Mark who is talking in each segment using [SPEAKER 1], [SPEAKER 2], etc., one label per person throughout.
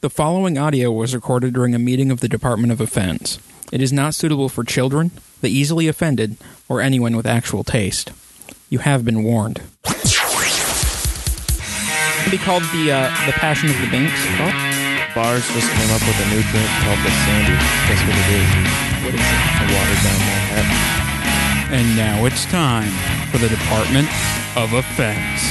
[SPEAKER 1] The following audio was recorded during a meeting of the Department of Offense. It is not suitable for children, the easily offended, or anyone with actual taste. You have been warned. It'd be called the uh, the Passion of the Binks.
[SPEAKER 2] Bars just came up with a new drink called the Sandy. That's what it is. What is it? A watered down Manhattan.
[SPEAKER 1] And now it's time for the Department of Offense.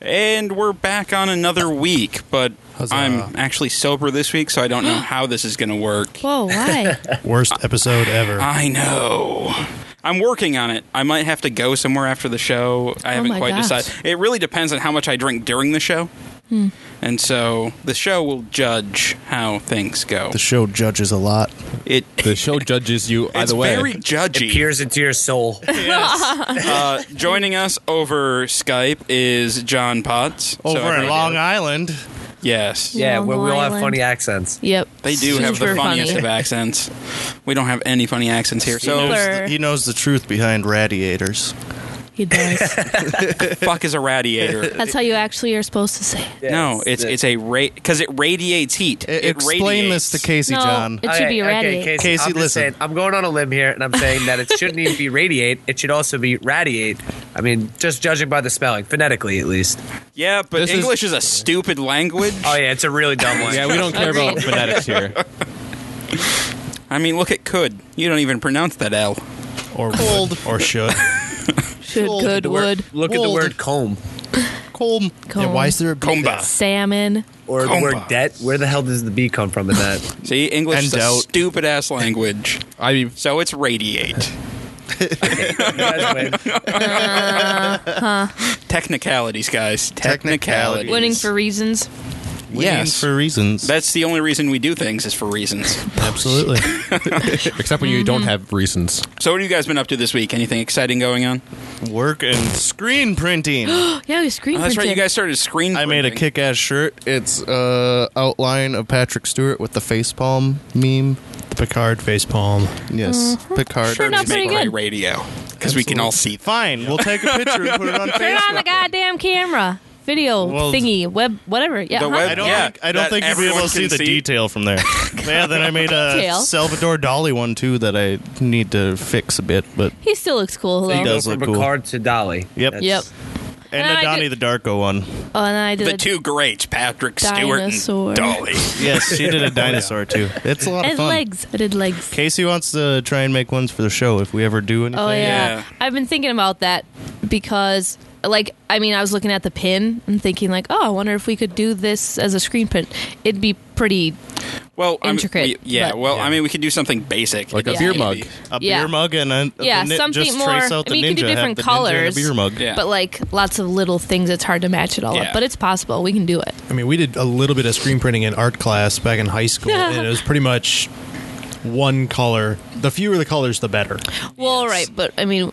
[SPEAKER 3] And we're back on another week, but
[SPEAKER 4] Huzzah.
[SPEAKER 3] I'm actually sober this week, so I don't know how this is going to work.
[SPEAKER 5] Whoa, why?
[SPEAKER 4] Worst episode ever.
[SPEAKER 3] I know. I'm working on it. I might have to go somewhere after the show. I haven't
[SPEAKER 5] Oh my
[SPEAKER 3] quite
[SPEAKER 5] gosh. Hmm.
[SPEAKER 3] decided. It really depends on how much I drink during the show. And so the show will judge how things go.
[SPEAKER 2] The show judges a lot.
[SPEAKER 3] It
[SPEAKER 6] The show judges you
[SPEAKER 3] it's
[SPEAKER 6] either way.
[SPEAKER 3] very judgy.
[SPEAKER 7] It peers into your soul.
[SPEAKER 3] uh, joining us over Skype is John Potts. So
[SPEAKER 4] Over in
[SPEAKER 3] everybody-
[SPEAKER 4] Long Island.
[SPEAKER 3] Yes.
[SPEAKER 7] yeah,
[SPEAKER 5] Long
[SPEAKER 7] we, we all have
[SPEAKER 5] Island.
[SPEAKER 7] funny accents.
[SPEAKER 5] yep.
[SPEAKER 3] They do have the
[SPEAKER 5] Super
[SPEAKER 3] funniest
[SPEAKER 5] funny.
[SPEAKER 3] of accents. We don't have any funny accents here.
[SPEAKER 4] He
[SPEAKER 3] So
[SPEAKER 5] Super.
[SPEAKER 4] knows the-
[SPEAKER 2] He knows the truth behind radiators.
[SPEAKER 5] He does.
[SPEAKER 3] fuck is a radiator?
[SPEAKER 5] That's how you actually are supposed to say it.
[SPEAKER 3] no, it's it's a rate because it radiates heat.
[SPEAKER 4] E-
[SPEAKER 3] It
[SPEAKER 4] explain
[SPEAKER 3] radiates.
[SPEAKER 4] this to Casey,
[SPEAKER 5] no,
[SPEAKER 4] John.
[SPEAKER 5] it should be radiate.
[SPEAKER 7] Casey,
[SPEAKER 4] Casey,
[SPEAKER 7] I'm just
[SPEAKER 4] listen.
[SPEAKER 7] saying- I'm going on a limb here, and I'm saying that it shouldn't even be radiate. It should also be radiate. I mean, just judging by the spelling, phonetically at least.
[SPEAKER 3] Yeah, but
[SPEAKER 6] This is-
[SPEAKER 3] English is, a stupid language.
[SPEAKER 7] Oh yeah, it's a really dumb one.
[SPEAKER 6] yeah, we don't care about
[SPEAKER 5] Agreed.
[SPEAKER 6] phonetics here.
[SPEAKER 3] I mean, look at could. You don't even pronounce that L.
[SPEAKER 4] Or
[SPEAKER 2] Cold.
[SPEAKER 4] Or should.
[SPEAKER 5] Should good
[SPEAKER 7] The word-
[SPEAKER 5] wood,
[SPEAKER 7] Look at the word comb
[SPEAKER 2] Cold.
[SPEAKER 5] Comb.
[SPEAKER 2] why is there a
[SPEAKER 3] Comba.
[SPEAKER 5] salmon.
[SPEAKER 7] or the
[SPEAKER 3] Comba.
[SPEAKER 7] word debt. Where the hell does the B come from in that?
[SPEAKER 3] See, English
[SPEAKER 2] And
[SPEAKER 3] is a
[SPEAKER 2] doubt.
[SPEAKER 3] stupid ass language.
[SPEAKER 6] I mean,
[SPEAKER 3] So it's radiate.
[SPEAKER 7] You guys win.
[SPEAKER 3] Technicalities, guys. Technicalities.
[SPEAKER 2] Technicalities.
[SPEAKER 5] Winning for reasons.
[SPEAKER 3] yes.
[SPEAKER 4] For reasons.
[SPEAKER 3] That's the only reason we do things is for reasons.
[SPEAKER 4] Absolutely.
[SPEAKER 6] except when you don't
[SPEAKER 2] Mm-hmm.
[SPEAKER 6] have reasons.
[SPEAKER 3] so what have you guys been up to this week? Anything exciting going on?
[SPEAKER 4] Work and screen printing. I
[SPEAKER 5] Yeah, we screen
[SPEAKER 3] Oh, that's right. You
[SPEAKER 5] printed.
[SPEAKER 3] guys started screen.
[SPEAKER 4] made a
[SPEAKER 3] printing.
[SPEAKER 4] kick ass shirt.
[SPEAKER 2] It's uh outline of Patrick Stewart with the facepalm meme.
[SPEAKER 4] The Picard face palm.
[SPEAKER 2] Yes, Picard.
[SPEAKER 5] Mm-hmm. Sure, Turned out
[SPEAKER 3] Just make
[SPEAKER 5] pretty
[SPEAKER 3] great
[SPEAKER 5] good.
[SPEAKER 3] radio because we can all see. Th-
[SPEAKER 4] Fine. We'll take a picture and put it on
[SPEAKER 5] Turn on
[SPEAKER 4] Facebook.
[SPEAKER 5] the goddamn camera. Video
[SPEAKER 4] Well,
[SPEAKER 5] thingy, web, whatever. Yeah,
[SPEAKER 3] the
[SPEAKER 5] huh?
[SPEAKER 3] web-
[SPEAKER 4] I don't
[SPEAKER 3] Yeah,
[SPEAKER 4] think, I don't
[SPEAKER 3] that
[SPEAKER 4] think you'll be able
[SPEAKER 3] everyone
[SPEAKER 4] to see
[SPEAKER 3] can
[SPEAKER 4] the
[SPEAKER 3] see.
[SPEAKER 4] detail from there. yeah, then I made a
[SPEAKER 5] Detail.
[SPEAKER 4] Salvador Dali one too that I need to fix a bit, but
[SPEAKER 5] He still looks cool
[SPEAKER 7] You
[SPEAKER 5] though.
[SPEAKER 7] go
[SPEAKER 4] does
[SPEAKER 7] from
[SPEAKER 4] look cool.
[SPEAKER 7] Picard to Dolly.
[SPEAKER 4] Yep.
[SPEAKER 5] Yep.
[SPEAKER 4] and
[SPEAKER 5] And I
[SPEAKER 4] the Donnie
[SPEAKER 5] did-
[SPEAKER 4] the Darko one.
[SPEAKER 5] Oh, and then I did
[SPEAKER 3] The
[SPEAKER 5] a-
[SPEAKER 3] two greats, Patrick
[SPEAKER 5] Dinosaur.
[SPEAKER 3] Stewart and Dolly.
[SPEAKER 4] Yes, she did a dinosaur too. Oh, It's a lot
[SPEAKER 5] and
[SPEAKER 4] of fun.
[SPEAKER 5] legs. I did legs.
[SPEAKER 4] Casey wants to try and make ones for the show if we ever do anything.
[SPEAKER 5] Oh yeah.
[SPEAKER 3] Yeah.
[SPEAKER 5] I've been thinking about that because like I mean I was looking at the pin and thinking like, "Oh, I wonder if we could do this as a screen print. It'd be pretty
[SPEAKER 3] Well, I mean,
[SPEAKER 5] Intricate,
[SPEAKER 3] we- yeah.
[SPEAKER 5] but-
[SPEAKER 3] Well, I
[SPEAKER 4] Yeah.
[SPEAKER 3] mean, we could do something basic,
[SPEAKER 6] Like a
[SPEAKER 3] It
[SPEAKER 5] beer
[SPEAKER 3] doesn't
[SPEAKER 6] mug.
[SPEAKER 3] need to be-
[SPEAKER 4] A
[SPEAKER 5] yeah.
[SPEAKER 4] beer mug and a, a
[SPEAKER 5] Yeah,
[SPEAKER 4] the nin-
[SPEAKER 5] something
[SPEAKER 4] just
[SPEAKER 5] more-
[SPEAKER 4] trace out the
[SPEAKER 5] I mean, you could do
[SPEAKER 4] ninja, have
[SPEAKER 5] different
[SPEAKER 4] the ninja and a
[SPEAKER 5] colors.
[SPEAKER 4] beer mug.
[SPEAKER 3] Yeah.
[SPEAKER 5] but like lots of little things it's hard to match it all
[SPEAKER 3] Yeah.
[SPEAKER 5] up, but it's possible. We can do it.
[SPEAKER 8] I mean, we did a little bit of screen printing in art class back in high school, and it was pretty much one color. The fewer the colors, the better.
[SPEAKER 5] Well, all right, but I mean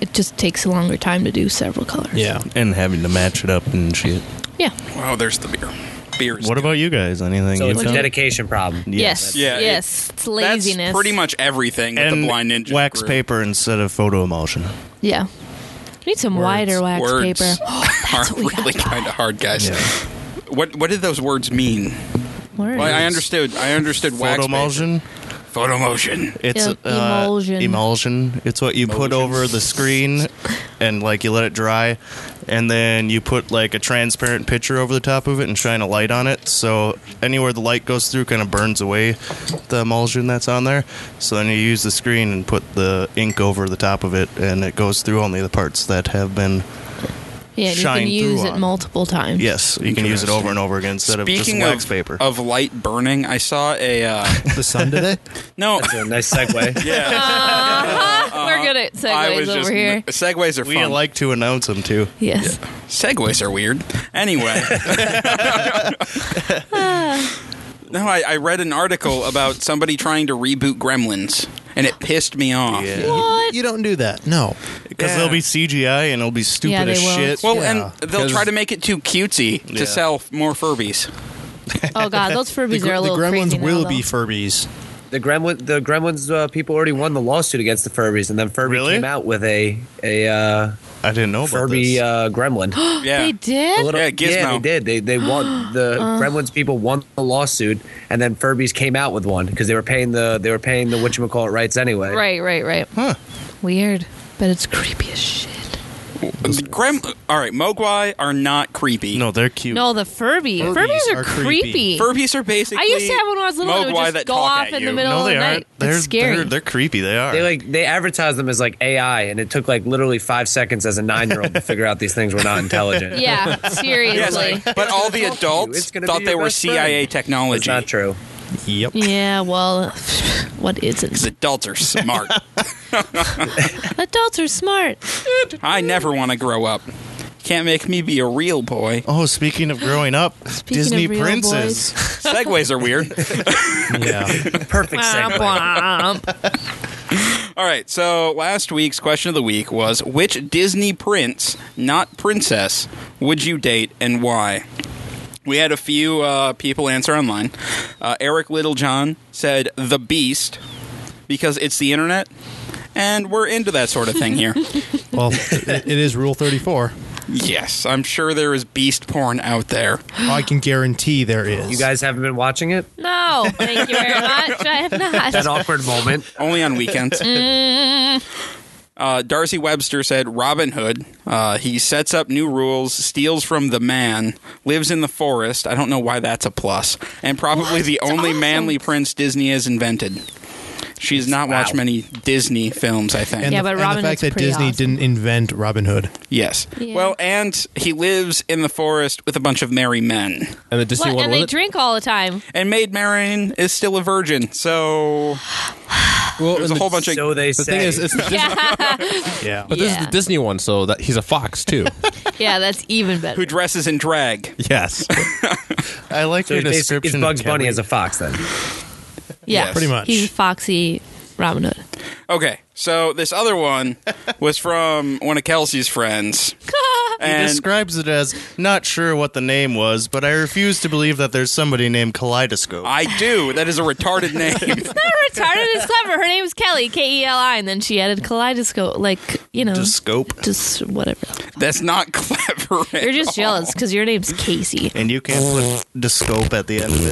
[SPEAKER 5] it just takes a longer time to do several colors.
[SPEAKER 8] Yeah.
[SPEAKER 4] And having to match it up and shit.
[SPEAKER 5] Yeah.
[SPEAKER 3] Wow, Oh, there's the beer. Beer. is
[SPEAKER 4] What about you guys? Anything
[SPEAKER 7] So
[SPEAKER 4] you've
[SPEAKER 7] it's a
[SPEAKER 4] done?
[SPEAKER 7] dedication problem.
[SPEAKER 5] Yes.
[SPEAKER 3] Yeah, it-
[SPEAKER 5] yes. it's
[SPEAKER 3] That's
[SPEAKER 5] laziness.
[SPEAKER 3] pretty much everything with
[SPEAKER 4] and
[SPEAKER 3] the blind ninja.
[SPEAKER 4] wax
[SPEAKER 3] group.
[SPEAKER 4] paper instead of photo emulsion.
[SPEAKER 5] Yeah. We need some wider wax
[SPEAKER 3] words
[SPEAKER 5] paper.
[SPEAKER 3] are really kind of hard, guys. What What did those words mean?
[SPEAKER 5] Words.
[SPEAKER 3] Well, I understood. I understood wax
[SPEAKER 4] Photo
[SPEAKER 3] paper.
[SPEAKER 4] emulsion.
[SPEAKER 3] Photo motion.
[SPEAKER 4] It's
[SPEAKER 5] Em-
[SPEAKER 4] uh,
[SPEAKER 5] emulsion.
[SPEAKER 4] Emulsion. It's what you put
[SPEAKER 3] Emulsion.
[SPEAKER 4] over the screen, and like you let it dry, and then you put like a transparent picture over the top of it and shine a light on it. So anywhere the light goes through, kind of burns away the emulsion that's on there. So then you use the screen and put the ink over the top of it, and it goes through only the parts that have been.
[SPEAKER 5] yeah, and you
[SPEAKER 4] shine
[SPEAKER 5] can
[SPEAKER 4] through
[SPEAKER 5] use it
[SPEAKER 4] on.
[SPEAKER 5] multiple times.
[SPEAKER 4] Yes, you can use it over and over again instead
[SPEAKER 3] Speaking
[SPEAKER 4] of just wax
[SPEAKER 3] of
[SPEAKER 4] paper.
[SPEAKER 3] of light burning, I saw a uh,
[SPEAKER 8] The sun today?
[SPEAKER 3] no.
[SPEAKER 7] That's a nice segue.
[SPEAKER 3] yeah,
[SPEAKER 5] We're good at
[SPEAKER 3] I
[SPEAKER 5] segues
[SPEAKER 3] was
[SPEAKER 5] over
[SPEAKER 3] just
[SPEAKER 5] here.
[SPEAKER 3] segues are
[SPEAKER 4] we
[SPEAKER 3] fun.
[SPEAKER 4] like to announce them too.
[SPEAKER 5] yes.
[SPEAKER 3] Segways are weird. Anyway. no, I, I read an article about somebody trying to reboot Gremlins, and it pissed me off.
[SPEAKER 5] What?
[SPEAKER 8] You don't do that. No.
[SPEAKER 4] Because
[SPEAKER 3] Yeah.
[SPEAKER 4] they'll be CGI and it'll be stupid
[SPEAKER 5] Yeah, they
[SPEAKER 4] as
[SPEAKER 5] will.
[SPEAKER 4] shit.
[SPEAKER 3] Well,
[SPEAKER 8] Yeah.
[SPEAKER 3] and they'll try to make it too cutesy
[SPEAKER 4] Yeah.
[SPEAKER 3] to sell more Furbies.
[SPEAKER 5] Oh god, those
[SPEAKER 8] The,
[SPEAKER 5] Furbies
[SPEAKER 8] gr-
[SPEAKER 5] are a
[SPEAKER 8] the
[SPEAKER 5] little
[SPEAKER 8] gremlins
[SPEAKER 5] crazy now,
[SPEAKER 8] will
[SPEAKER 5] though.
[SPEAKER 8] be Furbies.
[SPEAKER 7] the Gremlin the Gremlins uh, people already won the lawsuit against the Furbies, and then Furby
[SPEAKER 4] Really?
[SPEAKER 7] came out with a a uh,
[SPEAKER 4] I didn't know about
[SPEAKER 7] Furby
[SPEAKER 4] this.
[SPEAKER 7] uh, Gremlin.
[SPEAKER 3] Yeah.
[SPEAKER 5] They
[SPEAKER 7] The
[SPEAKER 5] did?
[SPEAKER 7] little-
[SPEAKER 3] Yeah, Gizmo.
[SPEAKER 7] they did. They they won the
[SPEAKER 5] Uh.
[SPEAKER 7] Gremlins people won the lawsuit, and then Furbies came out with one because they were paying the they were paying the whatchamacallit rights anyway.
[SPEAKER 5] Right, right, right. Huh. Weird. But it's creepy as shit.
[SPEAKER 3] The Um, Grem- All right, Mogwai are not creepy.
[SPEAKER 4] no, they're cute.
[SPEAKER 5] No, the Furby. Furbies,
[SPEAKER 8] Furbies
[SPEAKER 5] are,
[SPEAKER 8] are creepy.
[SPEAKER 5] creepy.
[SPEAKER 3] Furbies are basically.
[SPEAKER 5] I used to have one when I was little. and It
[SPEAKER 3] Mogwai
[SPEAKER 5] would just
[SPEAKER 3] that
[SPEAKER 5] go
[SPEAKER 3] talk
[SPEAKER 5] off
[SPEAKER 3] at
[SPEAKER 5] in
[SPEAKER 3] you.
[SPEAKER 5] the middle
[SPEAKER 4] no,
[SPEAKER 5] of
[SPEAKER 4] they
[SPEAKER 5] the
[SPEAKER 4] aren't.
[SPEAKER 5] night.
[SPEAKER 4] They're,
[SPEAKER 5] it's scary.
[SPEAKER 4] They're, they're creepy. They are.
[SPEAKER 7] They like they advertised them as like AI, and it took like literally five seconds as a nine year old to figure out these things were not intelligent.
[SPEAKER 5] yeah,
[SPEAKER 3] Yes,
[SPEAKER 5] seriously.
[SPEAKER 3] but all the adults
[SPEAKER 7] It's gonna
[SPEAKER 3] thought
[SPEAKER 7] be
[SPEAKER 3] they
[SPEAKER 7] your
[SPEAKER 3] were
[SPEAKER 7] best friend.
[SPEAKER 3] CIA
[SPEAKER 7] it's
[SPEAKER 3] technology.
[SPEAKER 7] not true.
[SPEAKER 8] Yep.
[SPEAKER 5] yeah, well, what is
[SPEAKER 3] Because
[SPEAKER 5] it?
[SPEAKER 3] adults are smart.
[SPEAKER 5] Adults are smart.
[SPEAKER 3] I never want to grow up. Can't make me be a real boy.
[SPEAKER 4] oh, speaking of growing up,
[SPEAKER 5] Speaking of
[SPEAKER 4] Disney
[SPEAKER 5] real
[SPEAKER 4] princes.
[SPEAKER 3] Segways are weird.
[SPEAKER 8] Yeah.
[SPEAKER 7] Perfect segue.
[SPEAKER 5] Womp
[SPEAKER 3] All right, so last week's question of the week was which Disney prince, not princess, would you date and why? We had a few uh, people answer online. Uh, Eric Littlejohn said the Beast because it's the internet, and we're into that sort of thing here.
[SPEAKER 8] Well, it, it is Rule 34.
[SPEAKER 3] yes, I'm sure there is beast porn out there.
[SPEAKER 8] I can guarantee there is.
[SPEAKER 7] You guys haven't been watching it?
[SPEAKER 5] womp. No, thank you very much. I have
[SPEAKER 7] That
[SPEAKER 5] not.
[SPEAKER 7] awkward moment.
[SPEAKER 3] Only on weekends.
[SPEAKER 5] Mm.
[SPEAKER 3] Uh, Darcy Webster said Robin Hood. Uh, he sets up new rules, steals from the man, lives in the forest. I don't know why that's a plus, and probably the
[SPEAKER 5] What?
[SPEAKER 3] only
[SPEAKER 5] Awesome.
[SPEAKER 3] manly prince Disney has invented. She's not watched
[SPEAKER 7] Wow.
[SPEAKER 3] many Disney films, I think.
[SPEAKER 8] And
[SPEAKER 5] Yeah,
[SPEAKER 8] the,
[SPEAKER 5] but
[SPEAKER 8] and
[SPEAKER 5] Robin
[SPEAKER 8] the
[SPEAKER 5] Hood's
[SPEAKER 8] fact that
[SPEAKER 5] pretty
[SPEAKER 8] Disney
[SPEAKER 5] awesome.
[SPEAKER 8] didn't invent Robin Hood.
[SPEAKER 3] yes.
[SPEAKER 5] Yeah.
[SPEAKER 3] Well, and he lives in the forest with a bunch of merry men.
[SPEAKER 6] And the Disney
[SPEAKER 5] What?
[SPEAKER 6] one
[SPEAKER 5] And
[SPEAKER 6] was
[SPEAKER 5] they
[SPEAKER 6] it?
[SPEAKER 5] drink all the time.
[SPEAKER 3] And Maid Marian is still a virgin, so
[SPEAKER 6] well,
[SPEAKER 3] there's a
[SPEAKER 6] and
[SPEAKER 3] whole bunch of.
[SPEAKER 7] So they
[SPEAKER 6] The
[SPEAKER 7] say.
[SPEAKER 6] thing is, it's just,
[SPEAKER 8] Yeah.
[SPEAKER 6] but this
[SPEAKER 5] Yeah.
[SPEAKER 6] is the Disney one, so that he's a fox too.
[SPEAKER 5] Yeah, that's even better.
[SPEAKER 3] who dresses in drag?
[SPEAKER 8] Yes.
[SPEAKER 4] I like
[SPEAKER 7] so
[SPEAKER 4] your
[SPEAKER 7] it's basi-
[SPEAKER 4] description.
[SPEAKER 7] It's Bugs
[SPEAKER 4] of Kelly.
[SPEAKER 7] Bunny as a fox then.
[SPEAKER 5] yeah,
[SPEAKER 3] Yes.
[SPEAKER 8] Pretty much.
[SPEAKER 5] He's a foxy Robin Hood.
[SPEAKER 3] Okay, so this other one was from one of Kelsey's friends. and
[SPEAKER 4] describes it as not sure what the name was, but I refuse to believe that there's somebody named Kaleidoscope.
[SPEAKER 3] I do. That is a retarded name.
[SPEAKER 5] Not retarded. It's clever. Her name's Kelly, K E L I, and then she added kaleidoscope, like you know,
[SPEAKER 4] Just
[SPEAKER 5] just,
[SPEAKER 4] scope,
[SPEAKER 5] whatever.
[SPEAKER 3] That's not clever. at
[SPEAKER 5] You're just
[SPEAKER 3] all.
[SPEAKER 5] jealous because your name's Casey.
[SPEAKER 4] and you can't put the scope at the end of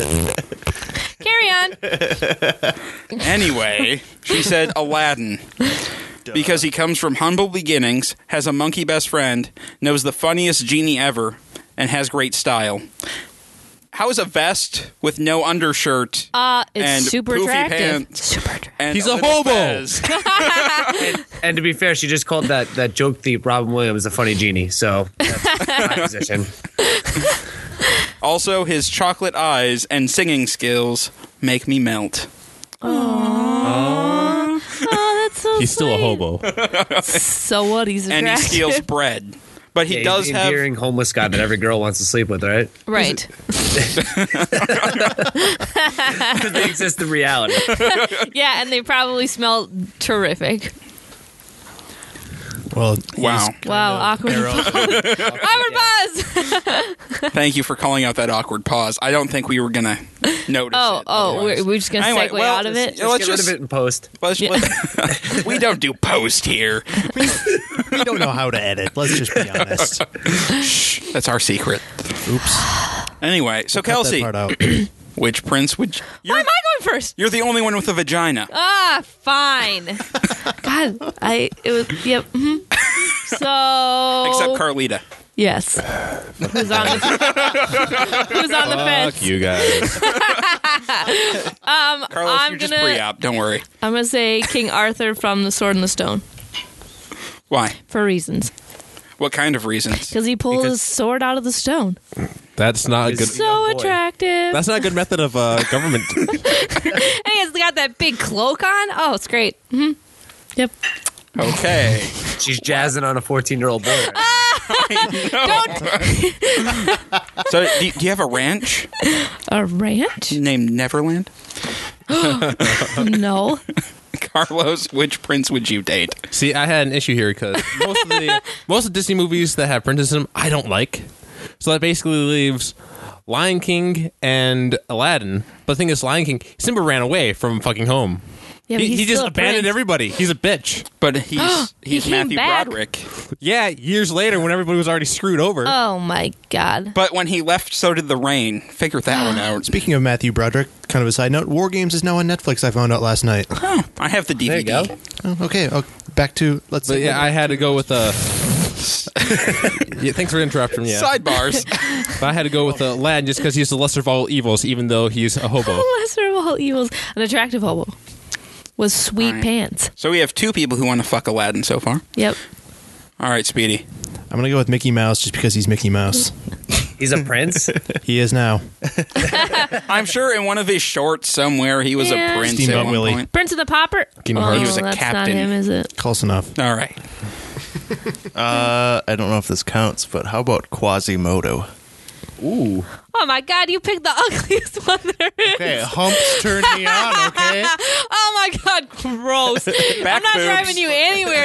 [SPEAKER 4] it.
[SPEAKER 5] Carry on.
[SPEAKER 3] Anyway, she said Aladdin. Because he comes from humble beginnings, has a monkey best friend, knows the funniest genie ever, and has great style. How is a vest with no undershirt
[SPEAKER 5] Uh, it's
[SPEAKER 3] And
[SPEAKER 5] super
[SPEAKER 3] poofy
[SPEAKER 5] attractive.
[SPEAKER 3] pants.
[SPEAKER 5] Super attractive.
[SPEAKER 3] and
[SPEAKER 6] He's a
[SPEAKER 3] little
[SPEAKER 6] hobo.
[SPEAKER 3] fez?
[SPEAKER 7] And to be fair, she just called that that joke thief Robin Williams a funny genie. So that's my position.
[SPEAKER 3] Also, his chocolate eyes and singing skills make me melt.
[SPEAKER 5] Oh, that's so.
[SPEAKER 6] he's still a
[SPEAKER 5] sweet.
[SPEAKER 6] hobo.
[SPEAKER 5] So what? He's
[SPEAKER 3] And
[SPEAKER 5] attractive.
[SPEAKER 3] he steals bread. But he
[SPEAKER 7] Yeah, he's
[SPEAKER 3] does
[SPEAKER 7] the
[SPEAKER 3] have
[SPEAKER 7] endearing homeless guy that every girl wants to sleep with, right?
[SPEAKER 5] right.
[SPEAKER 7] Because they exist in reality.
[SPEAKER 5] Yeah, and they probably smell terrific.
[SPEAKER 8] Well,
[SPEAKER 3] Wow.
[SPEAKER 5] Wow, awkward. Awkward pause.
[SPEAKER 3] Thank you for calling out that awkward pause. I don't think we were gonna notice.
[SPEAKER 5] Oh,
[SPEAKER 3] it
[SPEAKER 5] oh,
[SPEAKER 3] otherwise.
[SPEAKER 5] we're, we're just gonna
[SPEAKER 3] Anyway,
[SPEAKER 5] segue
[SPEAKER 3] well,
[SPEAKER 5] out of it.
[SPEAKER 3] yeah, let's
[SPEAKER 7] Get rid
[SPEAKER 3] just
[SPEAKER 7] of it in post.
[SPEAKER 3] let's, let- we don't do post here.
[SPEAKER 8] we don't know how to edit. Let's just be honest.
[SPEAKER 3] That's our secret.
[SPEAKER 8] Oops.
[SPEAKER 3] Anyway, so
[SPEAKER 8] Cut that
[SPEAKER 3] Kelsey,
[SPEAKER 8] part out.
[SPEAKER 3] which prince would you-
[SPEAKER 5] Why
[SPEAKER 3] you're,
[SPEAKER 5] am I going first?
[SPEAKER 3] you're the only one with a vagina?
[SPEAKER 5] Ah, fine. God, I it was yep. mhm. So
[SPEAKER 3] Except Carlita.
[SPEAKER 5] Yes. Who's on the Who's on the fence?
[SPEAKER 6] Fuck you guys.
[SPEAKER 3] Carlos,
[SPEAKER 5] I'm
[SPEAKER 3] you're just
[SPEAKER 5] gonna-
[SPEAKER 3] pre-op. Don't worry.
[SPEAKER 5] I'm gonna say King Arthur from The Sword and the Stone
[SPEAKER 3] Why?
[SPEAKER 5] for reasons
[SPEAKER 3] What kind of reasons?
[SPEAKER 5] because he pulled
[SPEAKER 7] Because-
[SPEAKER 5] his sword out of the stone.
[SPEAKER 6] That's not a good.
[SPEAKER 7] He's-
[SPEAKER 5] So
[SPEAKER 7] young boy.
[SPEAKER 5] attractive.
[SPEAKER 6] That's not a good method of uh, government.
[SPEAKER 5] and he has got that big cloak on. Oh, it's great. hmm Yep.
[SPEAKER 3] Okay.
[SPEAKER 7] She's jazzing on a 14 year old boy.
[SPEAKER 3] so, do, do you have a ranch
[SPEAKER 5] A ranch?
[SPEAKER 3] named Neverland?
[SPEAKER 5] No.
[SPEAKER 3] Carlos, which prince would you date?
[SPEAKER 6] See, I had an issue here because most of the most of the Disney movies that have princes in them, I don't like. So that basically leaves Lion King and Aladdin. But the thing is, Lion King, Simba ran away from fucking home.
[SPEAKER 5] Yeah, but
[SPEAKER 6] he
[SPEAKER 5] he's
[SPEAKER 6] he just
[SPEAKER 5] still a
[SPEAKER 6] abandoned
[SPEAKER 5] prince.
[SPEAKER 6] everybody. He's a bitch.
[SPEAKER 3] But he's
[SPEAKER 5] He
[SPEAKER 3] he's
[SPEAKER 5] came
[SPEAKER 3] Matthew
[SPEAKER 5] back.
[SPEAKER 3] Broderick.
[SPEAKER 6] Yeah, years later when everybody was already screwed over.
[SPEAKER 5] Oh my god.
[SPEAKER 3] But when he left, so did the rain. Figure that one out.
[SPEAKER 8] Speaking of Matthew Broderick, kind of a side note, War Games is now on Netflix. I found out last night.
[SPEAKER 3] I have the DVD.
[SPEAKER 7] There you go.
[SPEAKER 8] Oh, okay, oh, back to let's.
[SPEAKER 6] but yeah, I had to go with a. yeah, thanks for interrupting. Yeah,
[SPEAKER 3] Sidebars.
[SPEAKER 6] but I had to go with uh, Aladdin just because he's the lesser of all evils, even though he's a hobo.
[SPEAKER 5] Lesser of all evils. An attractive hobo. Was sweet
[SPEAKER 3] Alright.
[SPEAKER 5] pants.
[SPEAKER 3] so we have two people who want to fuck Aladdin so far.
[SPEAKER 5] Yep.
[SPEAKER 3] All right, Speedy.
[SPEAKER 8] I'm gonna go with Mickey Mouse just because he's Mickey Mouse.
[SPEAKER 7] He's a prince.
[SPEAKER 8] He is now.
[SPEAKER 3] I'm sure in one of his shorts somewhere he was
[SPEAKER 5] Yeah.
[SPEAKER 3] a prince at
[SPEAKER 8] Steamboat
[SPEAKER 3] one
[SPEAKER 8] Willie.
[SPEAKER 3] point.
[SPEAKER 5] Prince of the Popper.
[SPEAKER 6] Kingdom Hearts.
[SPEAKER 3] He was a
[SPEAKER 5] that's not
[SPEAKER 3] captain.
[SPEAKER 5] him, is it?
[SPEAKER 8] Close enough.
[SPEAKER 3] All right.
[SPEAKER 4] Uh, I don't know if this counts, but how about Quasimodo?
[SPEAKER 5] Oh my god, you picked the ugliest one there is.
[SPEAKER 4] Okay, humps turn me on, okay?
[SPEAKER 5] Oh my god, gross. I'm not
[SPEAKER 3] boobs.
[SPEAKER 5] driving you anywhere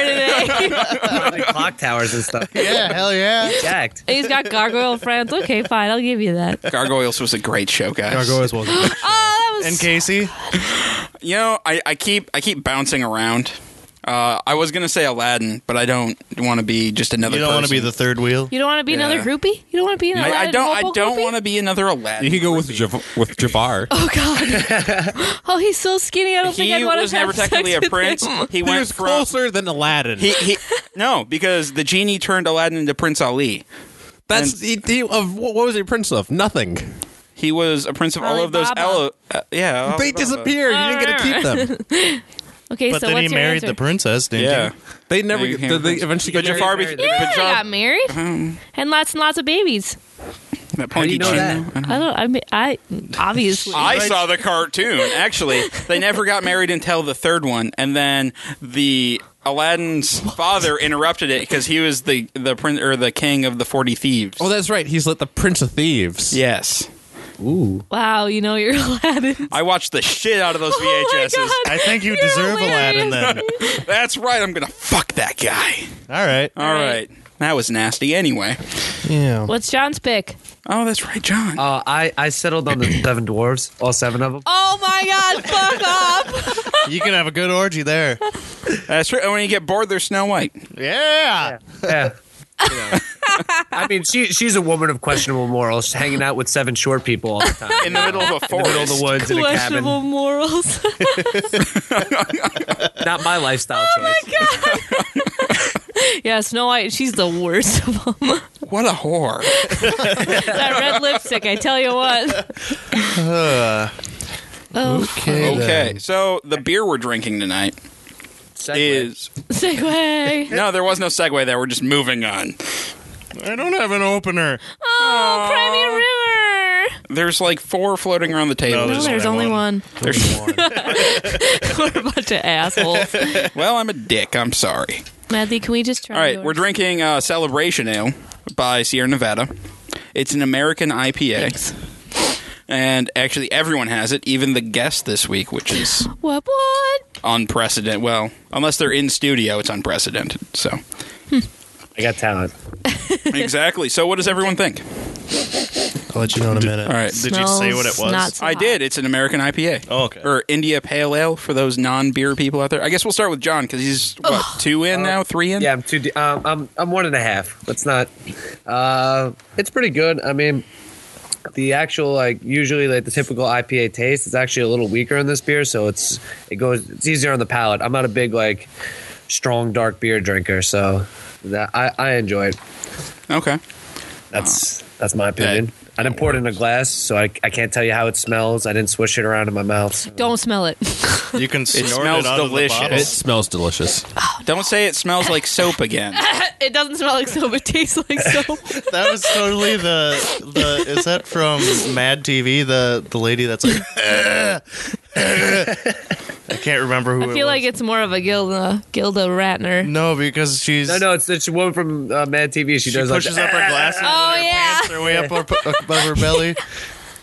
[SPEAKER 5] today.
[SPEAKER 7] like clock towers and stuff.
[SPEAKER 4] Yeah, hell yeah.
[SPEAKER 7] Jacked.
[SPEAKER 5] He's got gargoyle friends. Okay, fine, I'll give you that. Oh,
[SPEAKER 3] Gargoyles was a great show, guys.
[SPEAKER 8] Gargoyles was
[SPEAKER 5] that was
[SPEAKER 4] And Casey?
[SPEAKER 3] You know, I, I keep I keep bouncing around. Uh, I was gonna say Aladdin, but I don't want to be just another.
[SPEAKER 4] You don't want to
[SPEAKER 3] person.
[SPEAKER 4] be the third wheel?
[SPEAKER 5] You don't want to be another
[SPEAKER 3] Yeah.
[SPEAKER 5] groupie? You don't want to be another
[SPEAKER 3] I, I don't. I don't want to be another Aladdin.
[SPEAKER 6] You could go with Jaf- with Jafar.
[SPEAKER 5] Oh god. oh, he's so skinny. I don't think I'd
[SPEAKER 3] he
[SPEAKER 5] want
[SPEAKER 3] was
[SPEAKER 5] to have
[SPEAKER 3] never technically
[SPEAKER 5] sex
[SPEAKER 3] a
[SPEAKER 5] with
[SPEAKER 3] prince.
[SPEAKER 5] him.
[SPEAKER 3] He
[SPEAKER 6] he
[SPEAKER 3] went
[SPEAKER 6] was
[SPEAKER 3] from
[SPEAKER 6] closer than Aladdin.
[SPEAKER 3] He, he no, because the genie turned Aladdin into Prince Ali.
[SPEAKER 6] That's he, he, of what what was he prince of? Nothing.
[SPEAKER 3] He was a prince of all of those.
[SPEAKER 5] Alibaba.
[SPEAKER 3] Ele- uh, yeah,
[SPEAKER 5] Oh,
[SPEAKER 6] They
[SPEAKER 3] Alibaba.
[SPEAKER 6] disappeared. You didn't get to keep them.
[SPEAKER 5] Okay,
[SPEAKER 4] But
[SPEAKER 5] so
[SPEAKER 4] then
[SPEAKER 5] what's
[SPEAKER 4] he
[SPEAKER 5] your
[SPEAKER 4] married
[SPEAKER 5] answer?
[SPEAKER 4] the princess, didn't
[SPEAKER 3] Yeah,
[SPEAKER 6] They never.
[SPEAKER 3] You
[SPEAKER 6] Get,
[SPEAKER 3] became
[SPEAKER 6] they,
[SPEAKER 3] a prince.
[SPEAKER 6] eventually
[SPEAKER 3] but
[SPEAKER 6] get
[SPEAKER 3] Jafar.
[SPEAKER 6] married.
[SPEAKER 3] Be-
[SPEAKER 7] Yeah,
[SPEAKER 5] Yeah,
[SPEAKER 3] but
[SPEAKER 5] I
[SPEAKER 3] Jaf-
[SPEAKER 5] got married
[SPEAKER 3] Uh-huh.
[SPEAKER 5] and lots and lots of babies.
[SPEAKER 3] that
[SPEAKER 7] do
[SPEAKER 3] pointy
[SPEAKER 7] you know
[SPEAKER 3] chin.
[SPEAKER 7] that?
[SPEAKER 3] I don't-
[SPEAKER 5] I don't. I mean, I obviously.
[SPEAKER 3] Uh-huh. I saw the cartoon. Actually, they never got married until the third one, and then the Aladdin's father interrupted it because he was the the prince or the king of the forty thieves.
[SPEAKER 6] Oh, that's right. He's like the prince of thieves.
[SPEAKER 3] yes.
[SPEAKER 5] wow, you know you're Aladdin.
[SPEAKER 3] I watched the shit out of those
[SPEAKER 5] Oh my
[SPEAKER 3] VHSs.
[SPEAKER 5] god.
[SPEAKER 4] I think you
[SPEAKER 5] You're
[SPEAKER 4] deserve Aladdin
[SPEAKER 5] hilarious.
[SPEAKER 4] then.
[SPEAKER 3] That's right. I'm gonna fuck that guy.
[SPEAKER 4] All right.
[SPEAKER 3] All right.
[SPEAKER 5] right.
[SPEAKER 3] That was nasty. Anyway.
[SPEAKER 8] yeah.
[SPEAKER 5] What's John's pick?
[SPEAKER 3] Oh, that's right, John.
[SPEAKER 7] Uh, I I settled on the seven dwarves, all seven of them.
[SPEAKER 5] Oh my god, fuck off.
[SPEAKER 4] You can have a good orgy there.
[SPEAKER 3] That's right. When you get bored, there's Snow White.
[SPEAKER 4] Yeah.
[SPEAKER 7] Yeah. You know. I mean, she she's a woman of questionable morals, hanging out with seven short people all the time
[SPEAKER 3] In the middle of a
[SPEAKER 7] in the
[SPEAKER 3] forest.
[SPEAKER 7] middle of the woods in a
[SPEAKER 5] Questionable
[SPEAKER 7] cabin.
[SPEAKER 5] morals.
[SPEAKER 7] Not my lifestyle choice.
[SPEAKER 5] yeah, Snow White, she's the worst of them.
[SPEAKER 3] What a whore.
[SPEAKER 5] that red lipstick, I tell you what. oh,
[SPEAKER 8] Okay.
[SPEAKER 3] Okay.
[SPEAKER 8] then.
[SPEAKER 3] So the beer we're drinking tonight
[SPEAKER 7] Segue.
[SPEAKER 3] is
[SPEAKER 5] segue.
[SPEAKER 3] No, there was no segue there. We're just moving on.
[SPEAKER 4] I don't have an opener.
[SPEAKER 5] Oh, Crimea River.
[SPEAKER 3] There's like four floating around the table.
[SPEAKER 4] No,
[SPEAKER 5] No, there's only one.
[SPEAKER 3] There's-
[SPEAKER 5] We're a bunch of assholes.
[SPEAKER 3] well, I'm a dick. I'm sorry.
[SPEAKER 5] Matthew, can we just try?
[SPEAKER 3] All right,
[SPEAKER 5] yours?
[SPEAKER 3] we're drinking uh, Celebration Ale by Sierra Nevada. It's an American IPA.
[SPEAKER 5] Thanks.
[SPEAKER 3] And actually, everyone has it, even the guest this week, which is
[SPEAKER 5] What? What?
[SPEAKER 3] unprecedented. Well, unless they're in studio, it's unprecedented. So
[SPEAKER 7] I got talent.
[SPEAKER 3] exactly. So, what does everyone think?
[SPEAKER 8] I'll let you know in a minute.
[SPEAKER 3] All right,
[SPEAKER 4] Did you say what it
[SPEAKER 5] Smells
[SPEAKER 4] was?
[SPEAKER 5] not so
[SPEAKER 3] I
[SPEAKER 5] hot.
[SPEAKER 3] did. It's an American IPA.
[SPEAKER 4] Oh, okay.
[SPEAKER 3] Or India Pale Ale for those non-beer people out there. I guess we'll start with John because he's what two in
[SPEAKER 4] Uh,
[SPEAKER 3] now, three in.
[SPEAKER 7] Yeah, I'm two. De- um, I'm I'm one and a half. Let's not. Uh, it's pretty good. I mean, the actual like usually like the typical IPA taste is actually a little weaker in this beer, so it's it goes it's easier on the palate. I'm not a big like strong dark beer drinker, so that I I enjoy it.
[SPEAKER 3] Okay.
[SPEAKER 7] That's that's my opinion. I didn't pour it in a glass, so I, I can't tell you how it smells. I didn't swish it around in my mouth. so-
[SPEAKER 5] Don't smell it.
[SPEAKER 4] You can snort it,
[SPEAKER 3] smells
[SPEAKER 4] out of the
[SPEAKER 3] delicious.
[SPEAKER 4] bottle.
[SPEAKER 6] It smells delicious.
[SPEAKER 3] Don't say it smells like soap again.
[SPEAKER 5] it doesn't smell like soap. It tastes like soap.
[SPEAKER 4] That was totally the the. Is that from Mad TV? The the lady that's like. "Ugh, ugh." I can't remember who.
[SPEAKER 5] I feel like it's more of a Gilda Gilda Ratner.
[SPEAKER 4] no, because she's.
[SPEAKER 7] No, no, it's it's a woman from uh, Mad TV. She,
[SPEAKER 4] She
[SPEAKER 7] does
[SPEAKER 4] pushes
[SPEAKER 7] like
[SPEAKER 4] up her glasses. and
[SPEAKER 5] Oh,
[SPEAKER 4] her
[SPEAKER 5] yeah.
[SPEAKER 4] Pants are way up her- above her belly.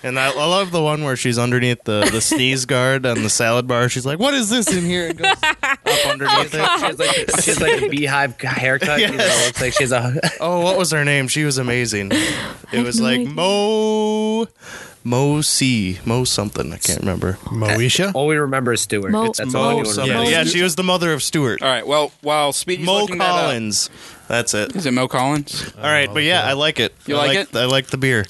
[SPEAKER 4] And I, I love the one where she's underneath the, the sneeze guard on the salad bar. She's like, "What is this in here?" And goes up underneath it.
[SPEAKER 7] She has like she has like a beehive haircut. You know, it looks like she has a.
[SPEAKER 4] Oh, what was her name? She was amazing. It was like Mo Mo C Mo something. I can't remember.
[SPEAKER 8] Moesha?
[SPEAKER 7] All we remember is Stewart.
[SPEAKER 5] Mo-
[SPEAKER 7] That's
[SPEAKER 5] Mo
[SPEAKER 7] all anyone
[SPEAKER 5] something.
[SPEAKER 4] Yeah,
[SPEAKER 7] remembers.
[SPEAKER 4] yeah, she was the mother of Stuart.
[SPEAKER 3] All right. Well, while Speedy's
[SPEAKER 4] Mo
[SPEAKER 3] looking that up-
[SPEAKER 4] Collins. That's it.
[SPEAKER 3] is it Mo Collins?
[SPEAKER 4] All right, but yeah, I like it.
[SPEAKER 3] You
[SPEAKER 4] I
[SPEAKER 3] like it?
[SPEAKER 4] I like the beer.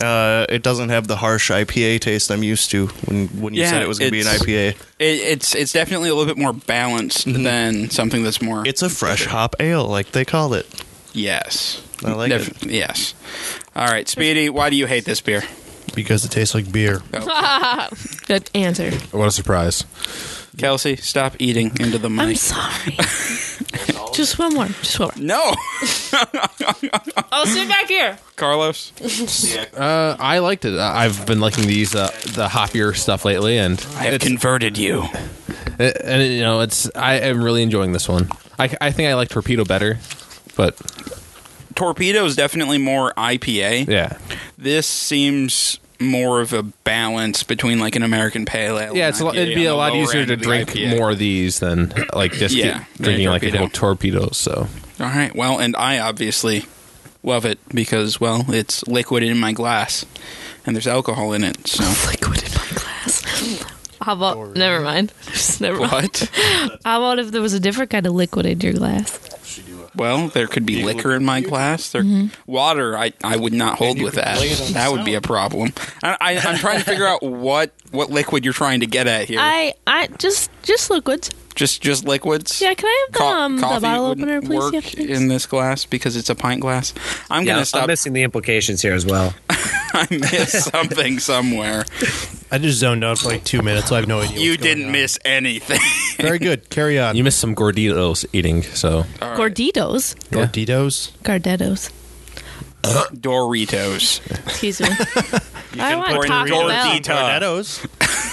[SPEAKER 4] Uh, it doesn't have the harsh IPA taste I'm used to when when you
[SPEAKER 3] Yeah,
[SPEAKER 4] said it was going to be an
[SPEAKER 3] it's-
[SPEAKER 4] IPA.
[SPEAKER 3] It, it's it's definitely a little bit more balanced than something that's more.
[SPEAKER 4] Mm-hmm. It's a fresh hop ale, like they called it.
[SPEAKER 3] yes.
[SPEAKER 4] I like it.
[SPEAKER 3] Yes. All right, Speedy. Why do you hate this beer?
[SPEAKER 8] Because it tastes like beer.
[SPEAKER 5] Good answer.
[SPEAKER 9] What a surprise.
[SPEAKER 3] Kelsey, stop eating into the
[SPEAKER 5] I'm
[SPEAKER 3] mic.
[SPEAKER 5] sorry. Just one more. Just one more.
[SPEAKER 3] no,
[SPEAKER 5] I'll sit back here.
[SPEAKER 3] Carlos.
[SPEAKER 6] Uh, I liked it. I- I've been liking these uh, the hoppier stuff lately, and
[SPEAKER 3] I have
[SPEAKER 6] it's-
[SPEAKER 3] converted you.
[SPEAKER 6] Uh, and you know, it's I am really enjoying this one. I, I think I like Torpedo better, but
[SPEAKER 3] Torpedo is definitely more IPA.
[SPEAKER 6] yeah,
[SPEAKER 3] This seems more of a balance between like an American pale ale.
[SPEAKER 6] yeah,
[SPEAKER 3] and
[SPEAKER 6] it's a lot,
[SPEAKER 3] IPA
[SPEAKER 6] it'd
[SPEAKER 3] on
[SPEAKER 6] be a
[SPEAKER 3] the
[SPEAKER 6] lot
[SPEAKER 3] lower
[SPEAKER 6] easier
[SPEAKER 3] end
[SPEAKER 6] to
[SPEAKER 3] of the
[SPEAKER 6] drink
[SPEAKER 3] IPA.
[SPEAKER 6] more of these than like just
[SPEAKER 3] Yeah,
[SPEAKER 6] keep
[SPEAKER 3] than
[SPEAKER 6] drinking like a
[SPEAKER 3] Torpedo.
[SPEAKER 6] whole torpedo. So
[SPEAKER 3] All right. Well, and I obviously love it because well, it's liquid in my glass, and there's alcohol in it. So
[SPEAKER 5] Liquid in my glass. How about? Never mind. Just never mind.
[SPEAKER 3] what?
[SPEAKER 5] How about if there was a different kind of liquid in your glass?
[SPEAKER 3] Well, there could be liquor in my glass. There,
[SPEAKER 6] Mm-hmm.
[SPEAKER 3] water. I, I would not hold with that. That would be a problem. I, I, I'm trying to figure out what what liquid you're trying to get at here.
[SPEAKER 5] I, I just, just liquids.
[SPEAKER 3] just just liquids.
[SPEAKER 5] Yeah, can I have the,
[SPEAKER 3] Co-
[SPEAKER 5] um, the
[SPEAKER 3] coffee
[SPEAKER 5] bottle
[SPEAKER 3] wouldn't
[SPEAKER 5] opener, please? Yeah,
[SPEAKER 3] Work
[SPEAKER 5] thanks.
[SPEAKER 3] in this glass because it's a pint glass. I'm
[SPEAKER 7] Yeah,
[SPEAKER 3] gonna stop.
[SPEAKER 7] I'm missing the implications here as well.
[SPEAKER 3] I missed something somewhere.
[SPEAKER 8] I just zoned out for like two minutes, so I have no idea.
[SPEAKER 3] You
[SPEAKER 8] what's going
[SPEAKER 3] didn't
[SPEAKER 8] on.
[SPEAKER 3] miss anything.
[SPEAKER 8] Very good. Carry on.
[SPEAKER 6] you missed some gorditos eating. So
[SPEAKER 5] Gorditos,
[SPEAKER 8] Gorditos.
[SPEAKER 5] Gardettos.
[SPEAKER 3] Doritos.
[SPEAKER 5] Excuse me. I want
[SPEAKER 3] pour in
[SPEAKER 5] Taco Bell.
[SPEAKER 3] Gordita.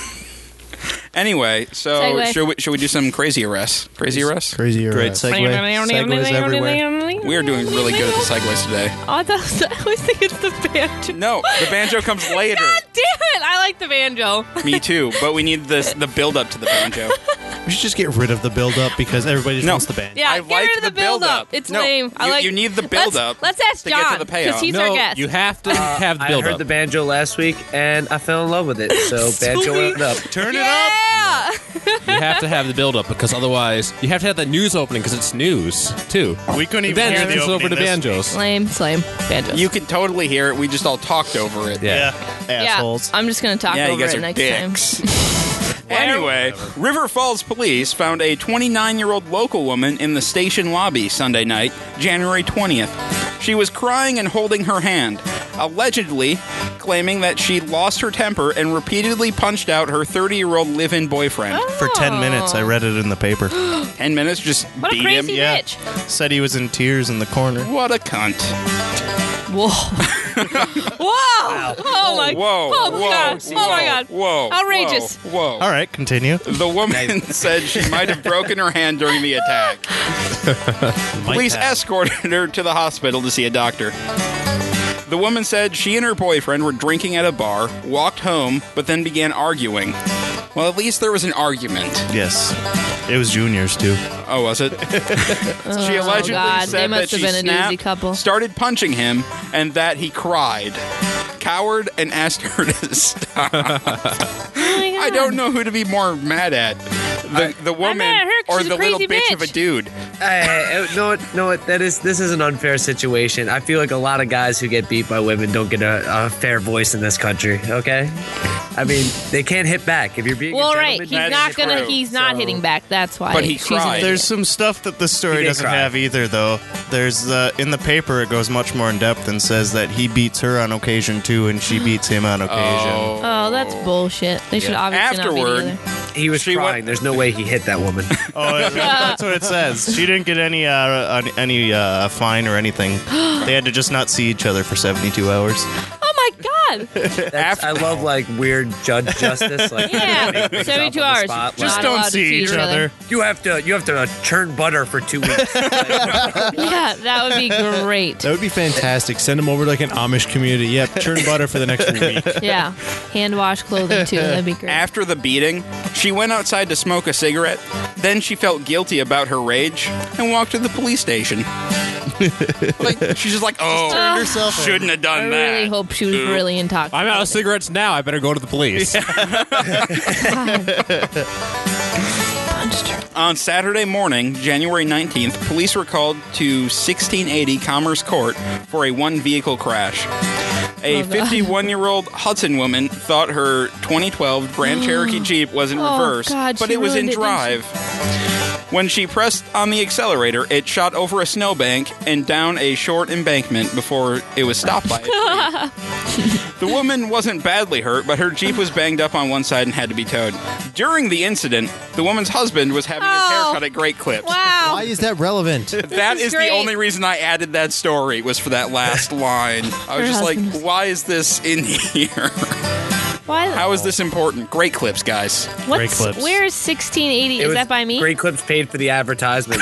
[SPEAKER 3] Anyway, so
[SPEAKER 5] Segue.
[SPEAKER 3] should we should we do some crazy arrests? Crazy arrests.
[SPEAKER 8] Crazy or
[SPEAKER 4] Great
[SPEAKER 8] uh,
[SPEAKER 4] segue. Segues everywhere.
[SPEAKER 3] We are doing really good at the segues today.
[SPEAKER 5] I, thought, I always think it's the banjo.
[SPEAKER 3] No, the banjo comes later.
[SPEAKER 5] God damn it! I like the banjo.
[SPEAKER 3] Me too, but we need this the build up to the banjo.
[SPEAKER 8] We should just get rid of the build up because everybody just
[SPEAKER 3] No.
[SPEAKER 8] wants the band.
[SPEAKER 5] Yeah,
[SPEAKER 3] I
[SPEAKER 5] get
[SPEAKER 3] like
[SPEAKER 5] rid of
[SPEAKER 3] the
[SPEAKER 5] the, build
[SPEAKER 3] build-up.
[SPEAKER 5] up. It's
[SPEAKER 3] No,
[SPEAKER 5] lame. I
[SPEAKER 3] you-
[SPEAKER 5] like.
[SPEAKER 3] you need the
[SPEAKER 5] Let's-
[SPEAKER 3] build-up
[SPEAKER 5] Let's ask
[SPEAKER 3] to get to
[SPEAKER 5] John
[SPEAKER 3] the
[SPEAKER 5] because
[SPEAKER 3] payoff.
[SPEAKER 5] he's our guest.
[SPEAKER 6] you have to have
[SPEAKER 7] Uh, I
[SPEAKER 6] build
[SPEAKER 7] heard
[SPEAKER 6] up.
[SPEAKER 7] the banjo last week and I fell in love with it. So banjo
[SPEAKER 5] Sweet.
[SPEAKER 7] went up.
[SPEAKER 4] Turn it up.
[SPEAKER 5] yeah.
[SPEAKER 6] you have to have the build up because otherwise you have to have that news opening because it's news too.
[SPEAKER 4] We couldn't even
[SPEAKER 6] Then
[SPEAKER 4] hear the
[SPEAKER 6] it's over
[SPEAKER 4] opening
[SPEAKER 6] to
[SPEAKER 4] this
[SPEAKER 6] banjos.
[SPEAKER 5] Lame, slame, banjo.
[SPEAKER 3] You can totally hear it. We just all talked over it.
[SPEAKER 6] Yeah.
[SPEAKER 4] Yeah, assholes.
[SPEAKER 5] Yeah, I'm just gonna talk
[SPEAKER 3] Yeah,
[SPEAKER 5] over
[SPEAKER 3] you guys
[SPEAKER 5] it
[SPEAKER 3] are
[SPEAKER 5] next time.
[SPEAKER 3] dicks. anyway, River Falls police found a 29 year old local woman in the station lobby Sunday night, January 20th. She was crying and holding her hand, allegedly claiming that she lost her temper and repeatedly punched out her 30 year old live in boyfriend.
[SPEAKER 4] For 10 minutes, I read it in the paper.
[SPEAKER 3] 10 minutes just
[SPEAKER 5] What a
[SPEAKER 3] beat
[SPEAKER 5] crazy
[SPEAKER 3] him.
[SPEAKER 4] yeah.
[SPEAKER 5] bitch.
[SPEAKER 4] Said he was in tears in the corner.
[SPEAKER 3] What a cunt.
[SPEAKER 5] Whoa. Whoa. Oh my.
[SPEAKER 3] Whoa!
[SPEAKER 5] Oh my
[SPEAKER 3] whoa,
[SPEAKER 5] god.
[SPEAKER 3] whoa,
[SPEAKER 5] oh my god.
[SPEAKER 3] Whoa!
[SPEAKER 5] Outrageous.
[SPEAKER 3] Whoa! whoa.
[SPEAKER 4] All right, continue.
[SPEAKER 3] The woman said she might have broken her hand during the attack. Police escorted her to the hospital to see a doctor. The woman said she and her boyfriend were drinking at a bar, walked home, but then began arguing. Well, at least there was an argument.
[SPEAKER 4] Yes. It was juniors, too.
[SPEAKER 3] Oh, was it? she allegedly
[SPEAKER 5] Oh, God. They
[SPEAKER 3] said that
[SPEAKER 5] must have
[SPEAKER 3] she
[SPEAKER 5] been a
[SPEAKER 3] snapped,
[SPEAKER 5] doozy couple.
[SPEAKER 3] started punching him, and that he cried, cowered, and asked her to stop.
[SPEAKER 5] Oh my god.
[SPEAKER 3] I don't know who to be more mad at. The, the woman
[SPEAKER 5] mad at her 'cause
[SPEAKER 3] or
[SPEAKER 5] she's a
[SPEAKER 3] the little
[SPEAKER 5] crazy
[SPEAKER 3] bitch. of a
[SPEAKER 5] bitch.
[SPEAKER 3] dude.
[SPEAKER 7] Hey, hey, hey, no, what- no, what, that is this is an unfair situation. I feel like a lot of guys who get beat by women don't get a, a fair voice in this country. Okay, I mean they can't hit back if you're being.
[SPEAKER 5] Well,
[SPEAKER 7] a
[SPEAKER 5] right.
[SPEAKER 7] gentleman,
[SPEAKER 5] He's
[SPEAKER 7] you
[SPEAKER 3] That's
[SPEAKER 5] not gonna.
[SPEAKER 3] true.
[SPEAKER 5] He's not
[SPEAKER 7] So-
[SPEAKER 5] hitting back. That's why.
[SPEAKER 3] But he
[SPEAKER 5] she's an
[SPEAKER 3] cried.
[SPEAKER 5] idiot.
[SPEAKER 4] There's some stuff that this
[SPEAKER 7] He
[SPEAKER 4] story
[SPEAKER 7] did
[SPEAKER 4] doesn't
[SPEAKER 7] cry.
[SPEAKER 4] have either, though. There's uh, in the paper it goes much more in depth and says that he beats her on occasion too, and she beats him on occasion.
[SPEAKER 5] Oh, that's bullshit. They should obviously
[SPEAKER 3] Afterward,
[SPEAKER 5] not be together.
[SPEAKER 7] He was
[SPEAKER 3] She
[SPEAKER 7] crying.
[SPEAKER 3] went-
[SPEAKER 7] There's no way he hit that woman.
[SPEAKER 4] Oh, it- that's what it says. She didn't get any uh, uh, any uh, fine or anything. They had to just not see each other for 72 hours.
[SPEAKER 5] Oh my God.
[SPEAKER 7] That's, I love like weird judge justice. Like
[SPEAKER 5] Yeah.
[SPEAKER 7] things up
[SPEAKER 5] 72
[SPEAKER 7] on the
[SPEAKER 5] hours.
[SPEAKER 7] spot,
[SPEAKER 5] Just
[SPEAKER 7] like,
[SPEAKER 5] don't see each other.
[SPEAKER 7] You have to you have to uh, churn butter for two weeks.
[SPEAKER 5] Yeah, that would be great.
[SPEAKER 8] That would be fantastic. Send them over to like an Amish community. Yep, churn butter for the next week.
[SPEAKER 5] Yeah. Hand wash clothing too. That'd be great.
[SPEAKER 3] After the beating, she went outside to smoke a cigarette. Then she felt guilty about her rage and walked to the police station. like, she's just like, oh,
[SPEAKER 5] turned
[SPEAKER 3] herself shouldn't have done
[SPEAKER 5] I
[SPEAKER 3] that.
[SPEAKER 5] really hope she was
[SPEAKER 3] Ooh.
[SPEAKER 5] really intoxicated.
[SPEAKER 6] I'm out of cigarettes now. I better go to the police.
[SPEAKER 5] Punched her.
[SPEAKER 3] On Saturday morning, January 19th, police were called to 1680 Commerce Court for a one vehicle crash. A
[SPEAKER 5] Oh, God.
[SPEAKER 3] 51 year old Hudson woman thought her 2012 Grand Cherokee Jeep was in
[SPEAKER 5] Oh,
[SPEAKER 3] reverse,
[SPEAKER 5] God,
[SPEAKER 3] but
[SPEAKER 5] she
[SPEAKER 3] it was
[SPEAKER 5] really
[SPEAKER 3] in
[SPEAKER 5] did, didn't she?
[SPEAKER 3] drive. When she pressed on the accelerator, it shot over a snowbank and down a short embankment before it was stopped by a tree. The woman wasn't badly hurt, but her Jeep was banged up on one side and had to be towed. During the incident, the woman's husband was having his hair
[SPEAKER 5] Oh.
[SPEAKER 3] cut at Great Clips.
[SPEAKER 5] Wow.
[SPEAKER 2] Why is that relevant?
[SPEAKER 3] That is,
[SPEAKER 5] This is
[SPEAKER 3] the
[SPEAKER 5] great.
[SPEAKER 3] only reason I added that story was for that last line. I was
[SPEAKER 5] Her
[SPEAKER 3] just
[SPEAKER 5] husband
[SPEAKER 3] like,
[SPEAKER 5] was-
[SPEAKER 3] why is this in here?
[SPEAKER 5] Why?
[SPEAKER 3] How is this important? Great clips, guys.
[SPEAKER 5] what's,
[SPEAKER 8] Great clips.
[SPEAKER 5] Where is 1680?
[SPEAKER 7] It
[SPEAKER 5] Is
[SPEAKER 7] was-
[SPEAKER 5] that by me?
[SPEAKER 7] Great clips paid for the advertisement.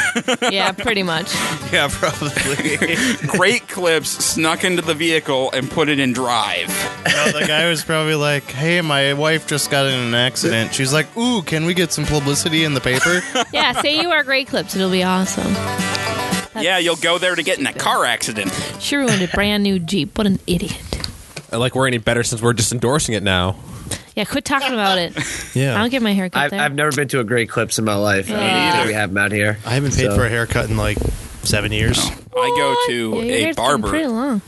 [SPEAKER 5] Yeah, pretty much.
[SPEAKER 4] Yeah, probably.
[SPEAKER 3] Great clips snuck into the vehicle and put it in drive.
[SPEAKER 4] No, the guy was probably like, "Hey, my wife just got in an accident." She's like, "Ooh, can we get some publicity in the paper?"
[SPEAKER 5] Yeah, say you are great clips. It'll be awesome.
[SPEAKER 3] yeah, you'll go there to get in a car accident.
[SPEAKER 5] She ruined a brand new Jeep. What an idiot.
[SPEAKER 6] like we're any better since we're just endorsing it now.
[SPEAKER 5] Yeah, quit talking about it. I
[SPEAKER 8] Yeah,
[SPEAKER 5] don't get my hair cut
[SPEAKER 7] I've,
[SPEAKER 5] there.
[SPEAKER 7] I've never been to a great clips in my life. I don't
[SPEAKER 5] Yeah.
[SPEAKER 7] think we have them out here.
[SPEAKER 8] I haven't paid
[SPEAKER 7] So-
[SPEAKER 8] for a haircut in like seven years.
[SPEAKER 3] I go to
[SPEAKER 5] Yeah, your
[SPEAKER 3] a
[SPEAKER 5] hair's been Pretty
[SPEAKER 3] barber
[SPEAKER 5] long.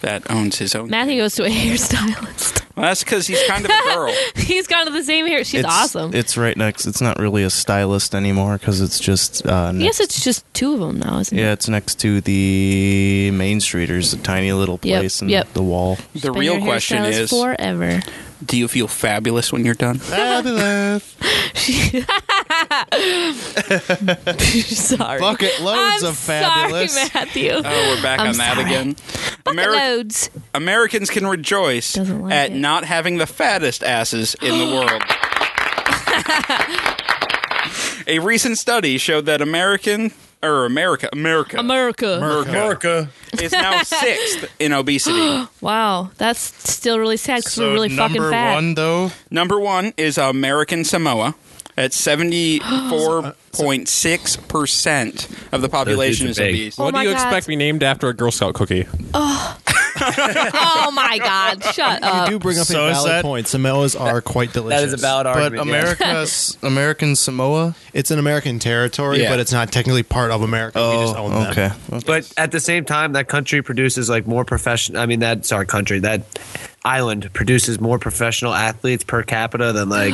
[SPEAKER 3] that owns his own.
[SPEAKER 5] Matthew goes to a hairstylist.
[SPEAKER 3] Well, that's because he's kind of a girl.
[SPEAKER 5] He's gone to the same hair. She's
[SPEAKER 4] it's
[SPEAKER 5] awesome.
[SPEAKER 4] It's right next. It's not really a stylist anymore because it's just. Uh,
[SPEAKER 5] I
[SPEAKER 4] next,
[SPEAKER 5] guess it's just two of them now, isn't
[SPEAKER 4] yeah,
[SPEAKER 5] it?
[SPEAKER 4] it's next to the main street. There's a tiny little
[SPEAKER 5] Yep,
[SPEAKER 4] place and
[SPEAKER 5] yep.
[SPEAKER 4] the wall.
[SPEAKER 3] The
[SPEAKER 5] Been
[SPEAKER 3] real
[SPEAKER 5] your
[SPEAKER 3] question
[SPEAKER 5] hairstylist
[SPEAKER 3] is
[SPEAKER 5] forever.
[SPEAKER 3] do you feel fabulous when you're done?
[SPEAKER 4] Fabulous
[SPEAKER 5] sorry.
[SPEAKER 4] bucket loads
[SPEAKER 5] I'm
[SPEAKER 4] of fabulous.
[SPEAKER 5] sorry, Matthew.
[SPEAKER 3] Oh, we're back
[SPEAKER 5] I'm
[SPEAKER 3] on that
[SPEAKER 5] sorry.
[SPEAKER 3] again.
[SPEAKER 5] Bucket
[SPEAKER 3] Ameri-
[SPEAKER 5] loads.
[SPEAKER 3] Americans can rejoice
[SPEAKER 5] Doesn't like
[SPEAKER 3] at
[SPEAKER 5] it.
[SPEAKER 3] not having the fattest asses in the world. A recent study showed that American or America America
[SPEAKER 5] America.
[SPEAKER 7] America.
[SPEAKER 3] is now sixth in obesity.
[SPEAKER 5] Wow, that's still really sad because we're really fucking
[SPEAKER 4] number
[SPEAKER 5] fat.
[SPEAKER 4] one though.
[SPEAKER 3] Number one is American Samoa. At seventy four point six percent of the population
[SPEAKER 7] dudes
[SPEAKER 3] is
[SPEAKER 7] are big.
[SPEAKER 3] obese.
[SPEAKER 5] Oh
[SPEAKER 6] what do
[SPEAKER 5] my
[SPEAKER 6] you
[SPEAKER 5] God.
[SPEAKER 6] expect me named after a Girl Scout cookie?
[SPEAKER 5] oh my God! Shut up.
[SPEAKER 8] You bring up
[SPEAKER 4] So
[SPEAKER 8] a
[SPEAKER 4] is
[SPEAKER 8] valid
[SPEAKER 4] that-
[SPEAKER 8] point. Samoa's are quite delicious.
[SPEAKER 7] That is a valid
[SPEAKER 4] But
[SPEAKER 7] argument. yeah.
[SPEAKER 4] America, American Samoa.
[SPEAKER 8] It's an American territory,
[SPEAKER 3] Yeah.
[SPEAKER 8] but it's not technically part of America. we
[SPEAKER 7] Oh,
[SPEAKER 8] just own them.
[SPEAKER 4] Oh, okay.
[SPEAKER 7] But at the same time, that country produces like more professional. I mean, that's our country. That island produces more professional athletes per capita than like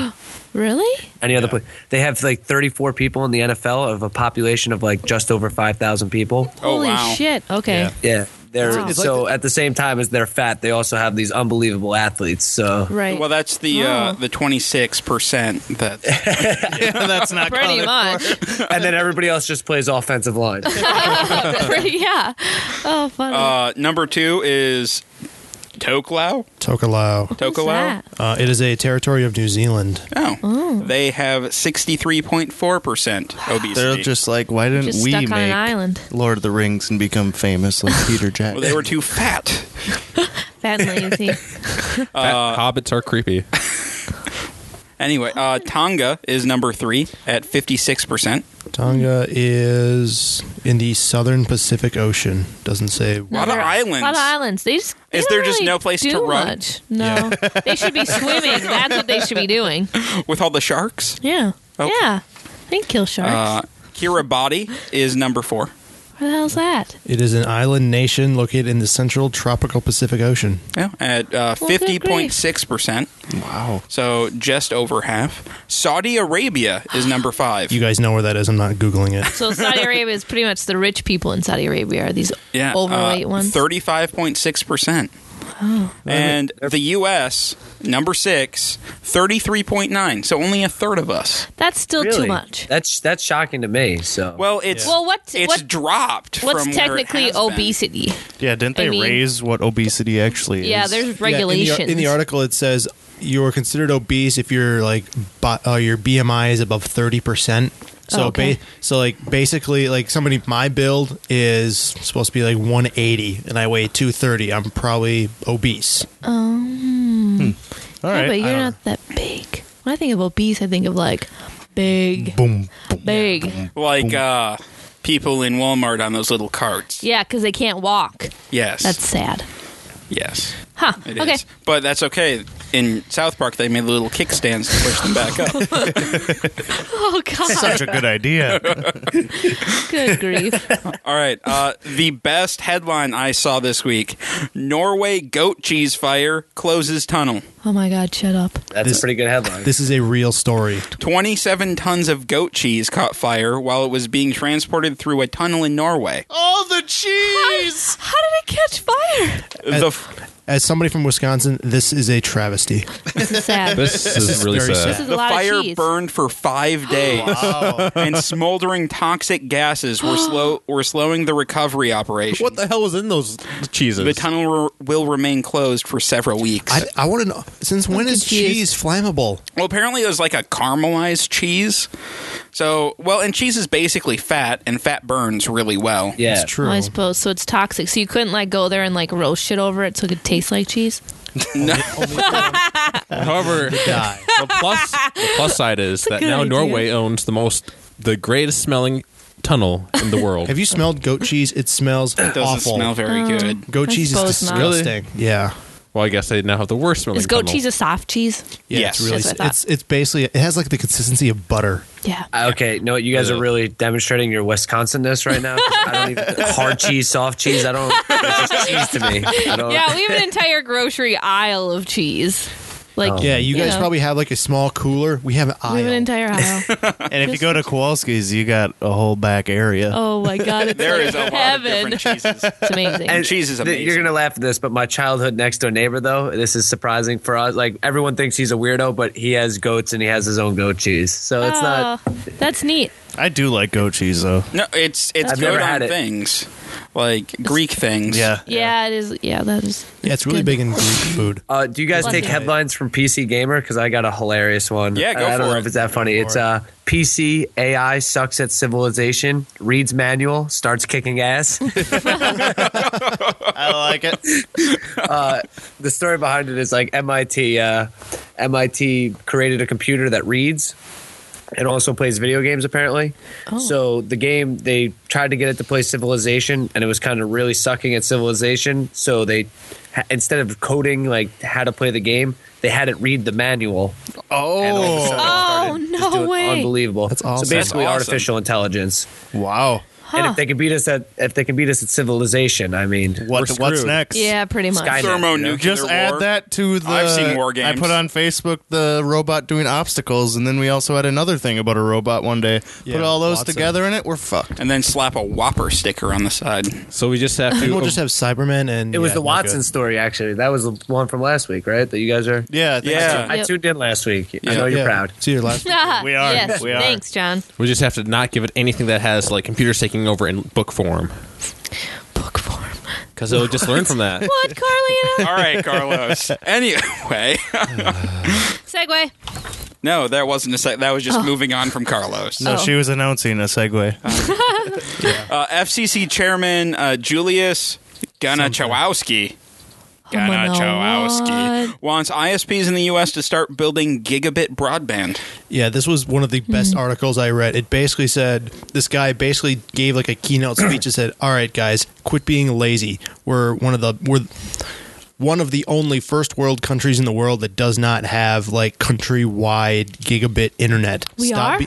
[SPEAKER 5] Really?
[SPEAKER 7] any other place. They have like 34 people in the NFL of a population of like just over 5,000 people.
[SPEAKER 5] Holy
[SPEAKER 3] Oh, wow.
[SPEAKER 5] shit! Okay.
[SPEAKER 8] Yeah.
[SPEAKER 7] Yeah. They're,
[SPEAKER 5] Wow. It's
[SPEAKER 8] like
[SPEAKER 7] So at the same time as they're fat, they also have these unbelievable athletes. So
[SPEAKER 5] Right.
[SPEAKER 3] Well, that's the uh,
[SPEAKER 5] Oh.
[SPEAKER 3] the twenty six percent that
[SPEAKER 4] that's not
[SPEAKER 5] pretty much.
[SPEAKER 7] and then everybody else just plays offensive line.
[SPEAKER 5] pretty, yeah. Oh, funny.
[SPEAKER 3] Uh, number two is Tokelau.
[SPEAKER 8] Tokelau.
[SPEAKER 5] What's
[SPEAKER 3] Tokelau.
[SPEAKER 5] that?
[SPEAKER 8] Uh, it is a territory of New Zealand.
[SPEAKER 3] Oh.
[SPEAKER 5] Mm.
[SPEAKER 3] They have 63.4% obesity.
[SPEAKER 4] They're just like, why didn't
[SPEAKER 5] Just
[SPEAKER 4] we
[SPEAKER 5] stuck
[SPEAKER 4] make
[SPEAKER 5] on an island.
[SPEAKER 4] Lord of the Rings and become famous like Peter
[SPEAKER 3] well,
[SPEAKER 4] Jackson?
[SPEAKER 3] they were too fat.
[SPEAKER 5] Fat and lazy.
[SPEAKER 6] Fat Uh, hobbits are creepy.
[SPEAKER 3] Anyway, uh, Tonga is number three at 56%.
[SPEAKER 8] Tonga is in the southern Pacific Ocean. Doesn't say.
[SPEAKER 3] A lot of
[SPEAKER 5] A
[SPEAKER 3] islands.
[SPEAKER 5] lot of islands. They just. They
[SPEAKER 3] Is
[SPEAKER 5] don't
[SPEAKER 3] there just
[SPEAKER 5] really
[SPEAKER 3] no place to
[SPEAKER 5] do
[SPEAKER 3] run?
[SPEAKER 5] Much. No. they should be swimming. That's what they should be doing.
[SPEAKER 3] With all the sharks.
[SPEAKER 5] Yeah.
[SPEAKER 3] Okay.
[SPEAKER 5] Yeah. They can kill sharks.
[SPEAKER 3] Uh, Kiribati is number four.
[SPEAKER 5] Where the hell's that?
[SPEAKER 8] It is an island nation located in the central tropical Pacific Ocean.
[SPEAKER 3] Yeah, at uh,
[SPEAKER 5] Well, good grief.
[SPEAKER 3] 50.6%. Wow. So just over half. Saudi Arabia is number five.
[SPEAKER 8] You guys know where that is. I'm not Googling it.
[SPEAKER 5] So Saudi Arabia is
[SPEAKER 3] uh,
[SPEAKER 5] pretty much the rich people in Saudi Arabia are these
[SPEAKER 3] yeah,
[SPEAKER 5] overweight
[SPEAKER 3] uh,
[SPEAKER 5] ones.
[SPEAKER 3] 35.6%.
[SPEAKER 5] Oh.
[SPEAKER 3] and the U.S. number six, 33.9. So only a third of us.
[SPEAKER 5] That's still
[SPEAKER 7] Really?
[SPEAKER 5] too much.
[SPEAKER 7] That's that's shocking to me. So
[SPEAKER 3] Well, it's
[SPEAKER 5] Well, what's-
[SPEAKER 3] it's
[SPEAKER 5] what-
[SPEAKER 3] dropped.
[SPEAKER 5] What's
[SPEAKER 3] from where it
[SPEAKER 5] technically
[SPEAKER 3] has been.
[SPEAKER 5] obesity?
[SPEAKER 4] Yeah, didn't they
[SPEAKER 5] I mean-
[SPEAKER 4] raise what obesity actually is?
[SPEAKER 5] Yeah, there's
[SPEAKER 8] Yeah, in the-
[SPEAKER 5] regulations.
[SPEAKER 8] in, the, article, it says you are considered obese if you're like bi- uh, your BMI is above thirty percent. So
[SPEAKER 5] Oh, okay.
[SPEAKER 8] ba- so like basically like somebody my build is supposed to be like one eighty and I weigh two thirty. I'm probably obese.
[SPEAKER 4] All
[SPEAKER 5] Yeah,
[SPEAKER 4] right.
[SPEAKER 5] but
[SPEAKER 4] I
[SPEAKER 5] you're
[SPEAKER 4] don't-
[SPEAKER 5] not that big. When I think of obese, I think of like big,
[SPEAKER 8] Boom. boom.
[SPEAKER 5] big.
[SPEAKER 3] like uh, people in Walmart on those little carts.
[SPEAKER 5] Yeah, because they can't walk.
[SPEAKER 3] Yes,
[SPEAKER 5] That's sad.
[SPEAKER 3] yes.
[SPEAKER 5] Huh.
[SPEAKER 3] It is.
[SPEAKER 5] okay.
[SPEAKER 3] but that's okay. In South Park, they made little kickstands to push them back up.
[SPEAKER 5] Oh God.
[SPEAKER 4] Such a good idea.
[SPEAKER 5] Good grief.
[SPEAKER 3] All right, uh, the best headline I saw this week: Norway goat cheese fire closes tunnel.
[SPEAKER 5] Oh my God. Shut up.
[SPEAKER 7] that's
[SPEAKER 8] This-
[SPEAKER 7] a pretty good headline.
[SPEAKER 8] This is a real story.
[SPEAKER 3] 27 tons of goat cheese caught fire while it was being transported through a tunnel in Norway.
[SPEAKER 4] All the cheese.
[SPEAKER 5] How did it catch fire?
[SPEAKER 3] The f-
[SPEAKER 8] As somebody from Wisconsin, this is a travesty.
[SPEAKER 5] This is sad. this
[SPEAKER 6] This is really
[SPEAKER 8] very
[SPEAKER 6] sad.
[SPEAKER 5] is a
[SPEAKER 3] the
[SPEAKER 5] lot
[SPEAKER 3] fire
[SPEAKER 5] of cheese.
[SPEAKER 3] burned for five days, and smoldering toxic gases were slow were slowing the recovery operation.
[SPEAKER 6] What the hell was in those cheeses?
[SPEAKER 3] The tunnel re- will remain closed for several weeks.
[SPEAKER 8] I, I want to know since when is
[SPEAKER 5] confused.
[SPEAKER 8] cheese flammable?
[SPEAKER 3] well, apparently it was like a caramelized cheese. So, well, and cheese is basically fat, and fat burns really well.
[SPEAKER 7] yeah,
[SPEAKER 8] It's true.
[SPEAKER 5] I suppose so. It's toxic. So you couldn't like go there and like roast shit over it so it could taste like cheese.
[SPEAKER 6] However,
[SPEAKER 8] Die.
[SPEAKER 6] the plus the plus side is that
[SPEAKER 5] good
[SPEAKER 6] now
[SPEAKER 5] idea.
[SPEAKER 6] Norway owns the most the greatest smelling tunnel in the world.
[SPEAKER 8] Have you smelled goat cheese? It smells
[SPEAKER 3] Doesn't
[SPEAKER 8] awful.
[SPEAKER 3] smell very good.
[SPEAKER 8] goat
[SPEAKER 5] I
[SPEAKER 8] cheese is
[SPEAKER 5] suppose not.
[SPEAKER 8] disgusting. Yeah.
[SPEAKER 6] well, I guess they now have the worst smelling.
[SPEAKER 5] Is goat
[SPEAKER 6] tunnel.
[SPEAKER 5] cheese a soft cheese?
[SPEAKER 8] Yeah,
[SPEAKER 3] Yes.
[SPEAKER 8] it's really
[SPEAKER 5] That's what I thought.
[SPEAKER 8] it's it's basically it has like the consistency of butter.
[SPEAKER 5] Yeah.
[SPEAKER 7] Uh, Okay, no, you guys are really demonstrating your Wisconsinness right now. 'cause I don't even hard cheese, soft cheese. I don't. It's just cheese to me. I don't.
[SPEAKER 5] Yeah, we have an entire grocery aisle of cheese. Like
[SPEAKER 8] Yeah, you guys
[SPEAKER 5] know,
[SPEAKER 8] probably have like a small cooler. We have an
[SPEAKER 5] we have an entire
[SPEAKER 8] aisle.
[SPEAKER 5] aisle.
[SPEAKER 4] And if you go to Kowalski's, you got a whole back area.
[SPEAKER 5] Oh my god, it's
[SPEAKER 3] There
[SPEAKER 5] like
[SPEAKER 3] is a lot
[SPEAKER 5] heaven.
[SPEAKER 3] of different cheeses.
[SPEAKER 5] it's amazing.
[SPEAKER 7] And
[SPEAKER 3] Cheese is
[SPEAKER 7] th-
[SPEAKER 3] amazing.
[SPEAKER 7] You're gonna laugh at this, but my childhood next door neighbor, though, this is surprising for us. Like everyone thinks he's a weirdo, but he has goats and he has his own goat cheese. So it's not.
[SPEAKER 5] Oh, That's neat.
[SPEAKER 4] I do like goat cheese though.
[SPEAKER 3] No, it's it's
[SPEAKER 7] I've
[SPEAKER 3] goat
[SPEAKER 7] never
[SPEAKER 3] on
[SPEAKER 7] had it.
[SPEAKER 3] things like Greek things.
[SPEAKER 4] Yeah.
[SPEAKER 5] Yeah, it is. Yeah, that is.
[SPEAKER 8] Yeah, it's really
[SPEAKER 5] good.
[SPEAKER 8] big in Greek food.
[SPEAKER 7] Uh, do you guys
[SPEAKER 5] Bless
[SPEAKER 7] take
[SPEAKER 5] you.
[SPEAKER 7] headlines from PC Gamer? Because I got a hilarious one.
[SPEAKER 3] Yeah, go
[SPEAKER 7] I, I don't
[SPEAKER 3] for
[SPEAKER 7] know
[SPEAKER 3] it.
[SPEAKER 7] if it's that funny. It's uh, PC AI sucks at civilization. Reads manual, starts kicking ass.
[SPEAKER 4] I like it.
[SPEAKER 7] the story behind it is like MIT uh, MIT created a computer that reads and also plays video games apparently. So the game they tried to get it to play Civilization and it was kind of really sucking at Civilization. So they ha- instead of coding like how to play the game, they had it read the manual. And all of a sudden it
[SPEAKER 5] Oh
[SPEAKER 7] started just
[SPEAKER 5] no
[SPEAKER 7] doing-
[SPEAKER 5] way!
[SPEAKER 7] Unbelievable.
[SPEAKER 8] That's awesome.
[SPEAKER 7] So basically
[SPEAKER 3] That's awesome.
[SPEAKER 7] artificial intelligence.
[SPEAKER 4] Wow.
[SPEAKER 7] And
[SPEAKER 5] Huh.
[SPEAKER 7] if they can beat us at if they can beat us at Civilization, I mean
[SPEAKER 4] What what's
[SPEAKER 6] We're screwed.
[SPEAKER 4] next?
[SPEAKER 5] Yeah, pretty much.
[SPEAKER 7] Skynet.
[SPEAKER 3] Thermonuclear
[SPEAKER 4] Just add
[SPEAKER 3] war. Oh,
[SPEAKER 4] that to the.
[SPEAKER 3] I've seen war games.
[SPEAKER 4] I put on Facebook the robot doing obstacles, and then we also had another thing about a robot one day.
[SPEAKER 8] Yeah,
[SPEAKER 4] put all those
[SPEAKER 8] lots of-
[SPEAKER 4] together, and it we're fucked.
[SPEAKER 3] and then slap a Whopper sticker on the side.
[SPEAKER 6] So we just have to.
[SPEAKER 8] Then we'll just have Cybermen and
[SPEAKER 7] It was
[SPEAKER 8] yeah,
[SPEAKER 7] the
[SPEAKER 8] no
[SPEAKER 7] Watson
[SPEAKER 8] good.
[SPEAKER 7] story, actually. That was the one from last week, right? That you guys are.
[SPEAKER 4] Yeah, I think
[SPEAKER 3] Yeah.
[SPEAKER 7] I
[SPEAKER 5] Yep.
[SPEAKER 7] tuned in last week. I
[SPEAKER 3] Yeah.
[SPEAKER 7] know you're
[SPEAKER 8] Yeah.
[SPEAKER 7] proud.
[SPEAKER 8] See your last.
[SPEAKER 4] We are.
[SPEAKER 5] Yes.
[SPEAKER 4] We are.
[SPEAKER 5] Thanks, John.
[SPEAKER 6] we just have to not give it anything that has like computers taking over in book form
[SPEAKER 5] Book form.
[SPEAKER 6] because it'll just learn from that.
[SPEAKER 5] What, Carlina?
[SPEAKER 3] All right, Carlos. anyway,
[SPEAKER 5] Segway.
[SPEAKER 3] no, that wasn't a sec. That was just moving on from Carlos.
[SPEAKER 4] Oh. No,
[SPEAKER 5] Oh.
[SPEAKER 4] she was announcing a segue.
[SPEAKER 3] Uh, FCC Chairman uh, Julius Ganachowski. Ganachowski
[SPEAKER 4] Oh
[SPEAKER 5] what?
[SPEAKER 3] wants ISPs in the U.S. to start building gigabit broadband.
[SPEAKER 8] Yeah, this was one of the best
[SPEAKER 5] Hmm.
[SPEAKER 8] articles I read. It basically said this guy basically gave like a keynote speech and said, "All right, guys, quit being lazy. We're one of the we're one of the only first world countries in the world that does not have like countrywide gigabit internet.
[SPEAKER 5] We are?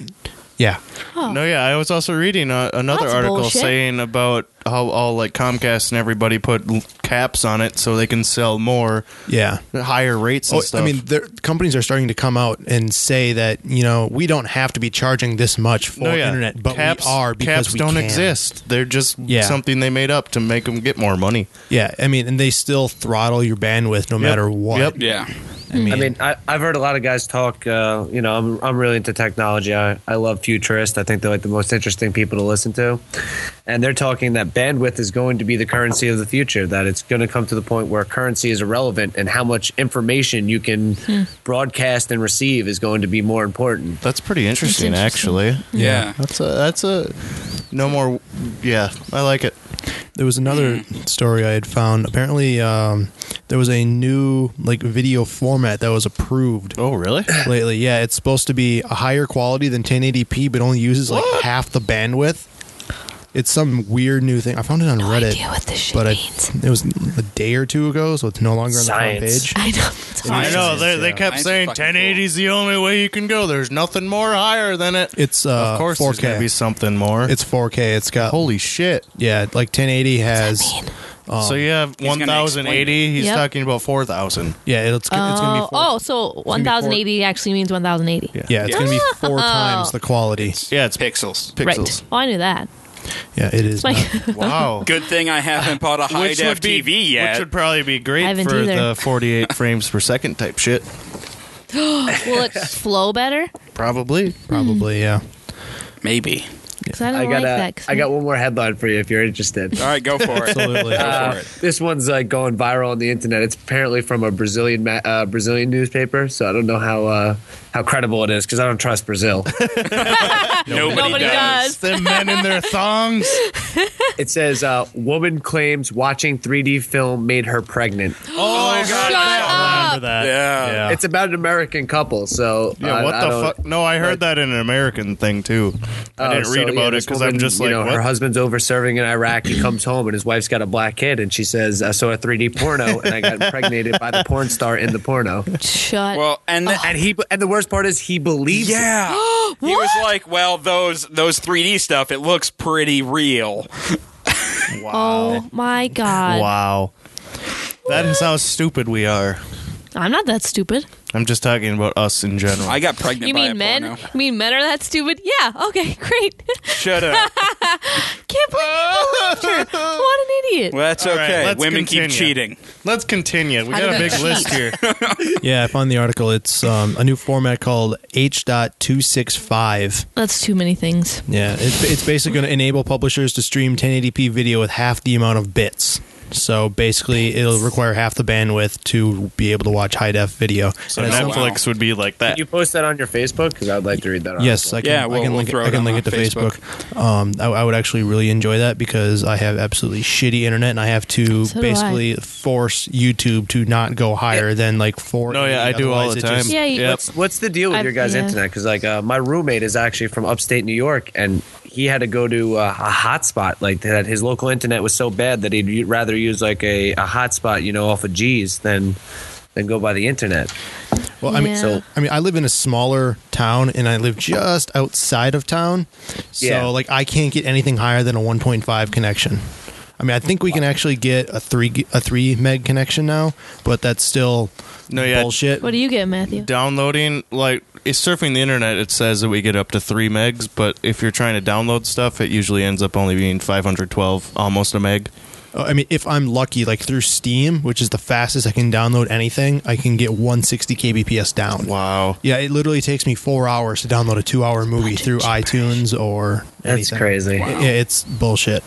[SPEAKER 8] yeah,
[SPEAKER 4] No, yeah, I was also reading uh, another
[SPEAKER 5] That's
[SPEAKER 4] article
[SPEAKER 5] bullshit.
[SPEAKER 4] saying about how all like Comcast and everybody put l- caps on it so they can sell more,
[SPEAKER 8] Yeah.
[SPEAKER 4] at higher rates. And
[SPEAKER 8] Oh,
[SPEAKER 4] stuff.
[SPEAKER 8] I mean, there- companies are starting to come out and say that you know we don't have to be charging this much for
[SPEAKER 4] No, yeah.
[SPEAKER 8] internet, but
[SPEAKER 4] caps
[SPEAKER 8] we are because
[SPEAKER 4] caps
[SPEAKER 8] we
[SPEAKER 4] don't
[SPEAKER 8] can.
[SPEAKER 4] exist. They're just
[SPEAKER 8] Yeah.
[SPEAKER 4] something they made up to make them get more money.
[SPEAKER 8] Yeah, I mean, and they still throttle your bandwidth no matter what.
[SPEAKER 4] Yep.
[SPEAKER 3] Yeah.
[SPEAKER 7] I mean, I, I've heard a lot of guys talk. Uh, you know, I'm, I'm really into technology. I, I love futurists. I think they're like the most interesting people to listen to. And they're talking that bandwidth is going to be the currency of the future, that it's going to come to the point where currency is irrelevant and how much information you can
[SPEAKER 5] Hmm.
[SPEAKER 7] broadcast and receive is going to be more important.
[SPEAKER 4] That's pretty interesting,
[SPEAKER 5] interesting.
[SPEAKER 4] actually.
[SPEAKER 3] Yeah.
[SPEAKER 4] That's a that's a no more. Yeah, I like it.
[SPEAKER 8] There was another
[SPEAKER 5] Mm.
[SPEAKER 8] story I had found. Apparently, um, there was a new like video format that was approved
[SPEAKER 4] Oh, really?
[SPEAKER 8] lately. Yeah, it's supposed to be a higher quality than 1080p, but only uses like half the bandwidth. It's some weird new thing. I found it on
[SPEAKER 5] No
[SPEAKER 8] Reddit,
[SPEAKER 5] idea what this shit
[SPEAKER 8] but I,
[SPEAKER 5] means.
[SPEAKER 8] it was a day or two ago, so it's no longer on the front
[SPEAKER 7] Science.
[SPEAKER 8] page.
[SPEAKER 4] I
[SPEAKER 5] I know.
[SPEAKER 4] know
[SPEAKER 3] Science
[SPEAKER 4] they,
[SPEAKER 3] is,
[SPEAKER 4] they
[SPEAKER 3] yeah.
[SPEAKER 4] kept
[SPEAKER 3] Science is
[SPEAKER 4] saying
[SPEAKER 3] fucking
[SPEAKER 4] 1080 is the only way you can go. There's nothing more higher than it.
[SPEAKER 8] It's uh,
[SPEAKER 4] of course, there's
[SPEAKER 8] 4K.
[SPEAKER 4] gonna be something more.
[SPEAKER 8] It's 4K. It's got
[SPEAKER 4] holy shit.
[SPEAKER 8] yeah, like 1080 has
[SPEAKER 4] so you have
[SPEAKER 3] um, gonna
[SPEAKER 4] 1080. He's
[SPEAKER 5] Yep.
[SPEAKER 4] talking about 4000.
[SPEAKER 8] yeah, it'll- it's, it's gonna be
[SPEAKER 5] Oh,
[SPEAKER 8] four,
[SPEAKER 5] oh, so 1080 actually means 1080.
[SPEAKER 8] yeah, it's gonna be four times the quality.
[SPEAKER 4] Yeah, it's
[SPEAKER 3] Pixels.
[SPEAKER 5] Right.
[SPEAKER 4] pixels.
[SPEAKER 5] Oh, I knew that.
[SPEAKER 8] Yeah, it is.
[SPEAKER 5] Like,
[SPEAKER 8] not-
[SPEAKER 4] Wow.
[SPEAKER 3] Good thing I haven't bought a high def TV yet.
[SPEAKER 4] Which would probably be
[SPEAKER 5] I
[SPEAKER 4] great
[SPEAKER 5] haven't
[SPEAKER 4] for
[SPEAKER 5] either.
[SPEAKER 4] the 48 frames per second type shit.
[SPEAKER 5] will it flow better?
[SPEAKER 4] Probably.
[SPEAKER 5] Hmm.
[SPEAKER 8] Probably, yeah.
[SPEAKER 3] Maybe.
[SPEAKER 5] 'Cause I don't
[SPEAKER 7] I got,
[SPEAKER 5] like
[SPEAKER 7] a-
[SPEAKER 5] that. 'cause
[SPEAKER 7] I got one more headline for you if you're interested. Uh,
[SPEAKER 3] All right, go for it.
[SPEAKER 8] Absolutely.
[SPEAKER 3] Go for it.
[SPEAKER 7] This one's like going viral on the internet. It's apparently from a Brazilian ma- uh, Brazilian newspaper, so I don't know how uh, how credible it is because I don't trust Brazil.
[SPEAKER 3] Nobody,
[SPEAKER 5] Nobody does.
[SPEAKER 4] the men in their thongs.
[SPEAKER 7] it says, uh, "Woman claims watching 3D film made her pregnant."
[SPEAKER 4] Oh, my
[SPEAKER 5] Shut up.
[SPEAKER 8] that.
[SPEAKER 3] Yeah.
[SPEAKER 7] It's about an American couple, so
[SPEAKER 4] Yeah,
[SPEAKER 7] uh,
[SPEAKER 4] what
[SPEAKER 7] I
[SPEAKER 4] the
[SPEAKER 7] don't-
[SPEAKER 4] fuck? No, I heard that in an American thing too. I
[SPEAKER 7] Oh,
[SPEAKER 4] didn't read
[SPEAKER 7] so, yeah,
[SPEAKER 4] about it
[SPEAKER 7] this
[SPEAKER 4] because I'm
[SPEAKER 7] woman,
[SPEAKER 4] just
[SPEAKER 7] you
[SPEAKER 4] like,
[SPEAKER 7] know, her
[SPEAKER 4] what?
[SPEAKER 7] husband's over serving in Iraq. He comes home and his wife's got a black kid, and she says, "I saw a 3D porno and I got impregnated by the porn star in the porno."
[SPEAKER 5] Shut.
[SPEAKER 3] Well, and
[SPEAKER 4] Oh.
[SPEAKER 3] the,
[SPEAKER 7] And he and the worst part is he believes. it.
[SPEAKER 3] yeah, he was
[SPEAKER 5] What?
[SPEAKER 3] like, "Well, those those 3D stuff, it looks pretty real." uh,
[SPEAKER 5] oh my god.
[SPEAKER 4] Wow. That is how stupid we are.
[SPEAKER 5] I'm not that stupid.
[SPEAKER 4] I'm just talking about us in general.
[SPEAKER 3] I got pregnant.
[SPEAKER 5] You
[SPEAKER 3] by
[SPEAKER 5] mean
[SPEAKER 3] a
[SPEAKER 5] men?
[SPEAKER 3] porno.
[SPEAKER 5] You mean men are that stupid? Yeah. Okay. Great.
[SPEAKER 3] Shut up.
[SPEAKER 5] Can't believe you believed her. What an idiot.
[SPEAKER 3] Well, that's
[SPEAKER 4] All right,
[SPEAKER 3] okay.
[SPEAKER 4] let's
[SPEAKER 3] Women
[SPEAKER 4] continue.
[SPEAKER 3] keep cheating.
[SPEAKER 4] Let's continue. We
[SPEAKER 5] How
[SPEAKER 4] got a big
[SPEAKER 5] did that
[SPEAKER 4] list here.
[SPEAKER 8] Yeah, I found the article. It's um, a new format called H.265.
[SPEAKER 5] That's too many things.
[SPEAKER 8] Yeah, it's, it's basically going to enable publishers to stream 1080p video with half the amount of bits. So basically, it'll require half the bandwidth to be able to watch high def video.
[SPEAKER 4] So
[SPEAKER 8] And it's some-
[SPEAKER 4] Netflix would be like that.
[SPEAKER 7] Can you post that on your Facebook? Because I'd like to read that.
[SPEAKER 8] Yes, I can,
[SPEAKER 3] Yeah, we'll-
[SPEAKER 8] I can
[SPEAKER 3] we'll
[SPEAKER 8] link
[SPEAKER 3] throw
[SPEAKER 8] it. I
[SPEAKER 3] it
[SPEAKER 8] can
[SPEAKER 3] on
[SPEAKER 8] link it to
[SPEAKER 3] our
[SPEAKER 8] Facebook. Um, I, I would actually really enjoy that because I have absolutely shitty internet, and I have to
[SPEAKER 5] So do I.
[SPEAKER 8] basically force YouTube to not go higher than like four.
[SPEAKER 4] No, yeah, I do all the time.
[SPEAKER 5] Yeah. You,
[SPEAKER 4] Yep.
[SPEAKER 7] What's the deal with
[SPEAKER 5] I've-
[SPEAKER 7] your guys'
[SPEAKER 5] yeah.
[SPEAKER 7] internet? Because like uh, my roommate is actually from upstate New York, and he had to go to uh, a hotspot. Like that, his local internet was so bad that he'd u- rather use like a, a hotspot, you know, off of G's than than go by the internet.
[SPEAKER 8] Well, I mean,
[SPEAKER 5] Yeah.
[SPEAKER 8] so I mean, I live in a smaller town, and I live just outside of town, so
[SPEAKER 7] Yeah.
[SPEAKER 8] like I can't get anything higher than a 1.5 connection. I mean, I think we can actually get a three g- a three meg connection now, but that's still
[SPEAKER 4] No, yeah.
[SPEAKER 8] bullshit.
[SPEAKER 5] What do you get, Matthew?
[SPEAKER 4] downloading like it's surfing the internet it says that we get up to 3 megs but if you're trying to download stuff it usually ends up only being 512 almost a meg
[SPEAKER 8] Uh, I mean, if I'm lucky, like through Steam, which is the fastest I can download anything, I can get 160 kbps down.
[SPEAKER 4] wow
[SPEAKER 8] Yeah, it literally takes me four hours to download a two-hour movie through iTunes or
[SPEAKER 7] That's
[SPEAKER 8] anything.
[SPEAKER 7] crazy.
[SPEAKER 8] Yeah, it's bullshit.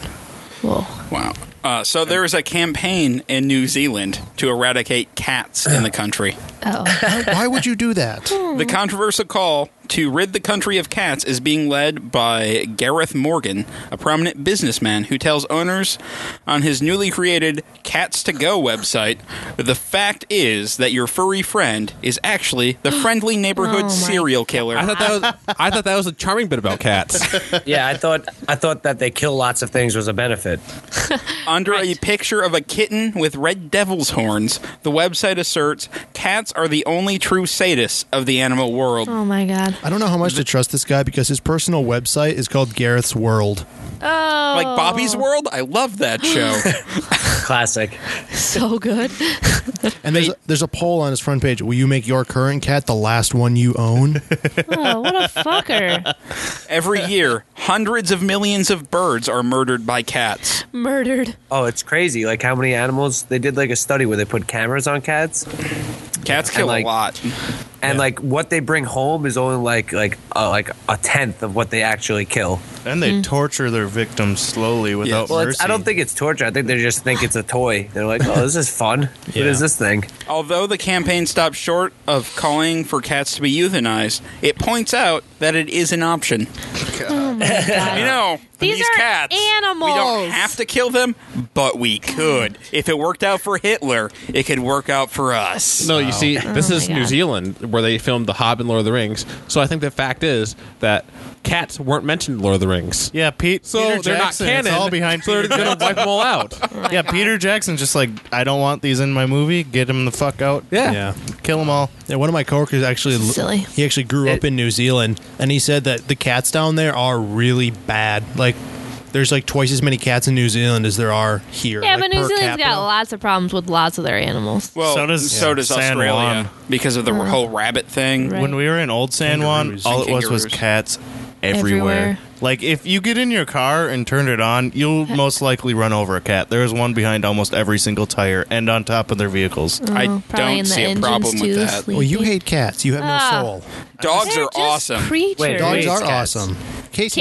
[SPEAKER 5] Whoa.
[SPEAKER 3] Wow. Uh, so there is a campaign in New Zealand to eradicate cats in the country.
[SPEAKER 5] Oh.
[SPEAKER 8] Why would you do that?
[SPEAKER 3] The
[SPEAKER 5] Mm-hmm.
[SPEAKER 3] controversial call to rid the country of cats is being led by Gareth Morgan, a prominent businessman who tells owners on his newly created Cats to Go website the fact is that your furry friend is actually the friendly neighborhood
[SPEAKER 5] Oh my
[SPEAKER 3] serial killer.
[SPEAKER 6] I thought that was I thought that was a charming bit about cats.
[SPEAKER 7] yeah, I thought I thought that they kill lots of things was a benefit.
[SPEAKER 3] Under a picture of a kitten with red devil's horns, the website asserts cats are the only true sadists of the animal world.
[SPEAKER 5] Oh my god.
[SPEAKER 8] I don't know how much to trust this guy because his personal website is called Gareth's World.
[SPEAKER 5] Oh.
[SPEAKER 3] Like Bobby's World, I love that show.
[SPEAKER 7] Classic.
[SPEAKER 5] So good.
[SPEAKER 8] And there's there's a poll on his front page. Will you make your current cat the last one you own?
[SPEAKER 5] Oh, what a fucker.
[SPEAKER 3] Every year, hundreds of millions of birds are murdered by cats.
[SPEAKER 5] Murdered.
[SPEAKER 7] Oh, it's crazy. Like how many animals they did like a study where they put cameras on cats
[SPEAKER 3] Cats kill
[SPEAKER 7] like-
[SPEAKER 3] a lot.
[SPEAKER 7] and like what they bring home is only like like uh, like a tenth of what they actually kill.
[SPEAKER 4] And they torture their victims slowly
[SPEAKER 8] Oh,
[SPEAKER 4] without
[SPEAKER 7] Well,
[SPEAKER 4] mercy.
[SPEAKER 7] it's, I don't think it's torture. I think they just think it's a toy. They're like, "Oh, this is fun. What is this thing?"
[SPEAKER 3] Although the campaign stopped short of calling for cats to be euthanized, it points out that it is an option. You know,
[SPEAKER 5] These are
[SPEAKER 3] cats, We don't
[SPEAKER 5] animals.
[SPEAKER 3] have to kill them, but we could. If it worked out for Hitler, it could work out for us.
[SPEAKER 6] No, you see, this
[SPEAKER 5] Oh
[SPEAKER 6] is
[SPEAKER 5] my
[SPEAKER 6] New
[SPEAKER 5] God.
[SPEAKER 6] Zealand where they filmed The Hobbit and Lord of the Rings. So I think the fact is that cats weren't mentioned in Lord of the Rings.
[SPEAKER 4] Yeah, Pete.
[SPEAKER 6] So
[SPEAKER 4] Peter
[SPEAKER 6] they're
[SPEAKER 4] Jackson,
[SPEAKER 6] not
[SPEAKER 4] it's
[SPEAKER 6] canon.
[SPEAKER 4] all behind.
[SPEAKER 6] so they're
[SPEAKER 4] Peter
[SPEAKER 6] going to wipe them all out.
[SPEAKER 4] yeah, Peter Jackson just like I don't want these in my movie. Get them the fuck out.
[SPEAKER 6] Yeah.
[SPEAKER 8] yeah.
[SPEAKER 4] kill them all.
[SPEAKER 8] Yeah, one of my coworkers actually
[SPEAKER 5] Silly.
[SPEAKER 8] he actually grew up in New Zealand and he said that the cats down there are really bad. Like there's like twice as many cats in New Zealand as there are here.
[SPEAKER 5] Yeah,
[SPEAKER 8] like,
[SPEAKER 5] but New
[SPEAKER 8] per
[SPEAKER 5] Zealand's
[SPEAKER 8] capita.
[SPEAKER 5] got lots of problems with lots of their animals.
[SPEAKER 3] Well, so
[SPEAKER 4] So
[SPEAKER 3] does,
[SPEAKER 4] does- yeah, San
[SPEAKER 3] Australia
[SPEAKER 4] Juan.
[SPEAKER 3] because of the whole rabbit thing.
[SPEAKER 5] Right.
[SPEAKER 4] When we were in Old San Juan,
[SPEAKER 8] Kangaroos.
[SPEAKER 4] all it was was
[SPEAKER 3] Kangaroos.
[SPEAKER 4] cats
[SPEAKER 5] Everywhere.
[SPEAKER 4] everywhere. Like if you get in your car and turn it on, you'll most likely run over a cat. There is one behind almost every single tire and on top of their vehicles.
[SPEAKER 5] Oh,
[SPEAKER 3] I
[SPEAKER 5] probably
[SPEAKER 3] don't
[SPEAKER 5] in the
[SPEAKER 3] see a
[SPEAKER 5] engines
[SPEAKER 3] problem with
[SPEAKER 5] too,
[SPEAKER 3] that.
[SPEAKER 5] sleepy.
[SPEAKER 8] Well, you hate cats. You have no
[SPEAKER 5] Ah.
[SPEAKER 8] soul.
[SPEAKER 3] Dogs
[SPEAKER 5] They're
[SPEAKER 3] are
[SPEAKER 5] just
[SPEAKER 3] awesome.
[SPEAKER 5] Creatures.
[SPEAKER 7] Wait,
[SPEAKER 8] Dogs
[SPEAKER 7] hates
[SPEAKER 8] are
[SPEAKER 7] cats.
[SPEAKER 8] awesome. Casey,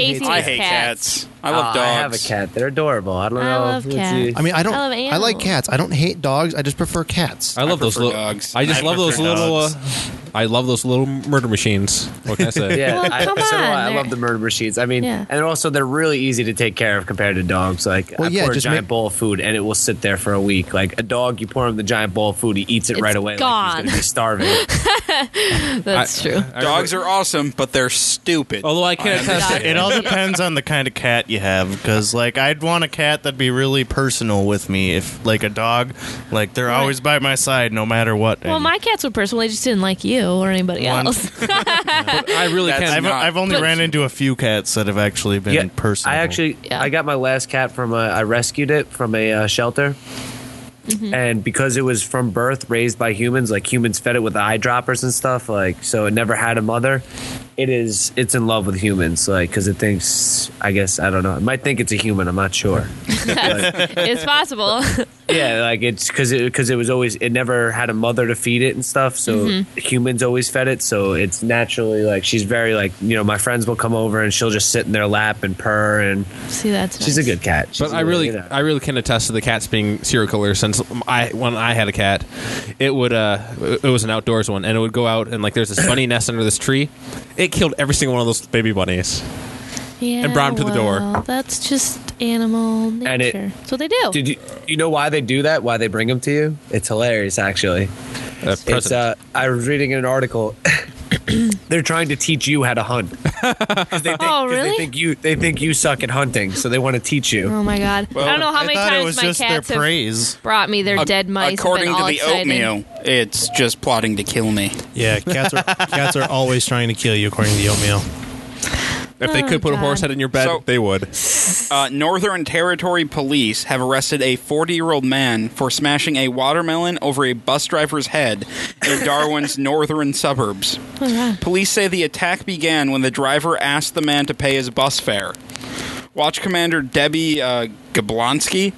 [SPEAKER 5] Casey
[SPEAKER 8] hates
[SPEAKER 3] I
[SPEAKER 5] hates
[SPEAKER 3] hate
[SPEAKER 5] cats.
[SPEAKER 3] cats. I love dogs.
[SPEAKER 7] Uh, I have a cat. They're adorable. I don't
[SPEAKER 5] I
[SPEAKER 7] know.
[SPEAKER 5] love
[SPEAKER 7] if it's
[SPEAKER 5] cats.
[SPEAKER 7] you-
[SPEAKER 8] I mean, I don't.
[SPEAKER 5] I love
[SPEAKER 8] I like
[SPEAKER 5] animals.
[SPEAKER 8] cats. I don't hate dogs. I just prefer cats.
[SPEAKER 6] I love those
[SPEAKER 3] prefer
[SPEAKER 6] little.
[SPEAKER 3] dogs.
[SPEAKER 6] I just
[SPEAKER 4] I
[SPEAKER 6] love those
[SPEAKER 4] prefer
[SPEAKER 6] little. Uh,
[SPEAKER 4] dogs.
[SPEAKER 6] I love those little murder machines. What can I say?
[SPEAKER 7] Yeah,
[SPEAKER 5] Well,
[SPEAKER 7] I,
[SPEAKER 5] come
[SPEAKER 7] so do
[SPEAKER 5] on,
[SPEAKER 7] I. I
[SPEAKER 5] they're-
[SPEAKER 7] love the murder machines. I mean,
[SPEAKER 5] Yeah.
[SPEAKER 7] and also they're really easy to take care of compared to dogs. Like,
[SPEAKER 8] Well,
[SPEAKER 7] I
[SPEAKER 8] yeah,
[SPEAKER 7] pour a
[SPEAKER 8] just
[SPEAKER 7] giant
[SPEAKER 8] make-
[SPEAKER 7] bowl of food and it will sit there for a week. Like a dog, you pour him the giant bowl of food, he eats it
[SPEAKER 5] It's
[SPEAKER 7] right away.
[SPEAKER 5] gone.
[SPEAKER 7] Like he's gonna be starving.
[SPEAKER 5] That's true.
[SPEAKER 3] Dogs are awesome, but they're stupid.
[SPEAKER 6] Although I can attest,
[SPEAKER 5] dogs.
[SPEAKER 6] that
[SPEAKER 4] It all depends on the kind of cat you have, because like I'd want a cat that'd be really personal with me. If like a dog, like they're always by my side no matter what.
[SPEAKER 5] Well,
[SPEAKER 4] And
[SPEAKER 5] my cats were personal. They just didn't like you or anybody
[SPEAKER 4] One.
[SPEAKER 5] else.
[SPEAKER 6] I really
[SPEAKER 3] That's-
[SPEAKER 6] can.
[SPEAKER 4] I've,
[SPEAKER 6] not
[SPEAKER 3] not
[SPEAKER 4] I've only
[SPEAKER 5] But-
[SPEAKER 4] ran into a few cats that have actually been personal.
[SPEAKER 7] I actually,
[SPEAKER 5] Yeah.
[SPEAKER 7] I got my last cat from a, I rescued it from a uh, shelter. And because it was from birth, raised by humans, like humans fed it with eyedroppers and stuff, like so it never had a mother. It is, it's in love with humans, like because it thinks, I guess, I don't know, it might think it's a human. I'm not sure.
[SPEAKER 5] it's possible.
[SPEAKER 7] yeah, like it's because it because it was always it never had a mother to feed it and stuff. So humans always fed it. So it's naturally like she's very like you know my friends will come over and she'll just sit in their lap and purr and
[SPEAKER 5] See, that's
[SPEAKER 7] she's a
[SPEAKER 5] nice.
[SPEAKER 7] good cat. She's
[SPEAKER 6] But I
[SPEAKER 7] a-
[SPEAKER 6] really,
[SPEAKER 7] you know.
[SPEAKER 6] I really can attest to the cats being serial killers. Since I, when I had a cat, it would, uh, it was an outdoors one, and it would go out and like there's this bunny nest under this tree. It killed every single one of those baby bunnies. Uh,
[SPEAKER 5] Yeah,
[SPEAKER 6] and brought 'em to the door.
[SPEAKER 5] well, That's just animal nature.
[SPEAKER 7] And it-
[SPEAKER 5] that's what they do.
[SPEAKER 7] Did you you know why they do that? Why they bring them to you? It's hilarious, actually.
[SPEAKER 6] Uh,
[SPEAKER 7] It's uh, I was reading an article. They're trying to teach you how to hunt. 'Cause they think,
[SPEAKER 5] Oh,
[SPEAKER 7] 'cause
[SPEAKER 5] really?
[SPEAKER 7] They think you they think you suck at hunting, so they want to teach you.
[SPEAKER 5] oh my god! I don't know how
[SPEAKER 4] I
[SPEAKER 5] many
[SPEAKER 4] thought
[SPEAKER 5] times
[SPEAKER 4] it was
[SPEAKER 5] my
[SPEAKER 4] just their
[SPEAKER 5] cats have
[SPEAKER 4] praise.
[SPEAKER 5] brought me their
[SPEAKER 3] Ac-
[SPEAKER 5] dead mice. I've
[SPEAKER 3] According
[SPEAKER 5] been
[SPEAKER 3] to
[SPEAKER 5] all
[SPEAKER 3] the
[SPEAKER 5] excited.
[SPEAKER 3] oatmeal, it's just plotting to kill me.
[SPEAKER 8] Yeah, cats are cats are always trying to kill you, according to the oatmeal.
[SPEAKER 6] if they
[SPEAKER 5] Oh,
[SPEAKER 6] could put a
[SPEAKER 5] God.
[SPEAKER 6] horse head in your bed,
[SPEAKER 3] So-
[SPEAKER 6] they would.
[SPEAKER 3] Uh, Northern Territory police have arrested a 40 year old man for smashing a watermelon over a bus driver's head in Darwin's northern suburbs.
[SPEAKER 5] Oh,
[SPEAKER 3] Police say the attack began when the driver asked the man to pay his bus fare. Watch Commander Debbie uh, Gablonsky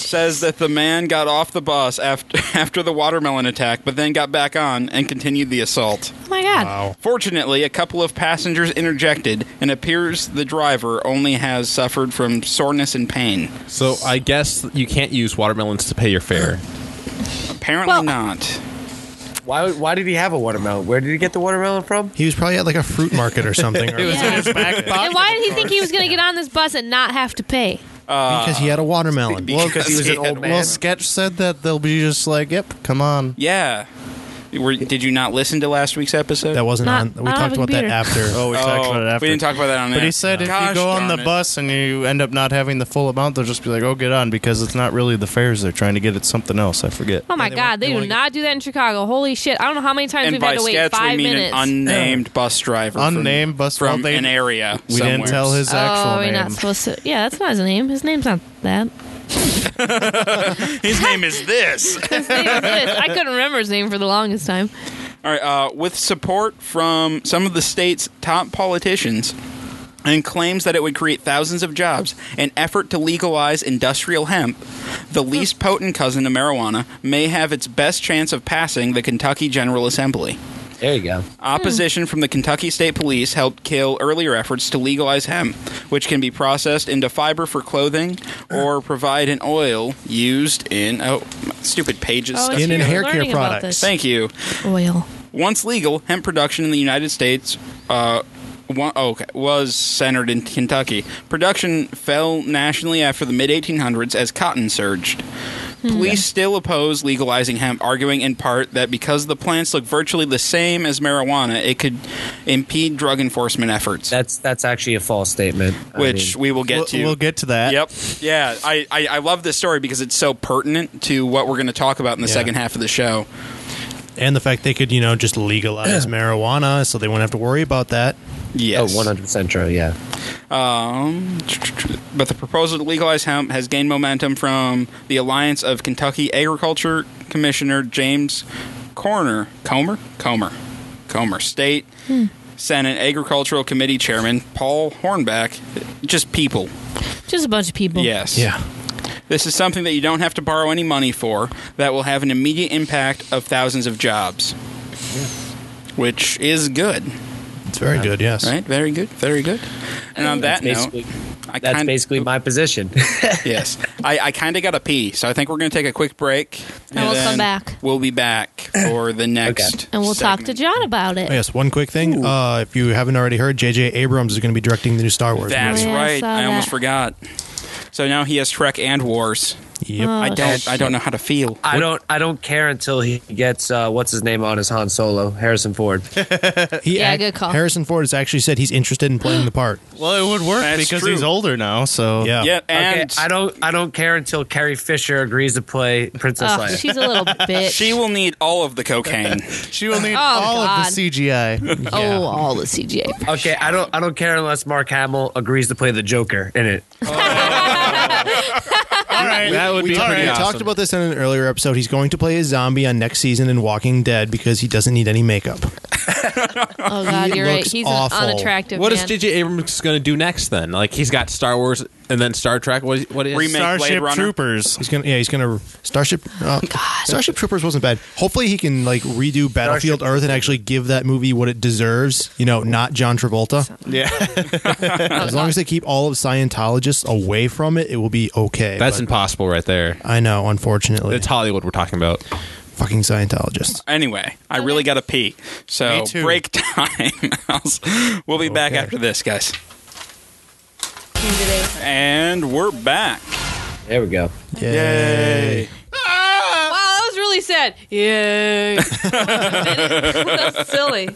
[SPEAKER 3] says that the man got off the bus after, after the watermelon attack, but then got back on and continued the assault.
[SPEAKER 5] Oh my god!
[SPEAKER 3] Fortunately, a couple of passengers interjected, and appears the driver only has suffered from soreness and pain.
[SPEAKER 6] So I guess you can't use watermelons to pay your fare.
[SPEAKER 3] Apparently
[SPEAKER 5] Well-
[SPEAKER 3] not.
[SPEAKER 7] Why why did he have a watermelon? Where did he get the watermelon from?
[SPEAKER 8] He was probably at like a fruit market or something, or
[SPEAKER 5] Yeah. and why did he think he was going to get on this bus and not have to pay?
[SPEAKER 8] because he had a watermelon.
[SPEAKER 3] Because
[SPEAKER 7] he was an old man.
[SPEAKER 4] Well, Sketch said that they'll be just like, "Yep, come on."
[SPEAKER 3] Yeah. Were, did you not listen to last week's episode?
[SPEAKER 8] That wasn't
[SPEAKER 5] Not-
[SPEAKER 8] on. We
[SPEAKER 5] I don't have
[SPEAKER 8] talked
[SPEAKER 5] a
[SPEAKER 8] about that
[SPEAKER 5] computer.
[SPEAKER 8] after.
[SPEAKER 4] Oh, we talked about it after.
[SPEAKER 3] we didn't talk about that on there.
[SPEAKER 4] But he said if
[SPEAKER 3] Gosh
[SPEAKER 4] you go on
[SPEAKER 3] darn
[SPEAKER 4] the
[SPEAKER 3] it.
[SPEAKER 4] bus and you end up not having the full amount, they'll just be like, "Oh, get on," because it's not really the fares they're trying to get; it's something else. I forget.
[SPEAKER 5] Oh my
[SPEAKER 8] they want-
[SPEAKER 5] God, they,
[SPEAKER 8] they
[SPEAKER 5] do
[SPEAKER 8] wanna get-
[SPEAKER 5] not do that in Chicago. Holy shit! I don't know how many times
[SPEAKER 3] and
[SPEAKER 5] we've
[SPEAKER 3] by
[SPEAKER 5] had to wait
[SPEAKER 3] sketch
[SPEAKER 5] five
[SPEAKER 3] we mean
[SPEAKER 5] minutes.
[SPEAKER 3] an unnamed bus driver, from-
[SPEAKER 4] Unnamed bus-
[SPEAKER 3] from
[SPEAKER 4] well, they-
[SPEAKER 3] an area.
[SPEAKER 4] We didn't
[SPEAKER 3] somewhere.
[SPEAKER 4] tell his actual
[SPEAKER 5] oh, we're
[SPEAKER 4] name.
[SPEAKER 5] not supposed to. Yeah, that's not his name. His name's not that.
[SPEAKER 3] His name is this.
[SPEAKER 5] His name is this. I couldn't remember his name for the longest time.
[SPEAKER 3] All right, uh, with support from some of the state's top politicians and claims that it would create thousands of jobs, an effort to legalize industrial hemp, the least potent cousin to marijuana, may have its best chance of passing the Kentucky General Assembly.
[SPEAKER 7] There you go.
[SPEAKER 3] Opposition from the Kentucky State Police helped kill earlier efforts to legalize hemp, which can be processed into fiber for clothing or provide an oil used in oh my stupid pages.
[SPEAKER 5] Oh,
[SPEAKER 3] stuck
[SPEAKER 5] it's here.
[SPEAKER 8] Skin and
[SPEAKER 5] We're
[SPEAKER 8] hair care
[SPEAKER 5] learning about
[SPEAKER 8] products.
[SPEAKER 5] this.
[SPEAKER 3] Thank you.
[SPEAKER 5] Oil.
[SPEAKER 3] Once legal, hemp production in the United States uh, wa- oh, okay, was centered in Kentucky. Production fell nationally after the mid 1800s as cotton surged. Police still oppose legalizing hemp, arguing in part that because the plants look virtually the same as marijuana, it could impede drug enforcement efforts.
[SPEAKER 7] That's that's actually a false statement. I
[SPEAKER 3] which
[SPEAKER 7] mean,
[SPEAKER 3] we will get
[SPEAKER 4] We'll,
[SPEAKER 3] to.
[SPEAKER 4] we'll get to that.
[SPEAKER 3] Yep. Yeah, I, I, I love this story because it's so pertinent to what we're going to talk about in the
[SPEAKER 8] Yeah.
[SPEAKER 3] second half of the show.
[SPEAKER 4] Oh,
[SPEAKER 8] and the fact they could, you know, just legalize marijuana, so they wouldn't have to worry about that.
[SPEAKER 7] oh,
[SPEAKER 3] Yes.
[SPEAKER 7] 100 percent true. Yeah.
[SPEAKER 3] Um, but the proposal to legalize hemp has gained momentum from the Alliance of Kentucky Agriculture Commissioner James Corner Comer Comer Comer State Senate Agricultural Committee Chairman Paul Hornback. Just people.
[SPEAKER 5] Just a bunch of people.
[SPEAKER 3] Yes. This is something that you don't have to borrow any money for. That will have an immediate impact of thousands of jobs. Which is good,
[SPEAKER 8] it's very good. Yes,
[SPEAKER 3] right? Very good, very good. And on that
[SPEAKER 7] That's
[SPEAKER 3] note,
[SPEAKER 7] basically,
[SPEAKER 3] I
[SPEAKER 7] that's
[SPEAKER 3] kind-
[SPEAKER 7] basically my position.
[SPEAKER 3] yes. I, I kind of got to pee, so I think we're going to take a quick break.
[SPEAKER 5] And we'll come back.
[SPEAKER 3] We'll be back for the next.
[SPEAKER 7] Okay.
[SPEAKER 5] And we'll talk to
[SPEAKER 3] segment.
[SPEAKER 5] John about it.
[SPEAKER 8] Oh, yes. One quick thing: uh, if you haven't already heard, J.J. Abrams is going to be directing the new Star Wars.
[SPEAKER 3] That's
[SPEAKER 5] Oh, yeah, I
[SPEAKER 3] right.
[SPEAKER 5] saw
[SPEAKER 3] I, almost
[SPEAKER 5] that.
[SPEAKER 3] forgot. So now he has Trek and Wars.
[SPEAKER 8] movie. Yep.
[SPEAKER 5] Oh,
[SPEAKER 3] I don't. I don't know how to feel.
[SPEAKER 7] I don't I don't care until he gets uh, what's his name on his Han Solo, Harrison Ford.
[SPEAKER 8] He
[SPEAKER 5] Yeah,
[SPEAKER 8] act-
[SPEAKER 5] good call.
[SPEAKER 8] Harrison Ford has actually said he's interested in playing the part.
[SPEAKER 4] Well, it would work
[SPEAKER 3] That's
[SPEAKER 4] because
[SPEAKER 3] true.
[SPEAKER 4] he's older now. So
[SPEAKER 8] Yeah.
[SPEAKER 3] Yeah,
[SPEAKER 7] Okay,
[SPEAKER 3] and
[SPEAKER 7] I don't I don't care until Carrie Fisher agrees to play Princess
[SPEAKER 5] Ugh,
[SPEAKER 7] Leia.
[SPEAKER 5] she's a little bitch.
[SPEAKER 3] she will need all of the cocaine.
[SPEAKER 4] she will need
[SPEAKER 5] Oh,
[SPEAKER 4] all
[SPEAKER 5] God.
[SPEAKER 4] of the CGI.
[SPEAKER 5] oh, all the CGA.
[SPEAKER 7] Okay, I don't I don't care unless Mark Hamill agrees to play the Joker in it.
[SPEAKER 4] all right,
[SPEAKER 6] That would be
[SPEAKER 8] All
[SPEAKER 6] pretty
[SPEAKER 8] right, we
[SPEAKER 6] awesome.
[SPEAKER 8] talked about this in an earlier episode. He's going to play a zombie on next season in Walking Dead because he doesn't need any makeup.
[SPEAKER 5] Oh God, you're right.
[SPEAKER 8] looks
[SPEAKER 5] He's
[SPEAKER 8] awful.
[SPEAKER 5] an unattractive
[SPEAKER 6] What is
[SPEAKER 5] man.
[SPEAKER 6] J.J. Abrams going to do next then? Like he's got Star Wars and then Star Trek. What? What is?
[SPEAKER 3] Remake. Blade
[SPEAKER 4] Starship
[SPEAKER 3] Runner.
[SPEAKER 4] Troopers.
[SPEAKER 8] He's gonna, yeah, he's gonna Starship. Uh, Starship Troopers wasn't bad. Hopefully, he can like redo Battlefield Earth and actually give that movie what it deserves. You know, not John Travolta.
[SPEAKER 4] Yeah,
[SPEAKER 5] Oh,
[SPEAKER 8] As long as they keep all of Scientologists away from it, it will be okay.
[SPEAKER 6] That's
[SPEAKER 8] but
[SPEAKER 6] impossible right there.
[SPEAKER 8] I know, unfortunately,
[SPEAKER 6] It's Hollywood we're talking about.
[SPEAKER 8] fucking Scientologists.
[SPEAKER 3] Anyway, I really got to pee. So
[SPEAKER 4] Me too.
[SPEAKER 3] break time. I'll- we'll be back
[SPEAKER 8] Okay.
[SPEAKER 3] after this, guys. And we're back.
[SPEAKER 7] There we go.
[SPEAKER 8] Yay!
[SPEAKER 5] wow, that was really sad. Yay! That's silly.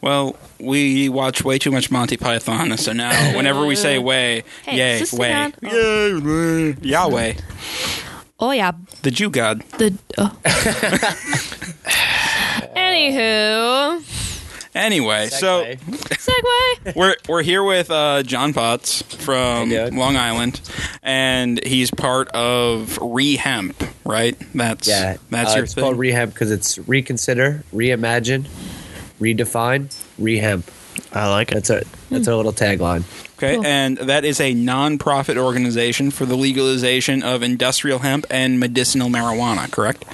[SPEAKER 3] Well, we watch way too much Monty Python, so now whenever we say way,
[SPEAKER 5] Hey,
[SPEAKER 3] yay,
[SPEAKER 5] sister
[SPEAKER 3] way,
[SPEAKER 5] man.
[SPEAKER 3] Yay, Yahweh,
[SPEAKER 5] Oh yeah,
[SPEAKER 3] the Jew God.
[SPEAKER 5] the. Oh. Anywho,
[SPEAKER 3] Anyway, so
[SPEAKER 5] segue.
[SPEAKER 3] we're we're here with uh, John Potts from
[SPEAKER 7] Hey, Doug.
[SPEAKER 3] Long Island, and he's part of Rehemp, right? That's
[SPEAKER 7] Yeah,
[SPEAKER 3] that's
[SPEAKER 7] uh,
[SPEAKER 3] your
[SPEAKER 7] it's
[SPEAKER 3] thing.
[SPEAKER 7] called rehab because it's reconsider, reimagine, redefine, rehemp.
[SPEAKER 4] I like it.
[SPEAKER 7] That's our that's our little tagline.
[SPEAKER 3] okay,
[SPEAKER 5] Cool.
[SPEAKER 3] and that is a non-profit organization for the legalization of industrial hemp and medicinal marijuana. Correct.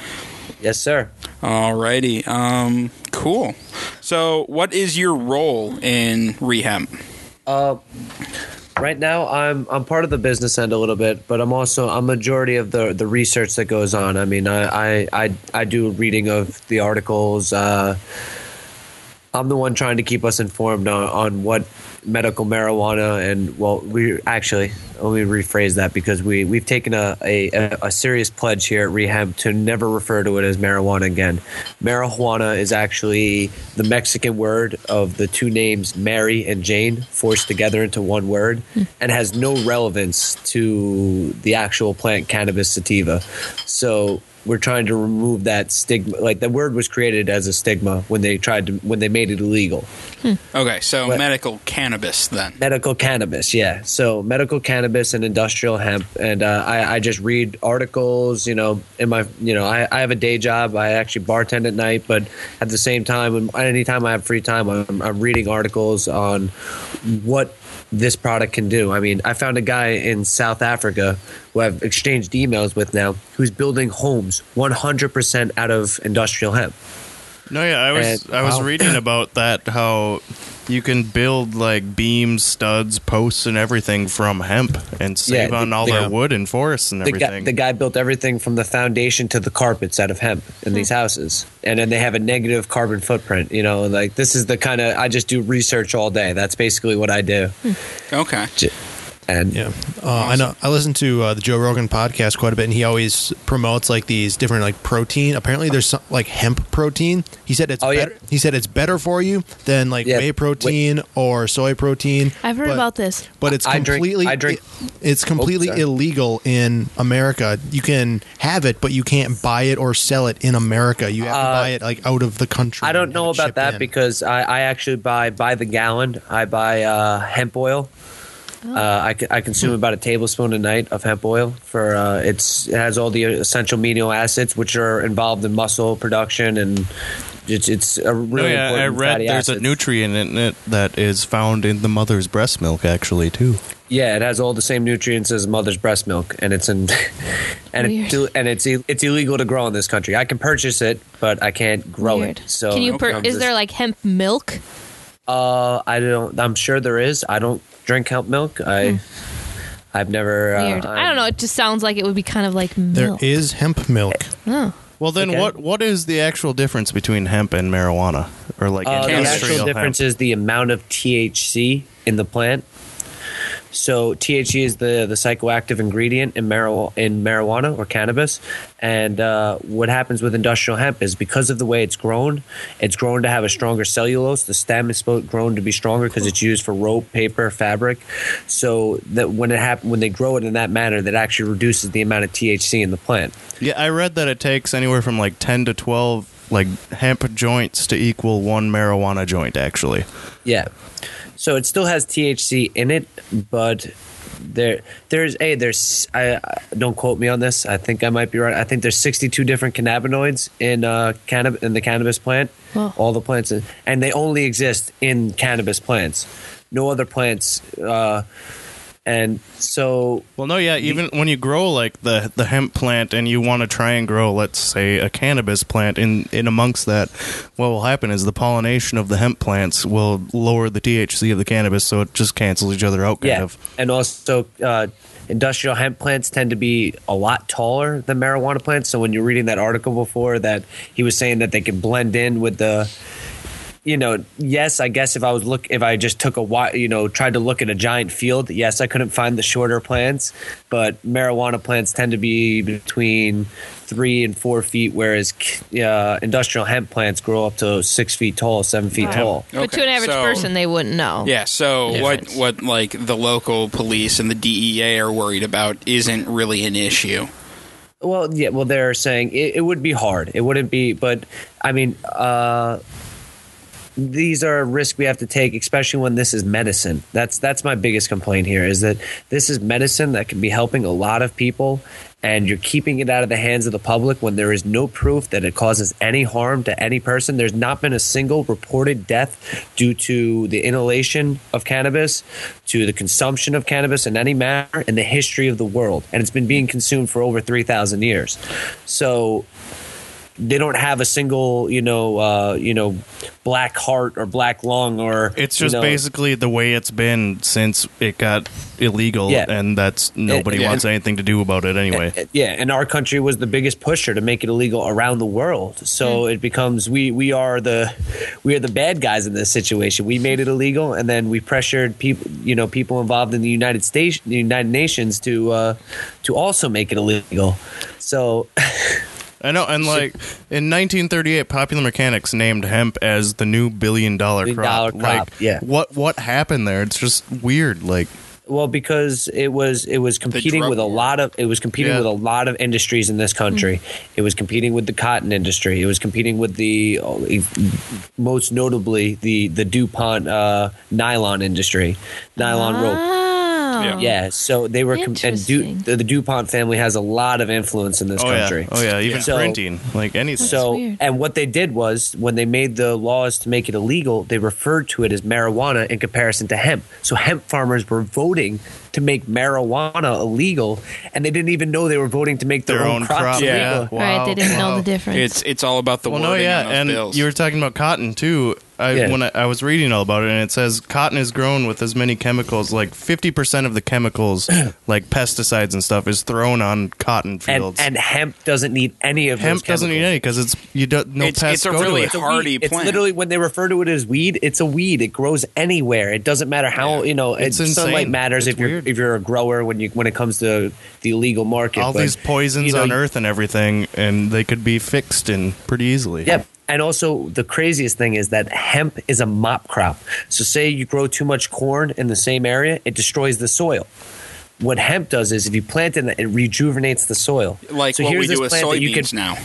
[SPEAKER 7] Yes, sir.
[SPEAKER 3] Alrighty. Um, cool. So, what is your role in Rehemp?
[SPEAKER 7] Right now, I'm I'm part of the business end a little bit, but I'm also a majority of the the research that goes on. I mean, I I I, I do reading of the articles. Uh, I'm the one trying to keep us informed on, on what medical marijuana and well, we actually let me rephrase that because we we've taken a, a a serious pledge here at rehab to never refer to it as marijuana again. Marijuana is actually the Mexican word of the two names Mary and Jane forced together into one word, and has no relevance to the actual plant cannabis sativa. So we're trying to remove that stigma. Like the word was created as a stigma when they tried to when they made it illegal
[SPEAKER 3] Okay, so
[SPEAKER 7] What?
[SPEAKER 3] medical cannabis then.
[SPEAKER 7] medical cannabis yeah so medical cannabis and industrial hemp and uh, I, I just read articles you know in my you know I, I have a day job i actually bartend at night but at the same time when- anytime i have free time i'm, I'm reading articles on what this product can do. I mean, I found a guy in South Africa who I've exchanged emails with now who's building homes 100% out of industrial hemp.
[SPEAKER 4] No, yeah, I was
[SPEAKER 7] And-
[SPEAKER 4] I was
[SPEAKER 7] wow.
[SPEAKER 4] reading about that how you can build like beams, studs, posts, and everything from hemp and save
[SPEAKER 7] the-
[SPEAKER 4] on all
[SPEAKER 8] yeah.
[SPEAKER 4] their wood and forests and
[SPEAKER 7] the guy,
[SPEAKER 4] everything.
[SPEAKER 7] the guy built everything from the foundation to the carpets out of hemp in these houses and then they have a negative carbon footprint you know like this is the kind of i just do research all day that's basically what i do
[SPEAKER 3] Okay.
[SPEAKER 7] J- and
[SPEAKER 8] Yeah, uh, I know. I listen to uh, the Joe Rogan podcast quite a bit, and he always promotes like these different like protein. Apparently, there's some, like hemp protein. He said it's
[SPEAKER 7] Oh, yeah.
[SPEAKER 8] better. He said it's better for you than like
[SPEAKER 7] Yeah,
[SPEAKER 8] whey protein or soy protein.
[SPEAKER 5] I've heard
[SPEAKER 8] But-
[SPEAKER 5] about this.
[SPEAKER 8] But it's
[SPEAKER 7] I drink-
[SPEAKER 8] completely.
[SPEAKER 7] I drink-
[SPEAKER 8] it- it's completely
[SPEAKER 7] sorry.
[SPEAKER 8] illegal in America. You can have it, but you can't buy it or sell it in America. You have to buy it like out of the country.
[SPEAKER 7] Uh, i don't
[SPEAKER 8] and
[SPEAKER 7] know
[SPEAKER 8] have it
[SPEAKER 7] about
[SPEAKER 8] shipped
[SPEAKER 7] that
[SPEAKER 8] in.
[SPEAKER 7] because I, I actually buy by the gallon i buy uh, hemp oil Uh, I, c- I
[SPEAKER 4] Hmm.
[SPEAKER 7] consume about a tablespoon a night of hemp oil for uh, it's it has all the essential amino acids which are involved in muscle production and it's it's a
[SPEAKER 4] no,
[SPEAKER 7] really
[SPEAKER 4] Oh, yeah,
[SPEAKER 7] important
[SPEAKER 4] I read
[SPEAKER 7] fatty
[SPEAKER 4] there's a
[SPEAKER 7] acid.
[SPEAKER 4] nutrient in it that is found in the mother's breast milk actually too.
[SPEAKER 7] Yeah, it has all the same nutrients as mother's breast milk, and it's in,
[SPEAKER 5] Weird.
[SPEAKER 7] and it's ill- and it's ill- it's illegal to grow in this country. I can purchase it, but I can't grow
[SPEAKER 5] Weird.
[SPEAKER 7] it. So
[SPEAKER 5] Can you?
[SPEAKER 3] okay,
[SPEAKER 5] Per-
[SPEAKER 3] I'm just-
[SPEAKER 5] is there like hemp milk?
[SPEAKER 7] Uh, I don't. I'm sure there is. I don't drink hemp milk. I, I've never.
[SPEAKER 5] Hmm. Weird.
[SPEAKER 7] Uh,
[SPEAKER 5] I don't know. It just sounds like it would be kind of like
[SPEAKER 8] there
[SPEAKER 5] milk.
[SPEAKER 8] is hemp milk.
[SPEAKER 5] Oh.
[SPEAKER 4] Well, then
[SPEAKER 7] Okay.
[SPEAKER 4] what what is the actual difference between hemp and marijuana or like
[SPEAKER 7] Uh, the
[SPEAKER 4] industrial
[SPEAKER 7] actual
[SPEAKER 4] hemp?
[SPEAKER 7] difference is the amount of THC in the plant. So THC is the, the psychoactive ingredient in, marijuana in marijuana or cannabis, and uh, what happens with industrial hemp is because of the way it's grown, it's grown to have a stronger cellulose. The stem is spo- grown to be stronger because it's used for rope, paper, fabric. So that when it hap- when they grow it in that manner, that actually reduces the amount of THC in the plant.
[SPEAKER 4] Yeah, I read that it takes anywhere from like 10 to 12 like hemp joints to equal one marijuana joint actually.
[SPEAKER 7] Yeah. So it still has THC in it, but there there's a there's I, I don't quote me on this. I think I might be right. I think there's 62 different cannabinoids in uh cannab- in the cannabis plant.
[SPEAKER 5] Wow.
[SPEAKER 7] All the plants in- and they only exist in cannabis plants. No other plants uh and so
[SPEAKER 4] Well, no, yeah, even when you grow like the the hemp plant and you want to try and grow let's say a cannabis plant in in amongst that, what will happen is the pollination of the hemp plants will lower the THC of the cannabis so it just cancels each other out kind
[SPEAKER 7] yeah.
[SPEAKER 4] of.
[SPEAKER 7] And also uh Industrial hemp plants tend to be a lot taller than marijuana plants. So when you're reading that article before, that he was saying that they can blend in with the you know, yes, I guess if I was look, if I just took a wi- you know, tried to look at a giant field, yes, I couldn't find the shorter plants, but marijuana plants tend to be between three and four feet, whereas uh, industrial hemp plants grow up to six feet tall, seven feet tall.
[SPEAKER 5] But to an
[SPEAKER 3] Okay,
[SPEAKER 5] average
[SPEAKER 3] so-
[SPEAKER 5] person, they wouldn't know.
[SPEAKER 3] Yeah, so
[SPEAKER 5] Difference.
[SPEAKER 3] what what like the local police and the DEA are worried about isn't really an issue.
[SPEAKER 7] Well, yeah, well, they're saying it, it would be hard. It wouldn't be, but I mean, uh, these are a risk we have to take, especially when this is medicine. That's that's my biggest complaint here is that this is medicine that can be helping a lot of people, and you're keeping it out of the hands of the public when there is no proof that it causes any harm to any person. There's not been a single reported death due to the inhalation of cannabis, to the consumption of cannabis in any manner in the history of the world, and it's been being consumed for over three thousand years. So they don't have a single you know uh, you know black heart or black lung or
[SPEAKER 4] It's
[SPEAKER 7] you
[SPEAKER 4] just
[SPEAKER 7] know,
[SPEAKER 4] basically the way it's been since it got illegal,
[SPEAKER 7] Yeah.
[SPEAKER 4] and that's nobody
[SPEAKER 7] yeah.
[SPEAKER 4] wants anything to do about it anyway.
[SPEAKER 7] yeah and our country was the biggest pusher to make it illegal around the world so
[SPEAKER 4] Hmm.
[SPEAKER 7] it becomes we we are the we are the bad guys in this situation we made it illegal and then we pressured people you know people involved in the united states the united nations to uh to also make it illegal so
[SPEAKER 4] I know, and like in 1938, Popular Mechanics named hemp as the new billion dollar
[SPEAKER 7] Billion
[SPEAKER 4] crop.
[SPEAKER 7] dollar crop,
[SPEAKER 4] like,
[SPEAKER 7] yeah.
[SPEAKER 4] What what happened there? It's just weird. Like,
[SPEAKER 7] well because it was it was competing
[SPEAKER 3] drug
[SPEAKER 7] with a
[SPEAKER 3] war.
[SPEAKER 7] lot of it was competing
[SPEAKER 4] Yeah. Mm-hmm.
[SPEAKER 7] with a lot of industries in this country it was competing with the cotton industry it was competing with the most notably the the dupont uh, nylon industry nylon rope
[SPEAKER 5] Wow.
[SPEAKER 3] Yeah.
[SPEAKER 7] yeah so they were com- and
[SPEAKER 5] Ah.
[SPEAKER 7] du-
[SPEAKER 5] Interesting.
[SPEAKER 7] the, the dupont family has a lot of influence in this
[SPEAKER 4] oh
[SPEAKER 7] country
[SPEAKER 4] yeah, oh yeah, even
[SPEAKER 7] So-
[SPEAKER 4] printing, like anything.
[SPEAKER 7] so,
[SPEAKER 5] weird.
[SPEAKER 7] and what they did was when they made the laws to make it illegal, they referred to it as marijuana in comparison to hemp. So, hemp farmers were voting to make marijuana illegal, and they didn't even know they were voting to make their,
[SPEAKER 4] their own
[SPEAKER 7] crops
[SPEAKER 4] crop.
[SPEAKER 7] illegal.
[SPEAKER 4] Yeah,
[SPEAKER 5] right, they didn't know the difference.
[SPEAKER 3] It's it's all about the
[SPEAKER 4] Well, no,
[SPEAKER 3] wording
[SPEAKER 4] yeah,
[SPEAKER 3] on those
[SPEAKER 4] and
[SPEAKER 3] bills.
[SPEAKER 4] you were talking about cotton too. I,
[SPEAKER 7] Yeah.
[SPEAKER 4] When I, I was reading all about it, and it says cotton is grown with as many chemicals, like fifty percent of the chemicals, like pesticides and stuff, is thrown on cotton
[SPEAKER 7] And,
[SPEAKER 4] fields.
[SPEAKER 7] and hemp doesn't need any of
[SPEAKER 4] hemp
[SPEAKER 7] those
[SPEAKER 4] doesn't need
[SPEAKER 7] chemicals.
[SPEAKER 4] any because it's you don't no
[SPEAKER 3] It's- it's
[SPEAKER 4] pests
[SPEAKER 3] a
[SPEAKER 4] go to
[SPEAKER 3] really
[SPEAKER 4] it.
[SPEAKER 3] It's a hardy
[SPEAKER 7] weed. It's
[SPEAKER 3] plant.
[SPEAKER 7] literally when they refer to it as weed, it's a weed. It grows anywhere. It doesn't matter how you know.
[SPEAKER 4] It's
[SPEAKER 7] it- sunlight
[SPEAKER 4] insane.
[SPEAKER 7] matters
[SPEAKER 4] It's
[SPEAKER 7] if you're
[SPEAKER 4] weird.
[SPEAKER 7] if you're a grower when you when it comes to the illegal market.
[SPEAKER 4] all
[SPEAKER 7] but,
[SPEAKER 4] these poisons
[SPEAKER 7] you know,
[SPEAKER 4] on Earth and everything, and they could be fixed and pretty easily.
[SPEAKER 7] Yep. And also, the craziest thing is that hemp is a mop crop. So, say you grow too much corn in the same area, it destroys the soil. What hemp does is, if you plant it, it rejuvenates the soil.
[SPEAKER 3] like
[SPEAKER 7] so
[SPEAKER 3] what we
[SPEAKER 7] this
[SPEAKER 3] do with
[SPEAKER 7] plant that you
[SPEAKER 3] soybeans
[SPEAKER 7] can-
[SPEAKER 3] now.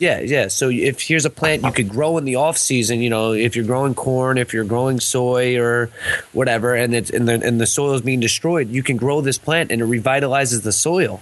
[SPEAKER 7] Yeah, yeah. So, if here's a plant you could grow in the off season, you know, if you're growing corn, if you're growing soy or whatever, and it's and the and the soil is being destroyed, you can grow this plant and it revitalizes the soil.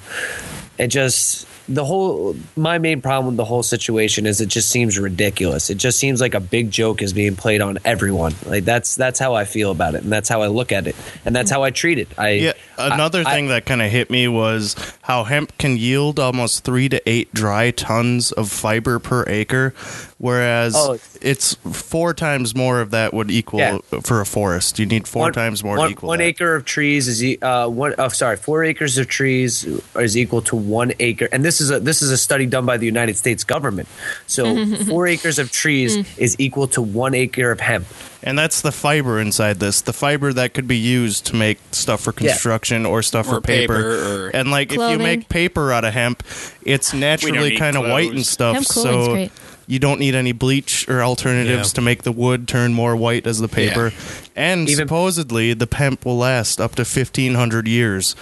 [SPEAKER 7] It just the whole my main problem with the whole situation is it just seems ridiculous. It just seems like a big joke is being played on everyone. Like that's that's how I feel about it, and that's how I look at it, and that's how I treat it. I
[SPEAKER 4] Yeah. Another
[SPEAKER 7] I-
[SPEAKER 4] thing that kind of hit me was how hemp can yield almost three to eight dry tons of fiber per acre, whereas
[SPEAKER 7] Oh.
[SPEAKER 4] it's four times more of that would equal
[SPEAKER 7] Yeah.
[SPEAKER 4] for a forest. You need four times more
[SPEAKER 7] one-
[SPEAKER 4] to equal
[SPEAKER 7] one
[SPEAKER 4] that.
[SPEAKER 7] acre of trees is e- uh, one. Oh, sorry, four acres of trees is equal to one acre, and this is a this is a study done by the United States government. So four acres of trees is equal to one acre of hemp.
[SPEAKER 4] And that's the fiber inside this. The fiber that could be used to make stuff for
[SPEAKER 7] Yeah.
[SPEAKER 4] construction or stuff
[SPEAKER 3] Or
[SPEAKER 4] for paper.
[SPEAKER 3] paper or-
[SPEAKER 4] and like if
[SPEAKER 5] Clothing.
[SPEAKER 4] you make paper out of hemp, it's naturally
[SPEAKER 3] need
[SPEAKER 4] kind of white and
[SPEAKER 3] clothes.
[SPEAKER 4] stuff.
[SPEAKER 5] Hemp clothing's
[SPEAKER 4] so
[SPEAKER 5] great.
[SPEAKER 4] you don't need any bleach or alternatives
[SPEAKER 6] Yeah.
[SPEAKER 4] to make the wood turn more white as the paper. And
[SPEAKER 7] Even-
[SPEAKER 4] supposedly the hemp will last up to 1500 years.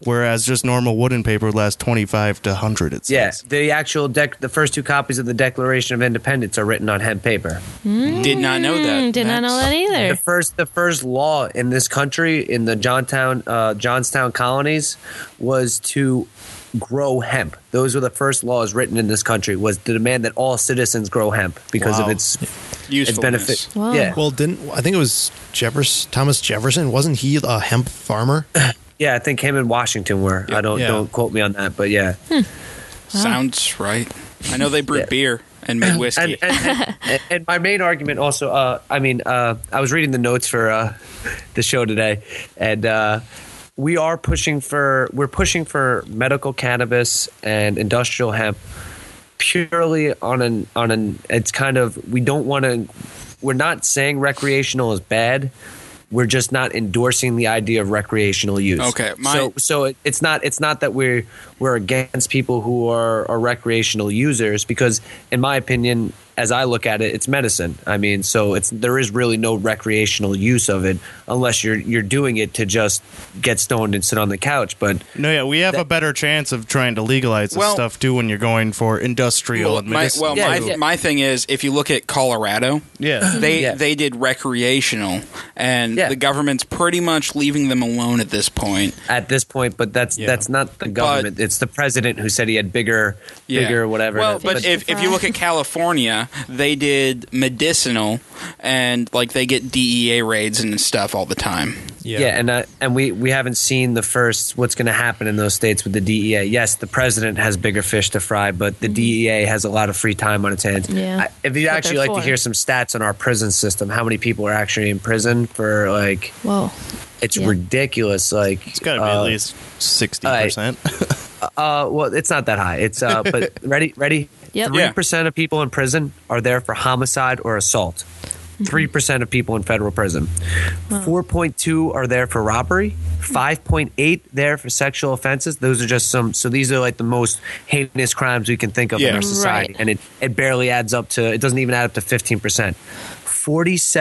[SPEAKER 4] Whereas just normal wooden paper would last 25 to 100, it says.
[SPEAKER 7] Yes, the actual dec- the first two copies of the Declaration of Independence are written on hemp paper.
[SPEAKER 3] Did not know that.
[SPEAKER 5] Mm, did not know that either.
[SPEAKER 7] The first, the first law in this country, in the Johnstown, uh, Johnstown colonies, was to grow hemp. Those were the first laws written in this country. Was the demand that all citizens grow hemp because
[SPEAKER 4] Wow.
[SPEAKER 7] of its its
[SPEAKER 3] Usefulness.
[SPEAKER 7] benefit.
[SPEAKER 5] Wow.
[SPEAKER 7] Yeah,
[SPEAKER 8] Well, didn't I think it was Jefferson? Thomas Jefferson wasn't he a hemp farmer?
[SPEAKER 7] yeah. I think him and Washington were. I don't
[SPEAKER 8] Yeah.
[SPEAKER 7] don't quote me on that, but yeah.
[SPEAKER 3] Sounds right. I know they brewed
[SPEAKER 7] Yeah.
[SPEAKER 3] beer and made whiskey.
[SPEAKER 7] and, and, and, and my main argument also uh, i mean uh, i was reading the notes for uh, the show today and uh, we are pushing for we're pushing for medical cannabis and industrial hemp purely on an on an it's kind of we don't want to we're not saying recreational is bad we're just not endorsing the idea of recreational use
[SPEAKER 3] Okay, my-
[SPEAKER 7] so so it, it's not it's not that we're we're against people who are, are recreational users because in my opinion as i look at it it's medicine i mean so it's there is really no recreational use of it unless you're you're doing it to just get stoned and sit on the couch but
[SPEAKER 4] No, yeah, we have a better chance of trying to legalize this
[SPEAKER 3] Well-
[SPEAKER 4] stuff too when you're going for industrial
[SPEAKER 3] well,
[SPEAKER 4] and
[SPEAKER 3] my,
[SPEAKER 4] medicinal.
[SPEAKER 3] well my, my thing is, if you look at Colorado,
[SPEAKER 4] yeah.
[SPEAKER 3] they
[SPEAKER 7] Yeah.
[SPEAKER 3] they did recreational, and
[SPEAKER 7] Yeah.
[SPEAKER 3] the government's pretty much leaving them alone at this point.
[SPEAKER 7] at this point but that's that's not the government it's the president who said he had bigger
[SPEAKER 3] Yeah.
[SPEAKER 7] bigger whatever
[SPEAKER 3] Well, but
[SPEAKER 5] But-
[SPEAKER 3] if, if you look at California, Yeah, they did medicinal, and like they get DEA raids and stuff all the time.
[SPEAKER 7] Yeah, and uh, and we we haven't seen the first what's going to happen in those states with the DEA. Yes, the president has bigger fish to fry, but the DEA has a lot of free time on its hands.
[SPEAKER 5] Yeah.
[SPEAKER 7] I, if you
[SPEAKER 5] That's what
[SPEAKER 7] actually
[SPEAKER 5] they're
[SPEAKER 7] like to
[SPEAKER 5] for.
[SPEAKER 7] hear some stats on our prison system, how many people are actually in prison for like
[SPEAKER 5] Whoa.
[SPEAKER 7] it's
[SPEAKER 5] Yeah.
[SPEAKER 7] ridiculous. Like
[SPEAKER 4] It's got to be
[SPEAKER 7] uh,
[SPEAKER 4] at least 60%.
[SPEAKER 7] Uh, well, it's not that high. It's uh, but ready, ready.
[SPEAKER 5] Yep.
[SPEAKER 7] Three
[SPEAKER 3] Yeah.
[SPEAKER 7] percent of people in prison are there for homicide or assault.
[SPEAKER 5] Mm-hmm.
[SPEAKER 7] Three percent of people in federal prison. Four point two are there for robbery. Five point eight there for sexual offenses. Those are just some. So these are like the most heinous crimes we can think of in
[SPEAKER 3] Yeah.
[SPEAKER 7] our society,
[SPEAKER 5] Right.
[SPEAKER 7] and it it barely adds up to. It doesn't even add up to fifteen percent.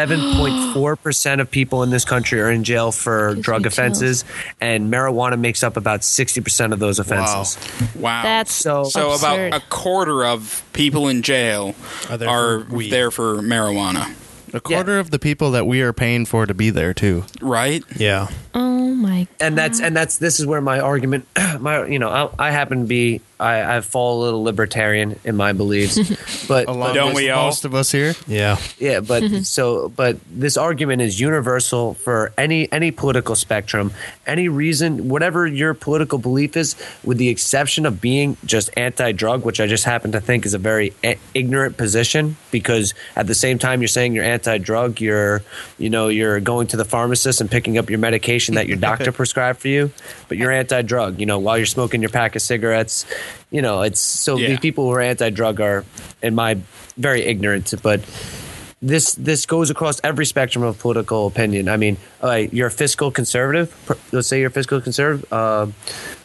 [SPEAKER 7] 47.4% of people in this country are in jail for
[SPEAKER 5] Gives me
[SPEAKER 7] drug
[SPEAKER 5] chills.
[SPEAKER 7] offenses, and marijuana makes up about 60% of those offenses.
[SPEAKER 3] Wow.
[SPEAKER 5] That's
[SPEAKER 7] So-
[SPEAKER 3] so
[SPEAKER 5] absurd.
[SPEAKER 3] about a quarter of people in jail
[SPEAKER 8] Are
[SPEAKER 3] are
[SPEAKER 8] there
[SPEAKER 3] there,
[SPEAKER 8] for weed.
[SPEAKER 3] for marijuana,
[SPEAKER 4] A quarter of the people that we are paying for to be there, too.
[SPEAKER 3] right?
[SPEAKER 8] Yeah.
[SPEAKER 5] Oh my.
[SPEAKER 7] and that's and that's this is where my argument my you know i, I happen to be I, I fall a little libertarian in my beliefs but,
[SPEAKER 4] Along
[SPEAKER 7] but
[SPEAKER 3] Don't
[SPEAKER 4] with
[SPEAKER 3] we all?
[SPEAKER 4] Most of us here.
[SPEAKER 8] Yeah.
[SPEAKER 7] yeah but so but this argument is universal for any any political spectrum any reason whatever your political belief is with the exception of being just anti-drug which i just happen to think is a very i- ignorant position because at the same time you're saying you're anti-drug you're you know you're going to the pharmacist and picking up your medication that your doctor prescribed for you but you're anti-drug you know while you're smoking your pack of cigarettes you know it's so
[SPEAKER 3] Yeah.
[SPEAKER 7] the people who are anti-drug are in my very ignorant but this this goes across every spectrum of political opinion. I mean, uh, you're a fiscal conservative. pr- Let's say you're a fiscal conservative. Um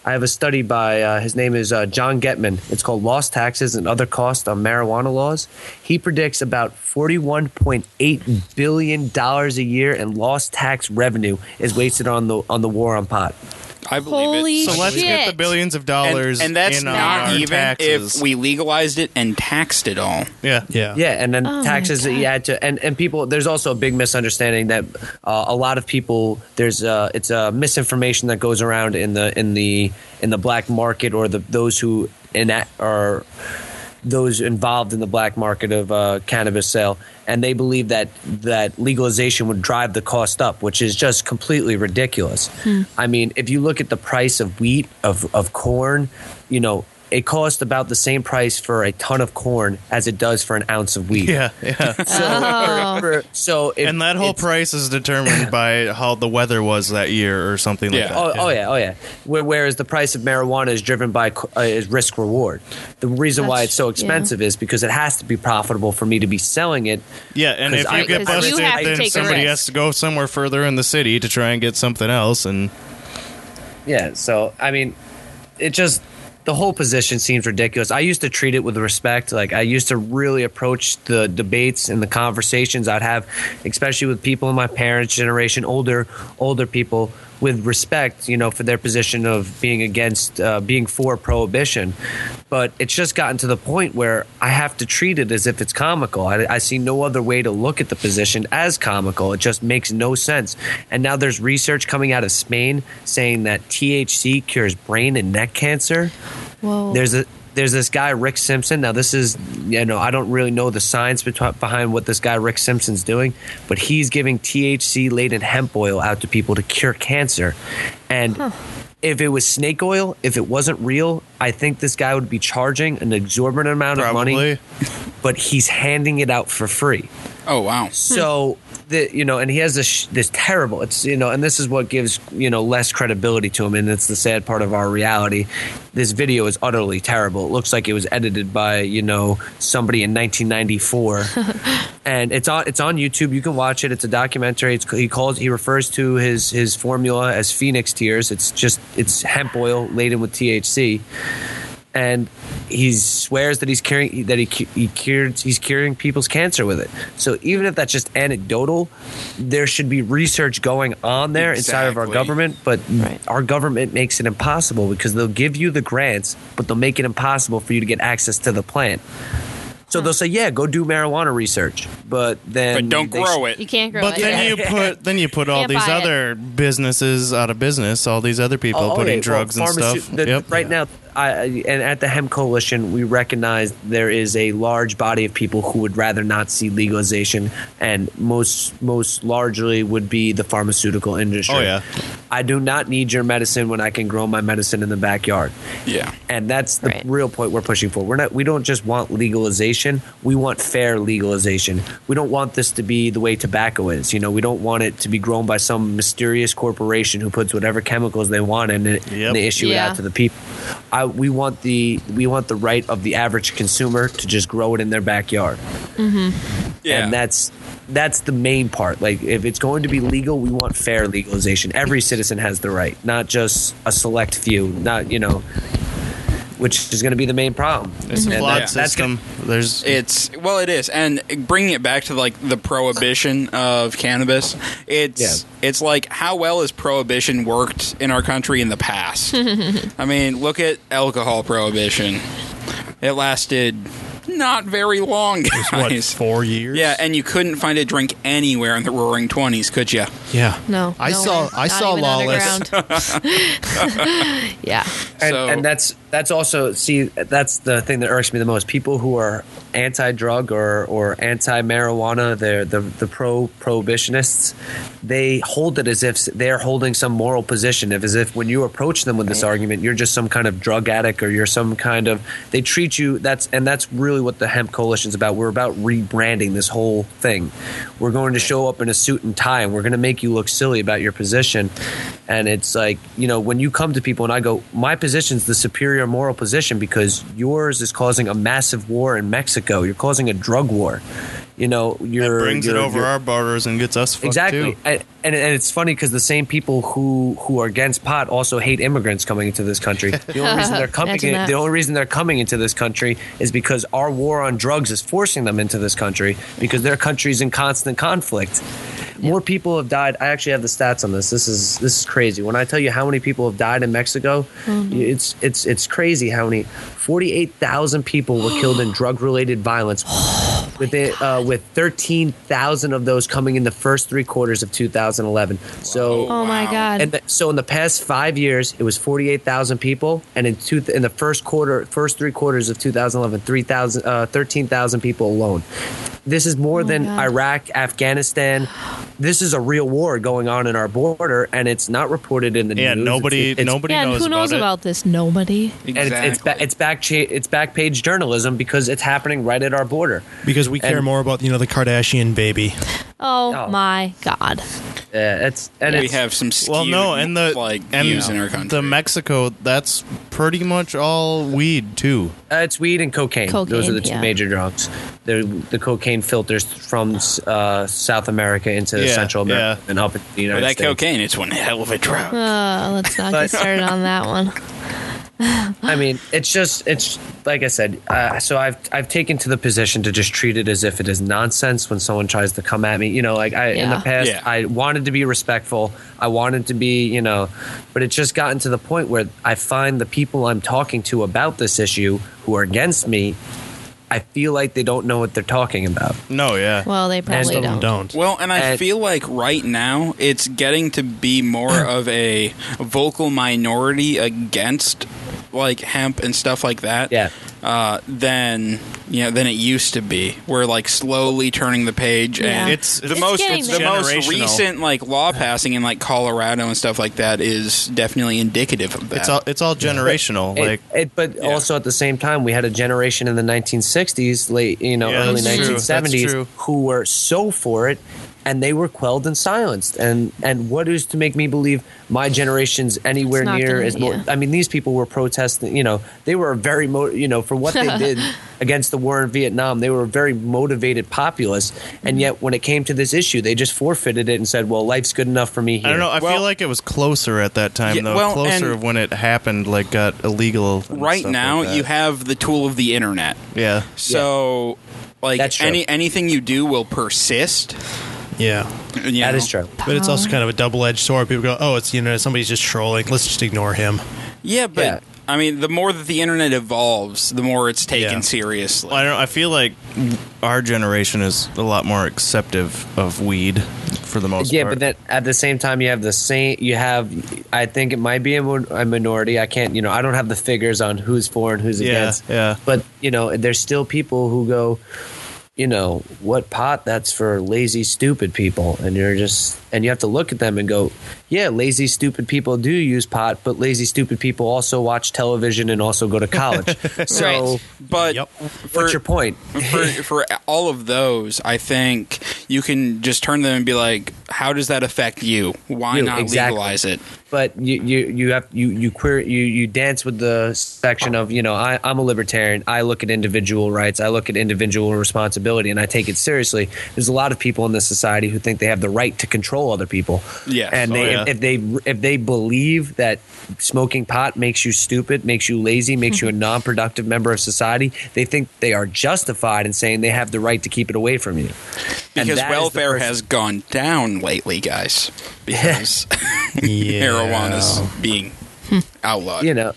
[SPEAKER 7] I have a study by uh, his name is uh, John Getman. It's called "Lost Taxes and Other Costs on Marijuana Laws." He predicts about 41.8 billion dollars a year in lost tax revenue is wasted on the on the war on pot.
[SPEAKER 3] I believe
[SPEAKER 5] Holy
[SPEAKER 3] it.
[SPEAKER 4] So let's get the
[SPEAKER 5] Shit.
[SPEAKER 4] billions of
[SPEAKER 3] And-
[SPEAKER 4] dollars
[SPEAKER 3] and, that's
[SPEAKER 4] in on
[SPEAKER 3] not
[SPEAKER 4] our
[SPEAKER 3] even
[SPEAKER 4] taxes.
[SPEAKER 3] if we legalized it and taxed it all.
[SPEAKER 4] yeah.
[SPEAKER 8] Yeah.
[SPEAKER 7] Yeah, and then
[SPEAKER 5] Oh my
[SPEAKER 7] taxes that you
[SPEAKER 5] God.
[SPEAKER 7] add to, and, and people. There's also a big misunderstanding that uh, a lot of people there's uh, it's uh, misinformation that goes around in the in the in the black market or the those who enact are those involved in the black market of uh, cannabis sale, and they believe that that legalization would drive the cost up, which is just completely ridiculous.
[SPEAKER 5] Hmm.
[SPEAKER 7] I mean, if you look at the price of wheat of of corn, you know. It costs about the same price for a ton of corn as it does for an ounce of wheat.
[SPEAKER 4] Yeah, yeah.
[SPEAKER 7] So,
[SPEAKER 5] Oh.
[SPEAKER 7] for- so if-
[SPEAKER 4] and that whole
[SPEAKER 7] it's-
[SPEAKER 4] price is determined by how the weather was that year or something
[SPEAKER 3] Yeah.
[SPEAKER 4] like that.
[SPEAKER 7] Oh, oh yeah, oh yeah. Where, whereas the price of marijuana is driven by co- uh, is risk reward. The reason why
[SPEAKER 5] That's-
[SPEAKER 7] it's so
[SPEAKER 5] yeah.
[SPEAKER 7] expensive is because it has to be profitable for me to be selling it.
[SPEAKER 4] Yeah, and if you
[SPEAKER 7] 'Cause I-
[SPEAKER 4] get
[SPEAKER 7] because
[SPEAKER 4] busted,
[SPEAKER 7] you have to
[SPEAKER 4] then
[SPEAKER 5] take a
[SPEAKER 4] somebody
[SPEAKER 5] risk.
[SPEAKER 4] has to go somewhere further in the city to try and get something else. And
[SPEAKER 7] Yeah. So I mean, it just the whole position seems ridiculous. I used to treat it with respect. Like I used to really approach the debates and the conversations I'd have, especially with people in my parents' generation, older older people, with respect. You know, for their position of being against, uh, being for prohibition. But it's just gotten to the point where I have to treat it as if it's comical. I, I see no other way to look at the position as comical. It just makes no sense. And now there's research coming out of Spain saying that THC cures brain and neck cancer
[SPEAKER 5] Whoa.
[SPEAKER 7] there's a there's this guy Rick Simpson. Now this is you know I don't really know the science betwi- behind what this guy Rick Simpson's doing, but he's giving THC laden hemp oil out to people to cure cancer, and. If it was snake oil, if it wasn't real, I think this guy would be charging an exorbitant amount
[SPEAKER 4] probably,
[SPEAKER 7] of money, but he's handing it out for free.
[SPEAKER 3] Oh wow.
[SPEAKER 7] So the, you know, and he has this sh- this terrible. It's you know, and this is what gives you know less credibility to him, and it's the sad part of our reality. This video is utterly terrible. It looks like it was edited by you know somebody in 1994, and it's on it's on YouTube. You can watch it. It's a documentary. It's, he calls he refers to his his formula as Phoenix tears. It's just it's hemp oil laden with THC and he swears that he's curing that he, cu- he cured he's curing people's cancer with it. So even if that's just anecdotal, there should be research going on there inside of our
[SPEAKER 3] Exactly.
[SPEAKER 7] government. But
[SPEAKER 5] Right.
[SPEAKER 7] our government makes it impossible because they'll give you the grants, but they'll make it impossible for you to get access to the plant. So they'll say, "Yeah, go do marijuana research," but then
[SPEAKER 3] But don't
[SPEAKER 7] they-
[SPEAKER 3] grow
[SPEAKER 5] you
[SPEAKER 3] it.
[SPEAKER 5] can't grow
[SPEAKER 4] but
[SPEAKER 5] it.
[SPEAKER 4] then
[SPEAKER 5] yeah.
[SPEAKER 4] you put then you put all
[SPEAKER 5] Can't
[SPEAKER 4] these
[SPEAKER 5] buy it.
[SPEAKER 4] other businesses out of business. All these other people
[SPEAKER 7] Oh,
[SPEAKER 4] putting
[SPEAKER 7] okay, well,
[SPEAKER 4] drugs and
[SPEAKER 7] pharmace-
[SPEAKER 4] stuff.
[SPEAKER 7] the-
[SPEAKER 4] yep.
[SPEAKER 7] Right now, I, and at the Hemp Coalition, we recognize there is a large body of people who would rather not see legalization, and most most largely would be the pharmaceutical industry.
[SPEAKER 4] Oh, yeah.
[SPEAKER 7] I do not need your medicine when I can grow my medicine in the backyard.
[SPEAKER 3] Yeah.
[SPEAKER 7] And that's the
[SPEAKER 5] Right.
[SPEAKER 7] real point we're pushing for. We're not we don't just want legalization, we want fair legalization. We don't want this to be the way tobacco is. You know, we don't want it to be grown by some mysterious corporation who puts whatever chemicals they want in it
[SPEAKER 4] Yep.
[SPEAKER 7] and they issue it
[SPEAKER 5] Yeah.
[SPEAKER 7] out to the people. I, we want the we want the right of the average consumer to just grow it in their backyard.
[SPEAKER 3] Yeah.
[SPEAKER 7] And that's that's the main part. Like if it's going to be legal, we want fair legalization. Every citizen has the right, not just a select few, not, you know, which is going to be the main problem.
[SPEAKER 4] It's a
[SPEAKER 7] And
[SPEAKER 4] flawed
[SPEAKER 3] that-
[SPEAKER 7] that's
[SPEAKER 4] system. There's
[SPEAKER 3] It's well, it is, and bringing it back to like the prohibition of cannabis, it's it's like how well has prohibition worked in our country in the past? I mean, look at alcohol prohibition; it lasted not very long,
[SPEAKER 8] What
[SPEAKER 3] guys.
[SPEAKER 8] four years?
[SPEAKER 3] yeah, and you couldn't find a drink anywhere in the Roaring Twenties, could you?
[SPEAKER 8] yeah.
[SPEAKER 5] No,
[SPEAKER 8] I
[SPEAKER 5] no
[SPEAKER 8] saw.
[SPEAKER 5] way.
[SPEAKER 8] I
[SPEAKER 5] Not
[SPEAKER 8] saw
[SPEAKER 5] even
[SPEAKER 8] Lawless.
[SPEAKER 5] underground. yeah,
[SPEAKER 7] and,
[SPEAKER 3] So-
[SPEAKER 7] and that's that's also see that's the thing that irks me the most. People who are anti-drug or or anti-marijuana, they're the the pro prohibitionists. They hold it as if they're holding some moral position, if as if when you approach them with this argument, you're just some kind of drug addict or you're some kind of. They treat you that's and that's really what the hemp coalition's about. We're about rebranding this whole thing. We're going to show up in a suit and tie, and we're going to make you look silly about your position. And it's like, you know, when you come to people and I go, my position's the superior moral position because yours is causing a massive war in Mexico. You're causing a drug war. You know,
[SPEAKER 4] it
[SPEAKER 7] you're
[SPEAKER 4] brings it
[SPEAKER 7] you're-
[SPEAKER 4] over
[SPEAKER 7] you're-
[SPEAKER 4] our borders and gets us fucked
[SPEAKER 7] exactly.
[SPEAKER 4] too.
[SPEAKER 7] And, and and it's funny because the same people who who are against pot also hate immigrants coming into this country. The only reason they're coming
[SPEAKER 5] Imagine
[SPEAKER 7] in,
[SPEAKER 5] that.
[SPEAKER 7] the only reason they're coming into this country is because our war on drugs is forcing them into this country because their country's in constant conflict. More people have died. I actually have the stats on this. This is this is crazy. When I tell you how many people have died in Mexico, it's it's it's crazy how many. Forty-eight thousand people were killed in drug-related violence with it, uh, with 13,000 of those coming in the first three quarters of 2011. So
[SPEAKER 5] Oh my
[SPEAKER 3] Wow.
[SPEAKER 5] god.
[SPEAKER 7] and th- so in the past five years, it was 48,000 people, and in two in the first quarter, first three quarters of 2011, 3,000, uh, 13,000 people alone. This is more than
[SPEAKER 5] God.
[SPEAKER 7] Iraq, Afghanistan. This is a real war going on in our border, and it's not reported in the
[SPEAKER 4] Yeah,
[SPEAKER 7] news.
[SPEAKER 4] nobody,
[SPEAKER 7] It's- it's-
[SPEAKER 4] nobody
[SPEAKER 5] yeah, and
[SPEAKER 4] knows,
[SPEAKER 5] who knows
[SPEAKER 4] about, it.
[SPEAKER 5] about this? Nobody.
[SPEAKER 7] and it's, it's, ba- it's back cha- it's back page journalism because it's happening right at our border.
[SPEAKER 8] Because we care
[SPEAKER 7] And-
[SPEAKER 8] more about you know the Kardashian baby.
[SPEAKER 5] Oh,
[SPEAKER 7] Oh.
[SPEAKER 5] my god.
[SPEAKER 7] Yeah, Uh, it's and
[SPEAKER 3] we
[SPEAKER 7] it's,
[SPEAKER 3] have some skewed,
[SPEAKER 4] Well, no, and the
[SPEAKER 3] like
[SPEAKER 4] and
[SPEAKER 3] views in our country.
[SPEAKER 4] the Mexico, that's pretty much all weed too.
[SPEAKER 7] Uh, it's weed and cocaine. Those are
[SPEAKER 5] Cocaine,
[SPEAKER 7] the two
[SPEAKER 5] yeah.
[SPEAKER 7] major drugs. They're, the cocaine filters from uh, South America into
[SPEAKER 4] Yeah,
[SPEAKER 7] Central America
[SPEAKER 4] yeah.
[SPEAKER 7] and up into the United
[SPEAKER 3] Well, that
[SPEAKER 7] States.
[SPEAKER 3] cocaine, it's one hell of a drug.
[SPEAKER 5] Uh, let's not get
[SPEAKER 7] But-
[SPEAKER 5] started on that one.
[SPEAKER 7] I mean, it's just it's like I said. Uh, so I've I've taken to the position to just treat it as if it is nonsense when someone tries to come at me. You know, like I in the
[SPEAKER 5] Yeah.
[SPEAKER 7] past,
[SPEAKER 3] Yeah.
[SPEAKER 7] I wanted to be respectful. I wanted to be, you know, but it's just gotten to the point where I find the people I'm talking to about this issue who are against me. I feel like they don't know what they're talking about.
[SPEAKER 4] No, yeah,
[SPEAKER 5] Well, they probably
[SPEAKER 8] Some
[SPEAKER 5] don't.
[SPEAKER 8] don't.
[SPEAKER 3] Well, and I
[SPEAKER 7] And-
[SPEAKER 3] feel like right now it's getting to be more of a vocal minority against like hemp and stuff like that.
[SPEAKER 7] Yeah.
[SPEAKER 3] Uh, than you know than it used to be. We're like slowly turning the page,
[SPEAKER 5] Yeah.
[SPEAKER 3] and
[SPEAKER 4] It's-
[SPEAKER 3] the
[SPEAKER 4] it's
[SPEAKER 3] most
[SPEAKER 5] getting
[SPEAKER 3] the
[SPEAKER 5] there.
[SPEAKER 3] most
[SPEAKER 4] Generational.
[SPEAKER 3] recent like law passing in like Colorado and stuff like that is definitely indicative of that.
[SPEAKER 4] it's all it's all generational.
[SPEAKER 7] It-
[SPEAKER 4] Like
[SPEAKER 7] it, but
[SPEAKER 3] Yeah.
[SPEAKER 7] also at the same time, we had a generation in the 1960s, late, you know,
[SPEAKER 4] Yeah,
[SPEAKER 7] early
[SPEAKER 4] that's true.
[SPEAKER 7] 1970s,
[SPEAKER 4] That's true.
[SPEAKER 7] who were so for it, and they were quelled and silenced. And and what is to make me believe my generation's anywhere
[SPEAKER 5] It's not
[SPEAKER 7] near
[SPEAKER 5] gonna-
[SPEAKER 7] as more?
[SPEAKER 5] yeah.
[SPEAKER 7] I mean, these people were protesting. You know, they were very, mo- you know, for what they did against the war in Vietnam, they were a very motivated populace.
[SPEAKER 5] Mm-hmm.
[SPEAKER 7] And yet, when it came to this issue, they just forfeited it and said, "Well, life's good enough for me." Here.
[SPEAKER 4] I don't know. I
[SPEAKER 3] Well-
[SPEAKER 4] feel like it was closer at that time,
[SPEAKER 3] Yeah,
[SPEAKER 4] though.
[SPEAKER 3] well, and-
[SPEAKER 4] closer of when it happened, like got illegal. and
[SPEAKER 3] right
[SPEAKER 4] stuff
[SPEAKER 3] now,
[SPEAKER 4] like that.
[SPEAKER 3] you have the tool of the internet.
[SPEAKER 4] yeah.
[SPEAKER 3] So,
[SPEAKER 7] That's
[SPEAKER 3] like
[SPEAKER 7] true.
[SPEAKER 3] any anything you do will persist.
[SPEAKER 8] Yeah.
[SPEAKER 3] you
[SPEAKER 7] That
[SPEAKER 3] know?
[SPEAKER 7] is true.
[SPEAKER 8] But it's oh, also kind of a double edged sword. People go, oh, it's you know somebody's just trolling. Let's just ignore him.
[SPEAKER 3] Yeah, but
[SPEAKER 7] Yeah.
[SPEAKER 3] I mean, the more that the internet evolves, the more it's taken
[SPEAKER 4] Yeah.
[SPEAKER 3] seriously.
[SPEAKER 4] Well, I don't. I feel like our generation is a lot more acceptive of weed for the most
[SPEAKER 7] yeah,
[SPEAKER 4] part.
[SPEAKER 7] but then at the same time, you have the same. You have, I think it might be a, mon- a minority. I can't, you know, I don't have the figures on who's for and who's
[SPEAKER 4] Yeah,
[SPEAKER 7] against.
[SPEAKER 4] yeah.
[SPEAKER 7] But you know, there's still people who go, you know, what pot? That's for lazy, stupid people. And you're just, and you have to look at them and go, yeah, lazy, stupid people do use pot, but lazy, stupid people also watch television and also go to college. so,
[SPEAKER 5] Right.
[SPEAKER 3] but
[SPEAKER 8] Yep.
[SPEAKER 3] for,
[SPEAKER 7] what's your point?
[SPEAKER 3] for for all of those, I think you can just turn them and be like, "How does that affect you? Why
[SPEAKER 7] You,
[SPEAKER 3] not
[SPEAKER 7] exactly.
[SPEAKER 3] legalize it?"
[SPEAKER 7] but you you you have you you queer you you dance with the section of you know I, I'm a libertarian. I look at individual rights. I look at individual responsibility, and I take it seriously. There's a lot of people in this society who think they have the right to control other people.
[SPEAKER 3] Yes.
[SPEAKER 7] and they,
[SPEAKER 4] Oh, yeah.
[SPEAKER 7] if, if they if they believe that smoking pot makes you stupid, makes you lazy, makes you a non-productive member of society, they think they are justified in saying they have the right to keep it away from you. And
[SPEAKER 3] Because
[SPEAKER 7] that is the
[SPEAKER 3] welfare
[SPEAKER 7] person-
[SPEAKER 3] has gone down lately, guys. Because marijuana's being outlawed.
[SPEAKER 7] Hmm. you know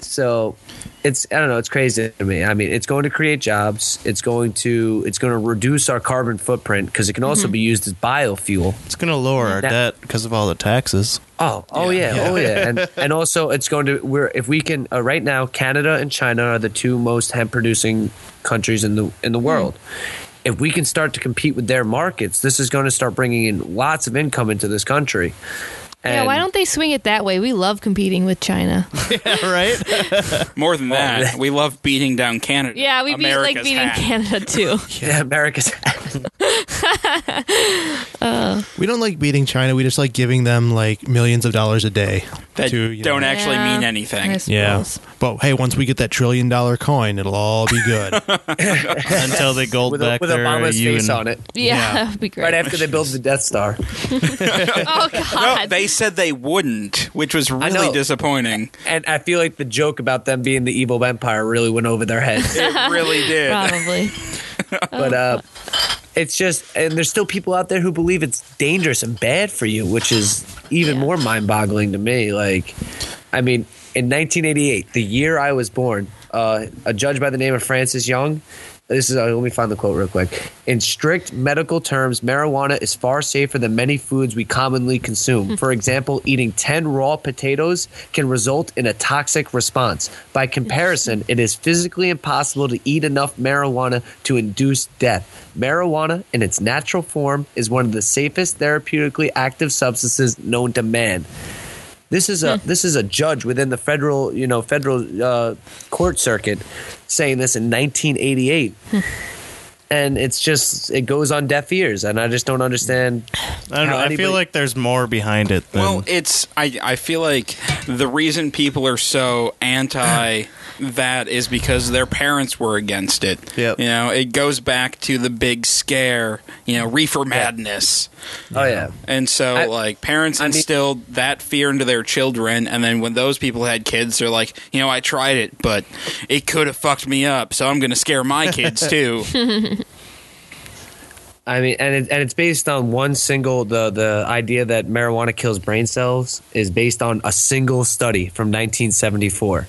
[SPEAKER 7] so it's i don't know it's crazy to me i mean it's going to create jobs it's going to it's going to reduce our carbon footprint because it can also be used as biofuel
[SPEAKER 4] it's going to lower our
[SPEAKER 7] That-
[SPEAKER 4] debt because of all the taxes.
[SPEAKER 7] oh oh yeah, oh yeah and and also it's going to we're if we can uh, right now canada and china are the two most hemp producing countries in the in the world If we can start to compete with their markets, this is going to start bringing in lots of income into this country.
[SPEAKER 5] yeah, why don't they swing it that way? We love competing with China.
[SPEAKER 4] right?
[SPEAKER 3] More than that, we love beating down Canada.
[SPEAKER 5] Yeah, we beat, like
[SPEAKER 3] America's
[SPEAKER 5] beating
[SPEAKER 3] hat.
[SPEAKER 5] Canada too.
[SPEAKER 7] yeah, America's
[SPEAKER 8] We don't like beating China. We just like giving them like millions of dollars a day.
[SPEAKER 3] That
[SPEAKER 8] to, you
[SPEAKER 3] don't
[SPEAKER 8] know-
[SPEAKER 3] actually
[SPEAKER 5] Yeah,
[SPEAKER 3] mean anything.
[SPEAKER 5] I suppose.
[SPEAKER 8] Yeah. But hey, once we get that trillion dollar coin, it'll all be good.
[SPEAKER 4] Until they gold
[SPEAKER 7] with, a,
[SPEAKER 4] back
[SPEAKER 7] with
[SPEAKER 4] their
[SPEAKER 7] Obama's
[SPEAKER 4] UN.
[SPEAKER 7] face on it.
[SPEAKER 5] Yeah, that'd be great.
[SPEAKER 7] Right after they build the Death Star.
[SPEAKER 5] oh
[SPEAKER 3] No,
[SPEAKER 5] God,
[SPEAKER 3] they said they wouldn't, which was really
[SPEAKER 7] know.
[SPEAKER 3] disappointing.
[SPEAKER 7] And I feel like the joke about them being the evil vampire really went over their heads.
[SPEAKER 3] It really did.
[SPEAKER 5] probably.
[SPEAKER 7] but uh, it's just, and there's still people out there who believe it's dangerous and bad for you, which is even
[SPEAKER 5] Yeah.
[SPEAKER 7] more mind boggling to me. Like, I mean, in 1988, the year I was born, uh, a judge by the name of Francis Young. This is, uh, let me find the quote real quick. In strict medical terms, marijuana is far safer than many foods we commonly consume. For example, eating 10 raw potatoes can result in a toxic response. By comparison, it is physically impossible to eat enough marijuana to induce death. Marijuana, in its natural form, is one of the safest therapeutically active substances known to man. This is a this is a judge within the federal you know federal uh, court circuit saying this in 1988, and it's just it goes on deaf ears, and I just don't understand.
[SPEAKER 4] I don't know.
[SPEAKER 7] how
[SPEAKER 4] I
[SPEAKER 7] anybody-
[SPEAKER 4] feel like there's more behind it than
[SPEAKER 3] Well, it's I I feel like the reason people are so anti that is because their parents were against it.
[SPEAKER 4] Yep.
[SPEAKER 3] You know, it goes back to the big scare, you know, reefer madness.
[SPEAKER 7] oh yeah,
[SPEAKER 3] And so
[SPEAKER 7] I-
[SPEAKER 3] like parents
[SPEAKER 7] I mean-
[SPEAKER 3] instilled that fear into their children and then when those people had kids they're like, you know, I tried it, but it could have fucked me up, so I'm going to scare my kids too.
[SPEAKER 7] I mean, and it, and it's based on one single the the idea that marijuana kills brain cells is based on a single study from 1974.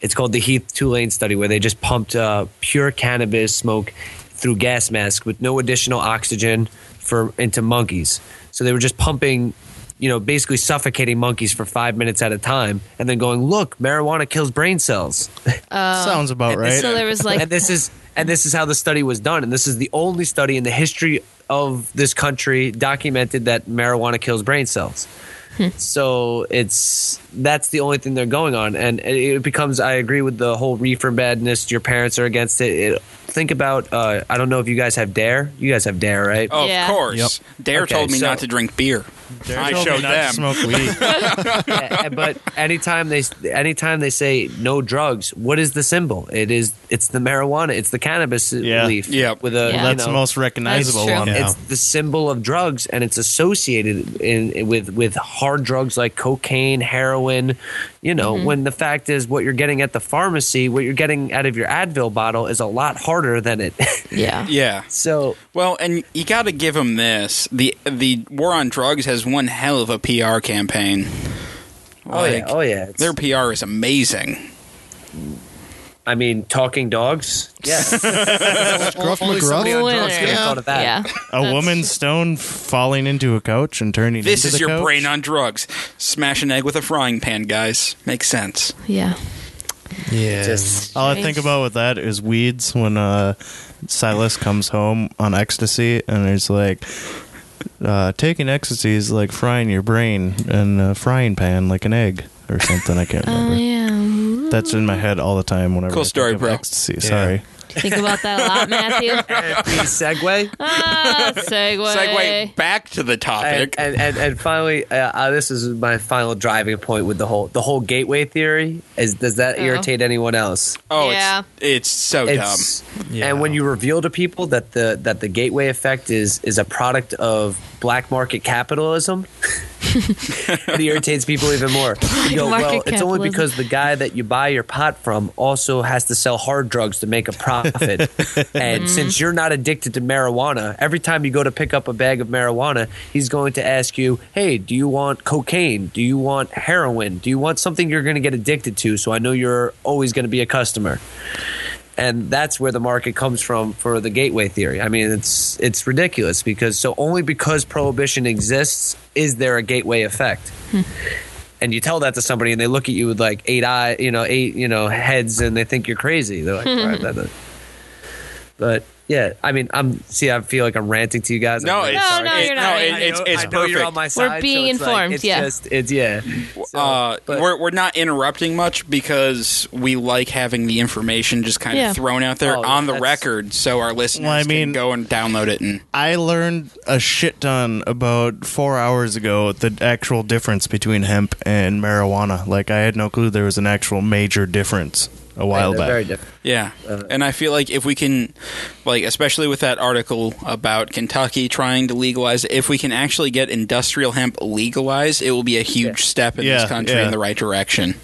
[SPEAKER 7] it's called the Heath Tulane study, where they just pumped uh, pure cannabis smoke through gas masks with no additional oxygen for into monkeys. So they were just pumping, you know, basically suffocating monkeys for five minutes at a time, and then going, "Look, marijuana kills brain cells."
[SPEAKER 4] sounds about right.
[SPEAKER 5] uh, So there was like
[SPEAKER 7] and this is and this is how the study was done and this is the only study in the history of this country documented that marijuana kills brain cells so it's that's the only thing they're going on and it becomes i agree with the whole reefer madness your parents are against it, it think about uh, i don't know if you guys have dare you guys have dare right
[SPEAKER 3] Oh,
[SPEAKER 5] Yeah.
[SPEAKER 3] Of course. Dare
[SPEAKER 7] Okay,
[SPEAKER 3] told me
[SPEAKER 7] so-
[SPEAKER 3] not to drink beer. I
[SPEAKER 4] Told me
[SPEAKER 3] showed
[SPEAKER 4] not to
[SPEAKER 3] them.
[SPEAKER 4] smoke weed.
[SPEAKER 7] Uh, but anytime they anytime they say no drugs what is the symbol it is it's the marijuana it's the cannabis
[SPEAKER 4] Yeah.
[SPEAKER 7] leaf
[SPEAKER 3] Yep.
[SPEAKER 7] with a
[SPEAKER 5] Yeah.
[SPEAKER 7] you
[SPEAKER 4] That's the
[SPEAKER 7] know,
[SPEAKER 4] most recognizable
[SPEAKER 5] That's
[SPEAKER 4] one.
[SPEAKER 5] true.
[SPEAKER 8] Yeah.
[SPEAKER 7] It's the symbol of drugs, and it's associated in with with hard drugs like cocaine, heroin. You know, when the fact is, what you're getting at the pharmacy, what you're getting out of your Advil bottle, is a lot harder than it.
[SPEAKER 5] yeah.
[SPEAKER 3] Yeah.
[SPEAKER 7] so
[SPEAKER 3] Well, and you got to give them this. The the war on drugs has one hell of a PR campaign.
[SPEAKER 7] Oh yeah,
[SPEAKER 3] Like,
[SPEAKER 7] oh yeah. It's-
[SPEAKER 3] Their PR is amazing.
[SPEAKER 7] I mean, talking dogs. Yeah,
[SPEAKER 8] Gruff
[SPEAKER 7] Only somebody
[SPEAKER 8] McGruff.
[SPEAKER 7] on
[SPEAKER 5] Winner.
[SPEAKER 7] drugs could have thought of that.
[SPEAKER 5] Yeah.
[SPEAKER 4] A
[SPEAKER 5] That's-
[SPEAKER 4] woman stone falling into a couch and turning
[SPEAKER 3] This
[SPEAKER 4] into
[SPEAKER 3] is
[SPEAKER 4] the
[SPEAKER 3] your
[SPEAKER 4] couch?
[SPEAKER 3] brain on drugs. Smash an egg with a frying pan, guys. Makes sense.
[SPEAKER 5] Yeah.
[SPEAKER 8] Yeah.
[SPEAKER 7] Just
[SPEAKER 4] All I think about with that is weeds when uh, Silas comes home on ecstasy and there's like uh, taking ecstasy is like frying your brain in a frying pan like an egg or something. I can't
[SPEAKER 5] Oh
[SPEAKER 4] remember.
[SPEAKER 5] yeah.
[SPEAKER 4] That's in my head all the time whenever
[SPEAKER 3] Cool
[SPEAKER 4] I think
[SPEAKER 3] story,
[SPEAKER 4] of
[SPEAKER 3] bro.
[SPEAKER 4] ecstasy. Sorry.
[SPEAKER 5] Think about that a lot, Matthew.
[SPEAKER 7] please segue.
[SPEAKER 5] Ah, segue.
[SPEAKER 3] Segue back to the
[SPEAKER 7] and,
[SPEAKER 3] topic.
[SPEAKER 7] and, and, and finally, uh, uh, this is my final driving point with the whole the whole gateway theory. Is does that
[SPEAKER 5] Oh.
[SPEAKER 7] irritate anyone else?
[SPEAKER 3] oh,
[SPEAKER 5] Yeah.
[SPEAKER 3] it's, it's so
[SPEAKER 7] It's,
[SPEAKER 8] Yeah.
[SPEAKER 7] And when you reveal to people that the that the gateway effect is is a product of black market capitalism, it irritates people even more. You go,
[SPEAKER 5] market
[SPEAKER 7] well, it's only
[SPEAKER 5] capitalism.
[SPEAKER 7] because the guy that you buy your pot from also has to sell hard drugs to make a profit.
[SPEAKER 5] Mm-hmm.
[SPEAKER 7] and since you're not addicted to marijuana, every time you go to pick up a bag of marijuana, he's going to ask you, "Hey, do you want cocaine? Do you want heroin? Do you want something you're going to get addicted to?" So I know you're always going to be a customer and that's where the market comes from for the gateway theory. I mean, it's it's ridiculous because so only because prohibition exists is there a gateway effect. and you tell that to somebody, and they look at you with like eight eye, you know, eight you know heads, and they think you're crazy. They're like, "All right, that- that-" but yeah, I mean, I'm see, I feel like I'm ranting to you guys.
[SPEAKER 3] No,
[SPEAKER 7] I'm really
[SPEAKER 3] it's-
[SPEAKER 5] No,
[SPEAKER 7] sorry.
[SPEAKER 5] no, you're
[SPEAKER 3] it-
[SPEAKER 5] not.
[SPEAKER 3] no,
[SPEAKER 5] right.
[SPEAKER 3] it- it's-
[SPEAKER 7] I know-
[SPEAKER 3] it's
[SPEAKER 7] I know you're on
[SPEAKER 3] perfect.
[SPEAKER 7] my
[SPEAKER 5] We're
[SPEAKER 7] side,
[SPEAKER 5] being
[SPEAKER 7] so it's like,
[SPEAKER 5] informed,
[SPEAKER 7] it's
[SPEAKER 5] yeah.
[SPEAKER 7] just, it's yeah.
[SPEAKER 3] dumb. Uh,
[SPEAKER 7] but-
[SPEAKER 3] we're, we're not interrupting much because we like having the information just kind of
[SPEAKER 5] Yeah.
[SPEAKER 3] thrown out there
[SPEAKER 7] Oh,
[SPEAKER 3] on the
[SPEAKER 7] that's-
[SPEAKER 3] record so our listeners
[SPEAKER 4] Well, I
[SPEAKER 3] can
[SPEAKER 4] mean-
[SPEAKER 3] go and download it. And
[SPEAKER 4] I learned a shit ton about four hours ago the actual difference between hemp and marijuana. Like I had no clue there was an actual major difference a while
[SPEAKER 7] They're
[SPEAKER 4] back.
[SPEAKER 7] very different.
[SPEAKER 3] Yeah. and I feel like if we can, like, especially with that article about Kentucky trying to legalize, it, if we can actually get industrial hemp legalized, it will be a huge step in
[SPEAKER 4] Yeah,
[SPEAKER 3] this country
[SPEAKER 4] yeah.
[SPEAKER 3] in the right direction.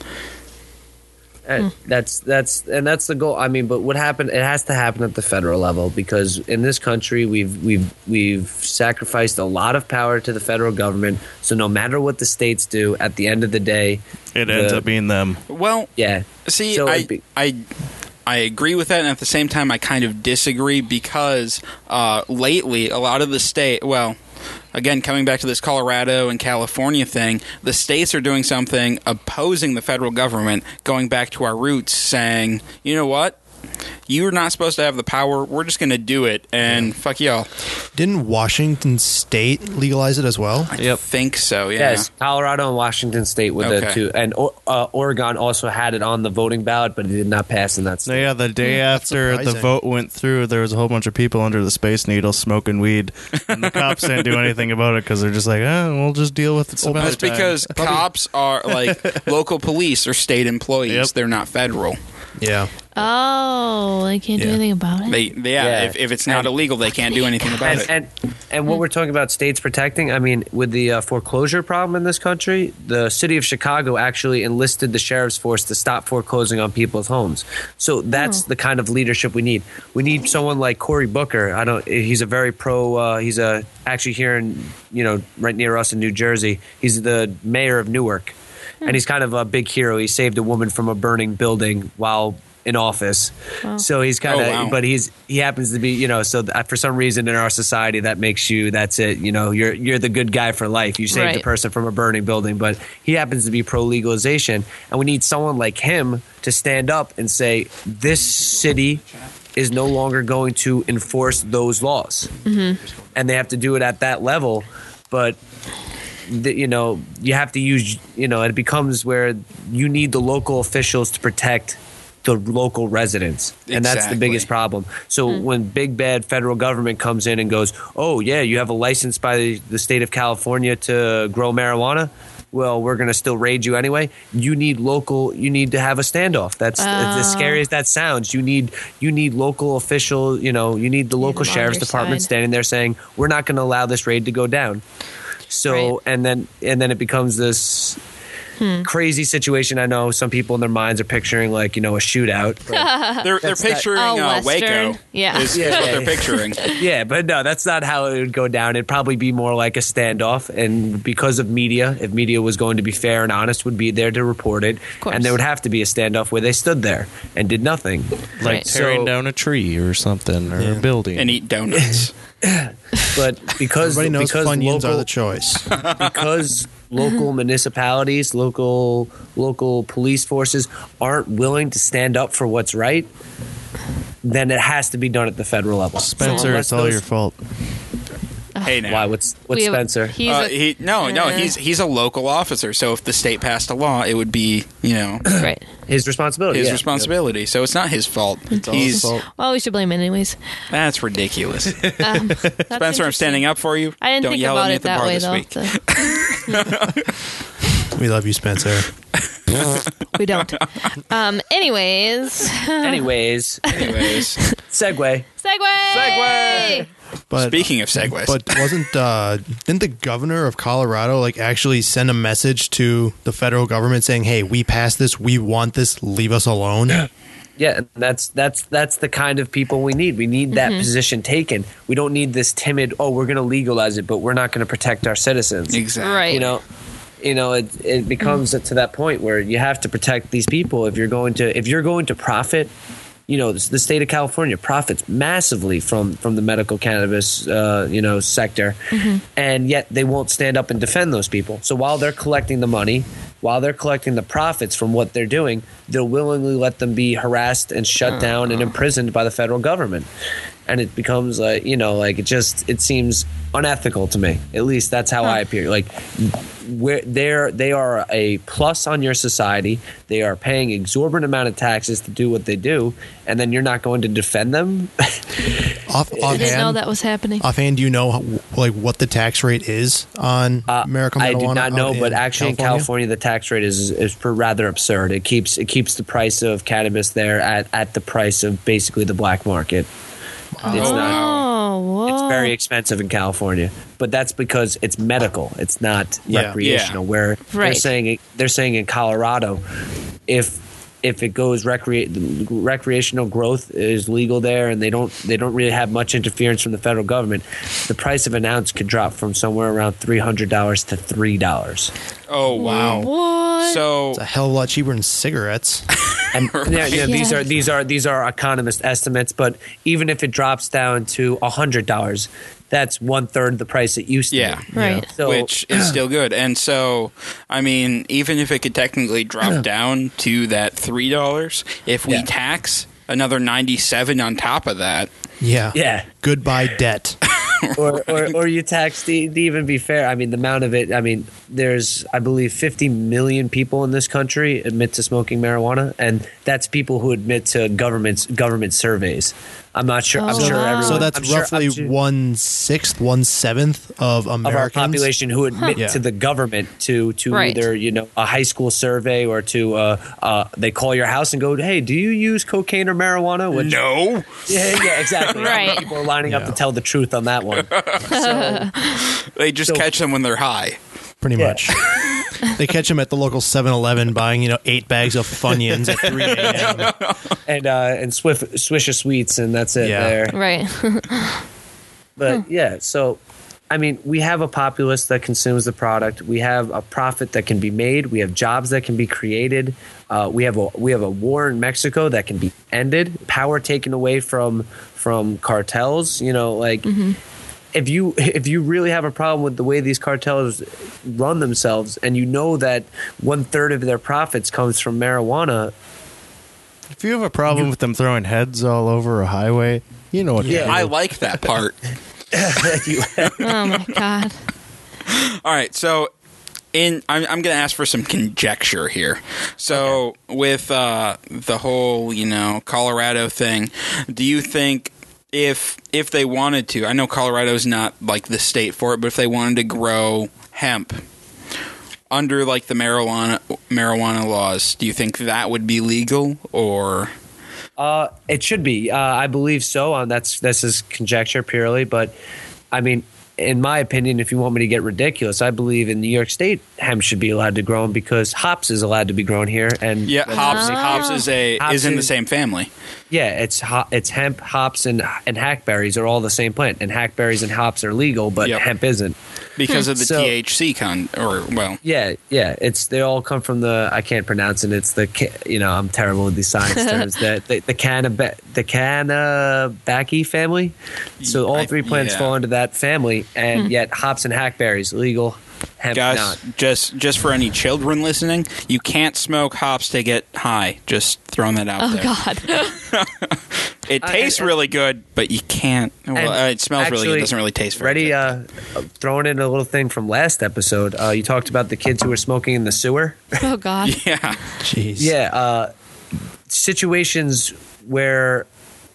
[SPEAKER 7] Uh, That's that's and that's the goal. I mean, but what happened? It has to happen at the federal level because in this country we've we've we've sacrificed a lot of power to the federal government. So no matter what the states do, at the end of the day,
[SPEAKER 4] It ends
[SPEAKER 7] The-
[SPEAKER 4] up being them.
[SPEAKER 3] Well,
[SPEAKER 7] yeah.
[SPEAKER 3] see,
[SPEAKER 7] So
[SPEAKER 3] I,
[SPEAKER 7] it'd be-
[SPEAKER 3] I, I agree with that, and at the same time, I kind of disagree because uh, lately, a lot of the state, well, again, coming back to this Colorado and California thing, the states are doing something opposing the federal government, going back to our roots, saying, you know what? You're not supposed to have the power. We're just going to do it, and fuck y'all.
[SPEAKER 8] Didn't Washington State legalize it as well?
[SPEAKER 3] I think so. Yeah.
[SPEAKER 7] Yes, Colorado and Washington State were the
[SPEAKER 3] Okay.
[SPEAKER 7] two, and O- uh, Oregon also had it on the voting ballot, but it did not pass in that
[SPEAKER 4] So
[SPEAKER 7] state.
[SPEAKER 4] yeah, the day after the
[SPEAKER 8] surprising.
[SPEAKER 4] vote went through, there was a whole bunch of people under the Space Needle smoking weed, and the cops didn't do anything about it because they're just like, eh, we'll just deal with it. Some
[SPEAKER 3] Well,
[SPEAKER 4] other
[SPEAKER 3] that's
[SPEAKER 4] time."
[SPEAKER 3] because cops are like local police or state employees.
[SPEAKER 4] Yep.
[SPEAKER 3] They're not federal.
[SPEAKER 8] Yeah.
[SPEAKER 5] Oh, I can't do
[SPEAKER 8] Yeah.
[SPEAKER 5] anything about it.
[SPEAKER 3] They, they yeah,
[SPEAKER 7] Yeah.
[SPEAKER 3] If, if it's not illegal, they can't do anything about
[SPEAKER 7] and,
[SPEAKER 3] it.
[SPEAKER 7] and and what we're talking about states protecting i mean with the uh, foreclosure problem in this country the city of chicago actually enlisted the sheriff's force to stop foreclosing on people's homes so that's the kind of leadership we need we need someone like cory booker i don't he's a very pro uh, he's a actually here in you know right near us in new jersey he's the mayor of newark and he's kind of a big hero he saved a woman from a burning building while in office so he's kind of
[SPEAKER 3] Oh, wow.
[SPEAKER 7] but he's he happens to be you know so th- for some reason in our society that makes you that's it you know you're you're the good guy for life you saved
[SPEAKER 5] Right.
[SPEAKER 7] a person from a burning building but he happens to be pro legalization and we need someone like him to stand up and say this city is no longer going to enforce those laws and they have to do it at that level but th- you know you have to use you know it becomes where you need the local officials to protect the local residents and that's the
[SPEAKER 3] Exactly.
[SPEAKER 7] biggest problem so
[SPEAKER 5] Hmm.
[SPEAKER 7] when big bad federal government comes in and goes oh yeah you have a license by the, the state of california to grow marijuana well we're going to still raid you anyway you need local you need to have a standoff that's
[SPEAKER 5] Oh.
[SPEAKER 7] as scary as that sounds you need you need local official you know you need the local
[SPEAKER 5] them on
[SPEAKER 7] sheriff's
[SPEAKER 5] your
[SPEAKER 7] department
[SPEAKER 5] side.
[SPEAKER 7] standing there saying we're not going to allow this raid to go down so
[SPEAKER 5] Right. Hmm.
[SPEAKER 7] and then and then it becomes this crazy situation. I know some people in their minds are picturing like you know a shootout. but-
[SPEAKER 3] They're, they're
[SPEAKER 7] That's that-
[SPEAKER 3] picturing
[SPEAKER 5] Oh,
[SPEAKER 3] uh, Waco.
[SPEAKER 5] Western. Yeah.
[SPEAKER 3] Is, is
[SPEAKER 7] Yeah.
[SPEAKER 3] what they're picturing.
[SPEAKER 7] yeah, but no, that's not how it would go down. It'd probably be more like a standoff, and because of media, if media was going to be fair and honest, would be there to report it,
[SPEAKER 5] course.
[SPEAKER 7] and there would have to be a standoff where they stood there and did nothing.
[SPEAKER 4] like
[SPEAKER 5] Right.
[SPEAKER 4] tearing
[SPEAKER 7] So-
[SPEAKER 4] down a tree or something or a building.
[SPEAKER 3] and eat donuts.
[SPEAKER 7] But because
[SPEAKER 8] Everybody knows
[SPEAKER 7] because
[SPEAKER 8] Funyuns
[SPEAKER 7] local,
[SPEAKER 8] are the choice.
[SPEAKER 7] because local municipalities, local local police forces aren't willing to stand up for what's right, then it has to be done at the federal level. So
[SPEAKER 4] Spencer,
[SPEAKER 7] unless
[SPEAKER 4] it's all
[SPEAKER 7] those-
[SPEAKER 4] your fault.
[SPEAKER 3] hey now.
[SPEAKER 7] Why? What's what's
[SPEAKER 5] We have-
[SPEAKER 7] Spencer?
[SPEAKER 5] Uh-huh. He's
[SPEAKER 3] Uh,
[SPEAKER 5] a-
[SPEAKER 3] he, no, no,
[SPEAKER 5] uh,
[SPEAKER 3] he's he's a local officer. So if the state passed a law, it would be you know
[SPEAKER 5] right.
[SPEAKER 7] his responsibility.
[SPEAKER 3] his
[SPEAKER 7] yeah.
[SPEAKER 3] responsibility. So it's not his fault.
[SPEAKER 4] all his
[SPEAKER 3] he's
[SPEAKER 4] fault.
[SPEAKER 5] Well, we should blame him anyways.
[SPEAKER 3] that's ridiculous.
[SPEAKER 5] That's
[SPEAKER 3] Spencer, I'm
[SPEAKER 5] interesting.
[SPEAKER 3] standing up for you.
[SPEAKER 5] I didn't
[SPEAKER 3] Don't
[SPEAKER 5] think
[SPEAKER 3] yell at
[SPEAKER 5] about
[SPEAKER 3] me
[SPEAKER 5] it
[SPEAKER 3] at the
[SPEAKER 5] that
[SPEAKER 3] bar
[SPEAKER 5] way
[SPEAKER 3] this
[SPEAKER 5] though.
[SPEAKER 3] week.
[SPEAKER 5] The-
[SPEAKER 8] we love you, Spencer.
[SPEAKER 5] we don't. Um, anyways,
[SPEAKER 7] Anyways,
[SPEAKER 3] Anyways,
[SPEAKER 7] segue.
[SPEAKER 5] segue.
[SPEAKER 3] Segue!
[SPEAKER 8] But
[SPEAKER 3] speaking of segues,
[SPEAKER 8] But wasn't uh, didn't the governor of Colorado like actually send a message to the federal government saying, "Hey, we passed this. We want this. Leave us alone."
[SPEAKER 7] Yeah, and that's that's that's the kind of people we need. We need that position taken. We don't need this timid. Oh, we're going to legalize it, but we're not going to protect our citizens.
[SPEAKER 3] exactly.
[SPEAKER 5] Right.
[SPEAKER 7] You know, you know, it it becomes to that point where you have to protect these people if you're going to if you're going to profit. You know, the state of California profits massively from from the medical cannabis, uh, you know, sector, and yet they won't stand up and defend those people. So while they're collecting the money, while they're collecting the profits from what they're doing, they'll willingly let them be harassed and shut down and imprisoned by the federal government. And it becomes like you know, like it just it seems unethical to me. At least that's how I appear. Like where they're they are a plus on your society. They are paying exorbitant amount of taxes to do what they do, and then you're not going to defend them.
[SPEAKER 5] I
[SPEAKER 8] Off,
[SPEAKER 5] didn't know
[SPEAKER 8] offhand,
[SPEAKER 5] that was happening.
[SPEAKER 8] offhand, do you know wh- like what the tax rate is on
[SPEAKER 7] Uh,
[SPEAKER 8] American marijuana?
[SPEAKER 7] I do not
[SPEAKER 8] out
[SPEAKER 7] know,
[SPEAKER 8] in
[SPEAKER 7] but actually in California, the tax rate is is pr- rather absurd. It keeps it keeps the price of cannabis there at, at the price of basically the black market. It's
[SPEAKER 3] Oh,
[SPEAKER 7] not.
[SPEAKER 5] Oh, whoa.
[SPEAKER 7] It's very expensive in California, but that's because it's medical. It's not
[SPEAKER 8] Yeah.
[SPEAKER 7] recreational. Where they're
[SPEAKER 5] Right.
[SPEAKER 7] saying they're saying in Colorado, if if it goes recre- recreational growth is legal there, and they don't they don't really have much interference from the federal government, the price of an ounce could drop from somewhere around three hundred dollars to three dollars.
[SPEAKER 3] Oh wow.
[SPEAKER 5] What?
[SPEAKER 3] So
[SPEAKER 8] It's a hell of a lot cheaper than cigarettes.
[SPEAKER 7] And yeah, yeah, these
[SPEAKER 5] Yeah.
[SPEAKER 7] are these are these are economist estimates, but even if it drops down to hundred dollars, that's one third the price it used to. be.
[SPEAKER 3] Yeah.
[SPEAKER 5] right.
[SPEAKER 7] So,
[SPEAKER 3] which is still good. And so, I mean, even if it could technically drop down to that three dollars, if we
[SPEAKER 7] Yeah.
[SPEAKER 3] tax another ninety-seven on top of that,
[SPEAKER 8] yeah.
[SPEAKER 7] Yeah.
[SPEAKER 8] Goodbye debt.
[SPEAKER 7] or, or, or you tax to, to even be fair i mean the amount of it i mean there's i believe 50 million people in this country admit to smoking marijuana and that's people who admit to governments government surveys i'm not sure i'm
[SPEAKER 5] Oh,
[SPEAKER 7] sure
[SPEAKER 5] wow.
[SPEAKER 7] everyone
[SPEAKER 8] So that's
[SPEAKER 7] I'm sure up
[SPEAKER 8] roughly
[SPEAKER 7] to-
[SPEAKER 8] one sixth, one seventh of
[SPEAKER 7] of our
[SPEAKER 8] Americans.
[SPEAKER 7] population who admit
[SPEAKER 8] Huh.
[SPEAKER 7] to the government to to
[SPEAKER 5] Right.
[SPEAKER 7] either you know a high school survey or to uh, uh, they call your house and go hey do you use cocaine or marijuana Which-
[SPEAKER 3] no,
[SPEAKER 7] yeah yeah exactly How many
[SPEAKER 5] Right.
[SPEAKER 7] people are lining up
[SPEAKER 8] Yeah.
[SPEAKER 7] to tell the truth on that one so
[SPEAKER 3] they just
[SPEAKER 7] So-
[SPEAKER 3] catch them when they're high.
[SPEAKER 8] pretty
[SPEAKER 7] Yeah.
[SPEAKER 8] much. they catch him at the local 7-Eleven buying, you know, eight bags of Funyuns at 3 a.m.
[SPEAKER 7] and uh, and Swift Swisher Sweets, and that's it
[SPEAKER 8] Yeah.
[SPEAKER 7] there.
[SPEAKER 5] Right.
[SPEAKER 7] But yeah, so I mean, we have a populace that consumes the product. We have a profit that can be made. We have jobs that can be created. Uh, we have a we have a war in Mexico that can be ended. Power taken away from from cartels. You know, like. If you if you really have a problem with the way these cartels run themselves, and you know that one third of their profits comes from marijuana,
[SPEAKER 4] If you have a problem with them throwing heads all over a highway, you know what? to
[SPEAKER 7] Yeah.
[SPEAKER 4] do.
[SPEAKER 3] I like that part.
[SPEAKER 5] Oh my god.
[SPEAKER 3] All right, so in I'm, I'm going to ask for some conjecture here. So with uh, the whole you know Colorado thing, do you think if if they wanted to, I know Colorado's not like the state for it, but if they wanted to grow hemp under like the marijuana marijuana laws, do you think that would be legal or
[SPEAKER 7] Uh, it should be. Uh, I believe so. Um, that's this is conjecture purely, but I mean, in my opinion, if you want me to get ridiculous, I believe in New York State hemp should be allowed to grow 'em because hops is allowed to be grown here. And
[SPEAKER 3] Yeah, hops. Hops is a
[SPEAKER 7] Hops
[SPEAKER 3] is in the
[SPEAKER 7] is-
[SPEAKER 3] same family.
[SPEAKER 7] Yeah, it's ho- it's hemp, hops, and and hackberries are all the same plant, and hackberries and hops are legal, but
[SPEAKER 3] Yep.
[SPEAKER 7] hemp isn't.
[SPEAKER 3] because of the
[SPEAKER 7] So-
[SPEAKER 3] THC con or well,
[SPEAKER 7] Yeah, yeah, it's they all come from the I can't pronounce it. It's the ca- you know I'm terrible with these science terms. The the, the cannab the cannabacci family. So all
[SPEAKER 3] I-
[SPEAKER 7] three plants
[SPEAKER 3] yeah.
[SPEAKER 7] fall into that family, and yet hops and hackberries legal, hemp
[SPEAKER 3] guys,
[SPEAKER 7] not.
[SPEAKER 3] just just for any children listening, you can't smoke hops to get high. Just throwing that out
[SPEAKER 5] Oh
[SPEAKER 3] there.
[SPEAKER 5] God.
[SPEAKER 3] It
[SPEAKER 7] I-
[SPEAKER 3] tastes
[SPEAKER 7] I-
[SPEAKER 3] really good, but you can't. Well,
[SPEAKER 7] Uh, And
[SPEAKER 3] uh, it smells really good.
[SPEAKER 7] actually,
[SPEAKER 3] It doesn't really taste very
[SPEAKER 7] Ready?
[SPEAKER 3] good.
[SPEAKER 7] Uh, throwing in a little thing from last episode. Uh, you talked about the kids who were smoking in the sewer.
[SPEAKER 5] Oh
[SPEAKER 7] uh,
[SPEAKER 5] God.
[SPEAKER 3] yeah,
[SPEAKER 8] Jeez.
[SPEAKER 7] Yeah, uh, situations where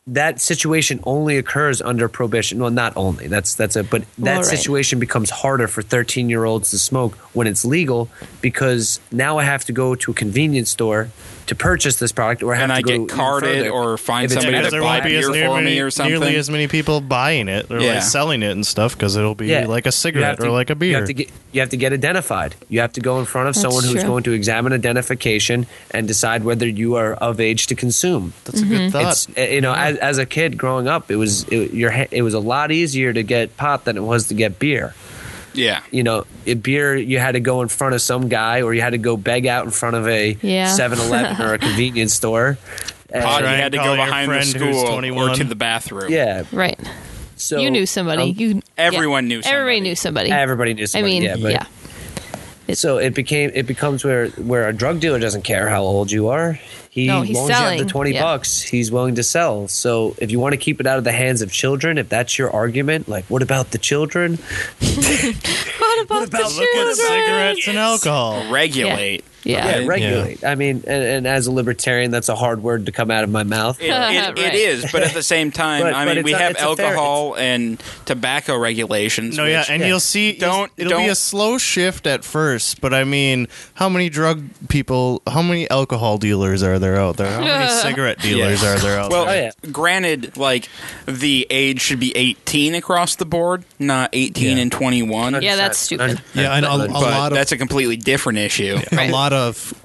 [SPEAKER 7] that situation only occurs under prohibition. Well, not only that's that's a but that
[SPEAKER 5] Well, right.
[SPEAKER 7] situation becomes harder for thirteen year olds to smoke when it's legal because now I have to go to a convenience store to purchase this product, or I
[SPEAKER 3] and
[SPEAKER 7] have to
[SPEAKER 3] I
[SPEAKER 7] go
[SPEAKER 3] get
[SPEAKER 7] even
[SPEAKER 3] carded
[SPEAKER 7] further.
[SPEAKER 3] or find
[SPEAKER 7] If it's
[SPEAKER 3] somebody to
[SPEAKER 7] because
[SPEAKER 4] there
[SPEAKER 3] buy
[SPEAKER 4] won't be
[SPEAKER 3] beer
[SPEAKER 4] as
[SPEAKER 3] for me
[SPEAKER 4] many,
[SPEAKER 3] or something.
[SPEAKER 4] nearly as many people buying it or
[SPEAKER 3] Yeah.
[SPEAKER 4] like selling it and stuff because it'll be
[SPEAKER 7] Yeah.
[SPEAKER 4] like a
[SPEAKER 7] You have
[SPEAKER 4] cigarette
[SPEAKER 7] to-
[SPEAKER 4] or like a beer.
[SPEAKER 7] You have to get you have to get identified. You have to go in front of
[SPEAKER 5] That's
[SPEAKER 7] someone who's
[SPEAKER 5] true.
[SPEAKER 7] going to examine identification and decide whether you are of age to consume.
[SPEAKER 4] That's a good thought.
[SPEAKER 7] Mm-hmm. It's eh, you know, as, as a kid growing up, it was it, your ha- it was a lot easier to get pot than it was to get beer.
[SPEAKER 3] yeah,
[SPEAKER 7] You know, it, beer you had to go in front of some guy, or you had to go beg out in front of a
[SPEAKER 5] Yeah.
[SPEAKER 7] 7-Eleven or a convenience store. And-
[SPEAKER 3] Pod, you
[SPEAKER 4] Try and
[SPEAKER 3] had to
[SPEAKER 4] call
[SPEAKER 3] go
[SPEAKER 4] your
[SPEAKER 3] behind the
[SPEAKER 4] friend who's
[SPEAKER 3] school or
[SPEAKER 4] 21.
[SPEAKER 3] to the bathroom.
[SPEAKER 7] yeah,
[SPEAKER 5] Right.
[SPEAKER 7] so
[SPEAKER 5] you knew somebody.
[SPEAKER 7] um,
[SPEAKER 5] you.
[SPEAKER 3] everyone knew
[SPEAKER 5] Everybody
[SPEAKER 3] somebody.
[SPEAKER 5] knew somebody.
[SPEAKER 7] everybody knew.
[SPEAKER 5] I
[SPEAKER 7] Somebody,
[SPEAKER 5] mean,
[SPEAKER 7] yeah, but-
[SPEAKER 5] yeah. It-
[SPEAKER 7] so it became it becomes where where a drug dealer doesn't care how old you are. He
[SPEAKER 5] No, he's
[SPEAKER 7] loans you up to
[SPEAKER 5] selling,
[SPEAKER 7] twenty
[SPEAKER 5] yeah.
[SPEAKER 7] bucks. He's willing to sell. So if you want to keep it out of the hands of children, if that's your argument, like what about the children?
[SPEAKER 5] What about, the
[SPEAKER 4] Look at
[SPEAKER 5] children?
[SPEAKER 4] cigarettes and alcohol.
[SPEAKER 3] regulate.
[SPEAKER 5] Yeah.
[SPEAKER 7] Yeah,
[SPEAKER 3] Yeah.
[SPEAKER 7] regulate. I mean, and, and as a libertarian, that's a hard word to come out of my mouth.
[SPEAKER 3] It, it, it
[SPEAKER 5] Right.
[SPEAKER 3] is, but at the same time,
[SPEAKER 7] But-
[SPEAKER 3] I
[SPEAKER 7] but
[SPEAKER 3] mean,
[SPEAKER 7] it's
[SPEAKER 3] we
[SPEAKER 7] a-
[SPEAKER 3] have
[SPEAKER 7] it's a fair-
[SPEAKER 3] alcohol and tobacco regulations.
[SPEAKER 4] No, yeah,
[SPEAKER 3] which-
[SPEAKER 4] and you'll see.
[SPEAKER 3] Don't-
[SPEAKER 4] it'll be
[SPEAKER 3] don't-
[SPEAKER 4] a slow shift at first, but I mean, how many drug people? How many alcohol dealers are there out there? How many cigarette dealers
[SPEAKER 3] Yeah.
[SPEAKER 4] are there out
[SPEAKER 3] Well,
[SPEAKER 4] there?
[SPEAKER 7] yeah.
[SPEAKER 3] granted, like the age should be 18 across the board, not 18
[SPEAKER 8] Yeah.
[SPEAKER 3] and 21.
[SPEAKER 5] Yeah, that's stupid.
[SPEAKER 8] Yeah, I know a, a
[SPEAKER 3] but
[SPEAKER 8] lot of
[SPEAKER 3] that's a completely different issue.
[SPEAKER 5] Right.
[SPEAKER 8] a lot of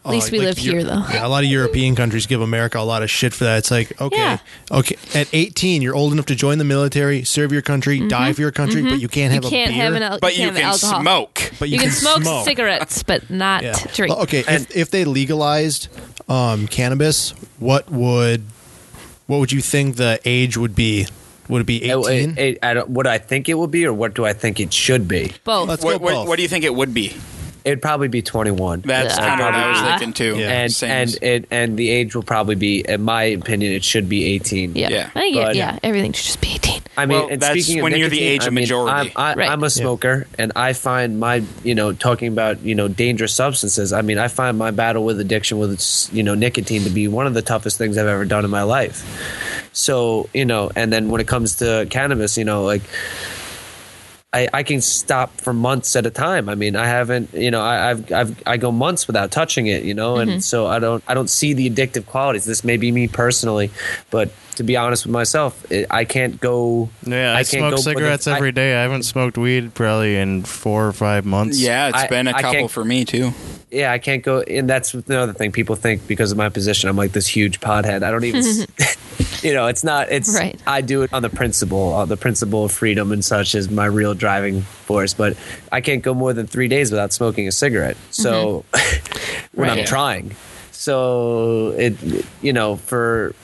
[SPEAKER 8] uh,
[SPEAKER 5] At least we live here, though.
[SPEAKER 8] Yeah, a lot of European countries give America a lot of shit for that. It's like okay,
[SPEAKER 5] Yeah.
[SPEAKER 8] okay, at 18 you're old enough to join the military, serve your country, die for your country, but you
[SPEAKER 5] Mm-hmm.
[SPEAKER 8] can't
[SPEAKER 5] You
[SPEAKER 8] have
[SPEAKER 5] can't
[SPEAKER 8] a beer.
[SPEAKER 5] have an al-
[SPEAKER 3] But you
[SPEAKER 5] can't
[SPEAKER 3] can
[SPEAKER 5] have alcohol.
[SPEAKER 3] smoke.
[SPEAKER 8] but
[SPEAKER 5] You, can, smoke, cigarettes, but not
[SPEAKER 8] Yeah.
[SPEAKER 5] drink.
[SPEAKER 8] Well, okay, if, if they legalized um, cannabis, what would what would you think the age would be? Would it be
[SPEAKER 7] Oh,
[SPEAKER 8] 18?
[SPEAKER 7] I don't, what I think it will be, or what do I think it should be?
[SPEAKER 5] Both.
[SPEAKER 8] Let's
[SPEAKER 3] What,
[SPEAKER 8] go
[SPEAKER 3] what,
[SPEAKER 8] both.
[SPEAKER 3] what do you think it would be?
[SPEAKER 7] It'd probably be twenty-one.
[SPEAKER 3] That's kind of what I was
[SPEAKER 5] Ah.
[SPEAKER 3] thinking too.
[SPEAKER 8] Yeah.
[SPEAKER 7] and
[SPEAKER 3] Same
[SPEAKER 7] and
[SPEAKER 3] as-
[SPEAKER 7] it and the age will probably be, in my opinion, it should be eighteen.
[SPEAKER 5] yeah.
[SPEAKER 3] yeah.
[SPEAKER 5] I think, yeah,
[SPEAKER 7] But-
[SPEAKER 5] yeah, everything should just be 18.
[SPEAKER 7] I mean,
[SPEAKER 3] Well,
[SPEAKER 7] and
[SPEAKER 3] that's
[SPEAKER 7] speaking of
[SPEAKER 3] when you're the
[SPEAKER 7] nicotine,
[SPEAKER 3] age of
[SPEAKER 7] I mean,
[SPEAKER 3] majority.
[SPEAKER 7] I'm, I,
[SPEAKER 5] Right.
[SPEAKER 7] I'm a smoker, and I find my, you know, talking about you know dangerous substances. I mean, I find my battle with addiction with its, you know nicotine to be one of the toughest things I've ever done in my life. So you know, and then when it comes to cannabis, you know, like. I, I can stop for months at a time. I mean, I haven't, you know, I, I've, I've, I go months without touching it, you know, and so I don't, I don't see the addictive qualities. This may be me personally, but to be honest with myself, it, I can't go.
[SPEAKER 4] yeah, I,
[SPEAKER 7] can't
[SPEAKER 4] smoke
[SPEAKER 7] go-
[SPEAKER 4] cigarettes
[SPEAKER 7] I-
[SPEAKER 4] every day. I haven't smoked weed probably in four or five months.
[SPEAKER 3] yeah, it's
[SPEAKER 7] I-
[SPEAKER 3] been a
[SPEAKER 7] I
[SPEAKER 3] couple
[SPEAKER 7] can't-
[SPEAKER 3] for me too.
[SPEAKER 7] yeah, I can't go, and that's another thing people think because of my position. I'm like this huge pothead. I don't even, s- you know, it's not. It's
[SPEAKER 5] Mm-hmm. Right.
[SPEAKER 7] I do it on the principle, uh, the principle of freedom and such is my real driving force. But I can't go more than three days without smoking a cigarette. So when
[SPEAKER 5] Mm-hmm.
[SPEAKER 7] I'm
[SPEAKER 5] Right.
[SPEAKER 7] trying, so it, you know, for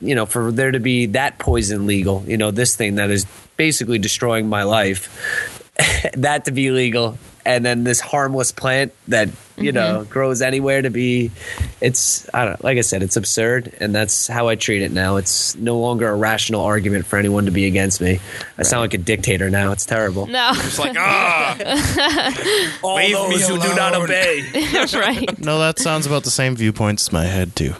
[SPEAKER 7] you know, for there to be that poison legal, you know, this thing that is basically destroying my life, that to be legal, and then this harmless plant that you know grows anywhere to be, it's I don't like I said, it's absurd, and that's how I treat it now. It's no longer a rational argument for anyone to be against me. I sound like a dictator now. It's terrible.
[SPEAKER 5] No,
[SPEAKER 3] It's like ah,
[SPEAKER 7] All
[SPEAKER 3] leave me
[SPEAKER 7] who do not
[SPEAKER 3] alone.
[SPEAKER 7] obey.
[SPEAKER 5] right.
[SPEAKER 4] No, that sounds about the same viewpoints in my head too.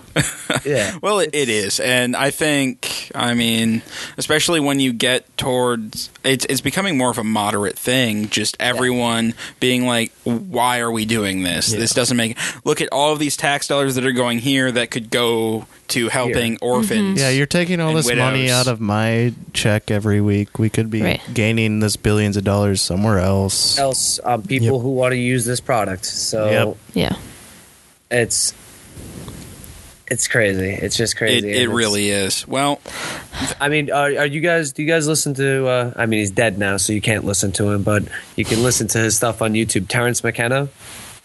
[SPEAKER 7] yeah.
[SPEAKER 3] Well, it, it is, and I think I mean, especially when you get towards it's it's becoming more of a moderate thing. Just everyone being like, why are we doing this? This doesn't make. Look at all of these tax dollars that are going here that could go to helping orphans.
[SPEAKER 4] Yeah, you're taking all
[SPEAKER 3] And
[SPEAKER 4] this money
[SPEAKER 3] widows.
[SPEAKER 4] out of my check every week. We could be
[SPEAKER 5] Right.
[SPEAKER 4] gaining this billions of dollars somewhere else.
[SPEAKER 7] else um, people who want to use this product. So
[SPEAKER 5] Yeah.
[SPEAKER 7] it's it's crazy. It's just
[SPEAKER 3] It,
[SPEAKER 7] crazy.
[SPEAKER 3] it
[SPEAKER 7] And it's-
[SPEAKER 3] really is. Well,
[SPEAKER 7] I mean, are, are you guys? Do you guys listen to? Uh, I mean, he's dead now, so you can't listen to him, but you can listen to his stuff on YouTube. Terrence McKenna,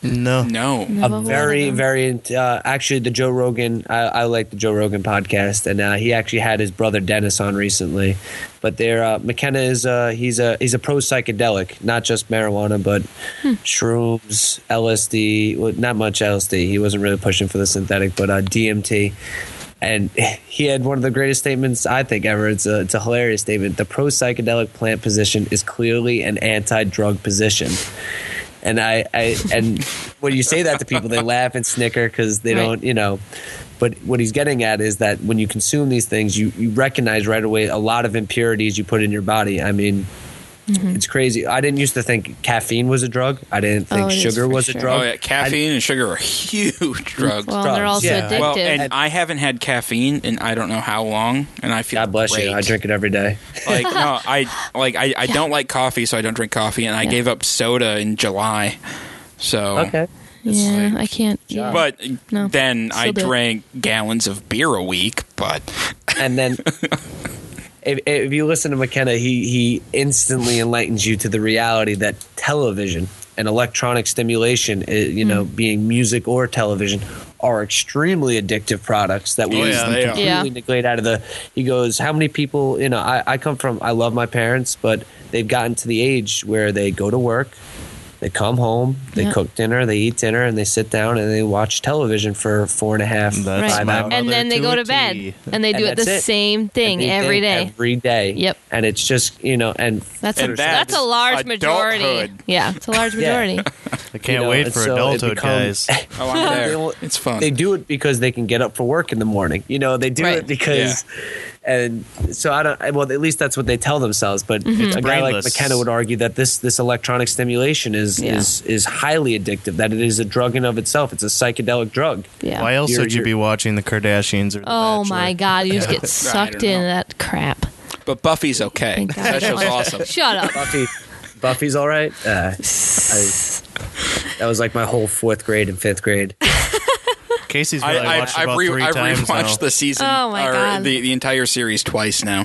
[SPEAKER 4] No.
[SPEAKER 3] no.
[SPEAKER 5] Never
[SPEAKER 7] a
[SPEAKER 5] will
[SPEAKER 7] very,
[SPEAKER 5] know.
[SPEAKER 7] very uh, actually the Joe Rogan. I, I like the Joe Rogan podcast, and uh, he actually had his brother Dennis on recently. But there, uh, McKenna is uh, he's a he's a pro psychedelic, not just marijuana, but shrooms, LSD. Well, not much LSD. He wasn't really pushing for the synthetic, but uh, DMT. And he had one of the greatest statements I think ever. It's a, it's a hilarious statement. The pro psychedelic plant position is clearly an anti drug position and I, I and when you say that to people, they laugh and snicker because they
[SPEAKER 5] Right.
[SPEAKER 7] don't, you know. But what he's getting at is that when you consume these things, you you recognize right away a lot of impurities you put in your body. I mean.
[SPEAKER 5] Mm-hmm.
[SPEAKER 7] It's crazy. I didn't used to think caffeine was a drug. I didn't think
[SPEAKER 5] Oh, it is for
[SPEAKER 7] sugar was a
[SPEAKER 5] sure.
[SPEAKER 7] drug.
[SPEAKER 3] Oh yeah, caffeine and sugar are huge drugs.
[SPEAKER 5] Well, they're also
[SPEAKER 7] Yeah.
[SPEAKER 5] addictive.
[SPEAKER 3] Well, and I haven't had caffeine in I don't know how long, and I feel
[SPEAKER 7] God bless you.
[SPEAKER 3] great.
[SPEAKER 7] I drink it every day.
[SPEAKER 3] like no, I like I, I don't like coffee, so I don't drink coffee, and I
[SPEAKER 5] Yeah.
[SPEAKER 3] gave up soda in July. So
[SPEAKER 7] Okay.
[SPEAKER 5] yeah, I can't. Yeah.
[SPEAKER 3] but
[SPEAKER 5] No.
[SPEAKER 3] then I
[SPEAKER 5] Still do it.
[SPEAKER 3] drank gallons of beer a week. But
[SPEAKER 7] and then if, if you listen to McKenna, he he instantly enlightens you to the reality that television and electronic stimulation, eh,
[SPEAKER 5] Hmm.
[SPEAKER 7] you know, being music or television, are extremely addictive products that we
[SPEAKER 3] Oh, yeah, they are.
[SPEAKER 7] completely
[SPEAKER 5] Yeah.
[SPEAKER 7] neglect out of the. He goes, how many people? You know, I, I come from. I love my parents, but they've gotten to the age where they go to work. They come home, they
[SPEAKER 5] Yeah.
[SPEAKER 7] cook dinner, they eat dinner, and they sit down and they watch television for four and a half,
[SPEAKER 4] That's
[SPEAKER 7] five
[SPEAKER 4] my
[SPEAKER 7] hours.
[SPEAKER 5] and then they
[SPEAKER 4] to
[SPEAKER 5] go
[SPEAKER 4] a
[SPEAKER 5] to bed
[SPEAKER 4] T.
[SPEAKER 5] and they do
[SPEAKER 7] And
[SPEAKER 5] it the
[SPEAKER 7] that's it.
[SPEAKER 5] same thing
[SPEAKER 7] They
[SPEAKER 5] every
[SPEAKER 7] did
[SPEAKER 5] day.
[SPEAKER 7] Every day.
[SPEAKER 5] Yep.
[SPEAKER 7] And it's just you know, and
[SPEAKER 5] That's a,
[SPEAKER 3] And that's
[SPEAKER 5] that's a large majority.
[SPEAKER 3] adulthood.
[SPEAKER 5] Yeah, it's a large majority.
[SPEAKER 4] I can't
[SPEAKER 7] You know,
[SPEAKER 4] wait
[SPEAKER 7] and
[SPEAKER 4] for
[SPEAKER 7] so it
[SPEAKER 4] adulthood,
[SPEAKER 7] becomes-
[SPEAKER 4] guys.
[SPEAKER 3] oh, I'm
[SPEAKER 7] They
[SPEAKER 3] there.
[SPEAKER 7] will-
[SPEAKER 3] It's fun.
[SPEAKER 7] they do it because they can get up for work in the morning. You know, they do
[SPEAKER 5] Right.
[SPEAKER 7] it because, and so I don't. Well, at least that's what they tell themselves. But
[SPEAKER 5] Mm-hmm.
[SPEAKER 7] a guy like
[SPEAKER 4] brainless.
[SPEAKER 7] McKenna would argue that this this electronic stimulation is
[SPEAKER 5] Yeah.
[SPEAKER 7] is is highly addictive. That it is a drug in of itself. It's a psychedelic drug.
[SPEAKER 5] yeah.
[SPEAKER 4] Why else
[SPEAKER 7] You're-
[SPEAKER 4] would you
[SPEAKER 7] you're-
[SPEAKER 4] be watching the Kardashians or the
[SPEAKER 5] oh my
[SPEAKER 4] Bachelor?
[SPEAKER 5] god, you just get
[SPEAKER 3] don't
[SPEAKER 5] sucked
[SPEAKER 3] know.
[SPEAKER 5] into that crap.
[SPEAKER 3] But Buffy's okay.
[SPEAKER 5] Thank God. I
[SPEAKER 3] That
[SPEAKER 5] don't
[SPEAKER 3] show's
[SPEAKER 5] like-
[SPEAKER 3] awesome.
[SPEAKER 5] Shut up.
[SPEAKER 7] Buffy, Buffy's all right. Uh, I, that was like my whole fourth grade and fifth grade.
[SPEAKER 4] Casey's
[SPEAKER 3] I,
[SPEAKER 4] really
[SPEAKER 3] I,
[SPEAKER 4] watched
[SPEAKER 3] I've,
[SPEAKER 4] about
[SPEAKER 3] re-
[SPEAKER 4] three
[SPEAKER 3] I've
[SPEAKER 4] times
[SPEAKER 3] rewatched
[SPEAKER 4] now.
[SPEAKER 3] the season
[SPEAKER 5] Oh, my
[SPEAKER 3] or
[SPEAKER 5] God.
[SPEAKER 3] The, the entire series twice now,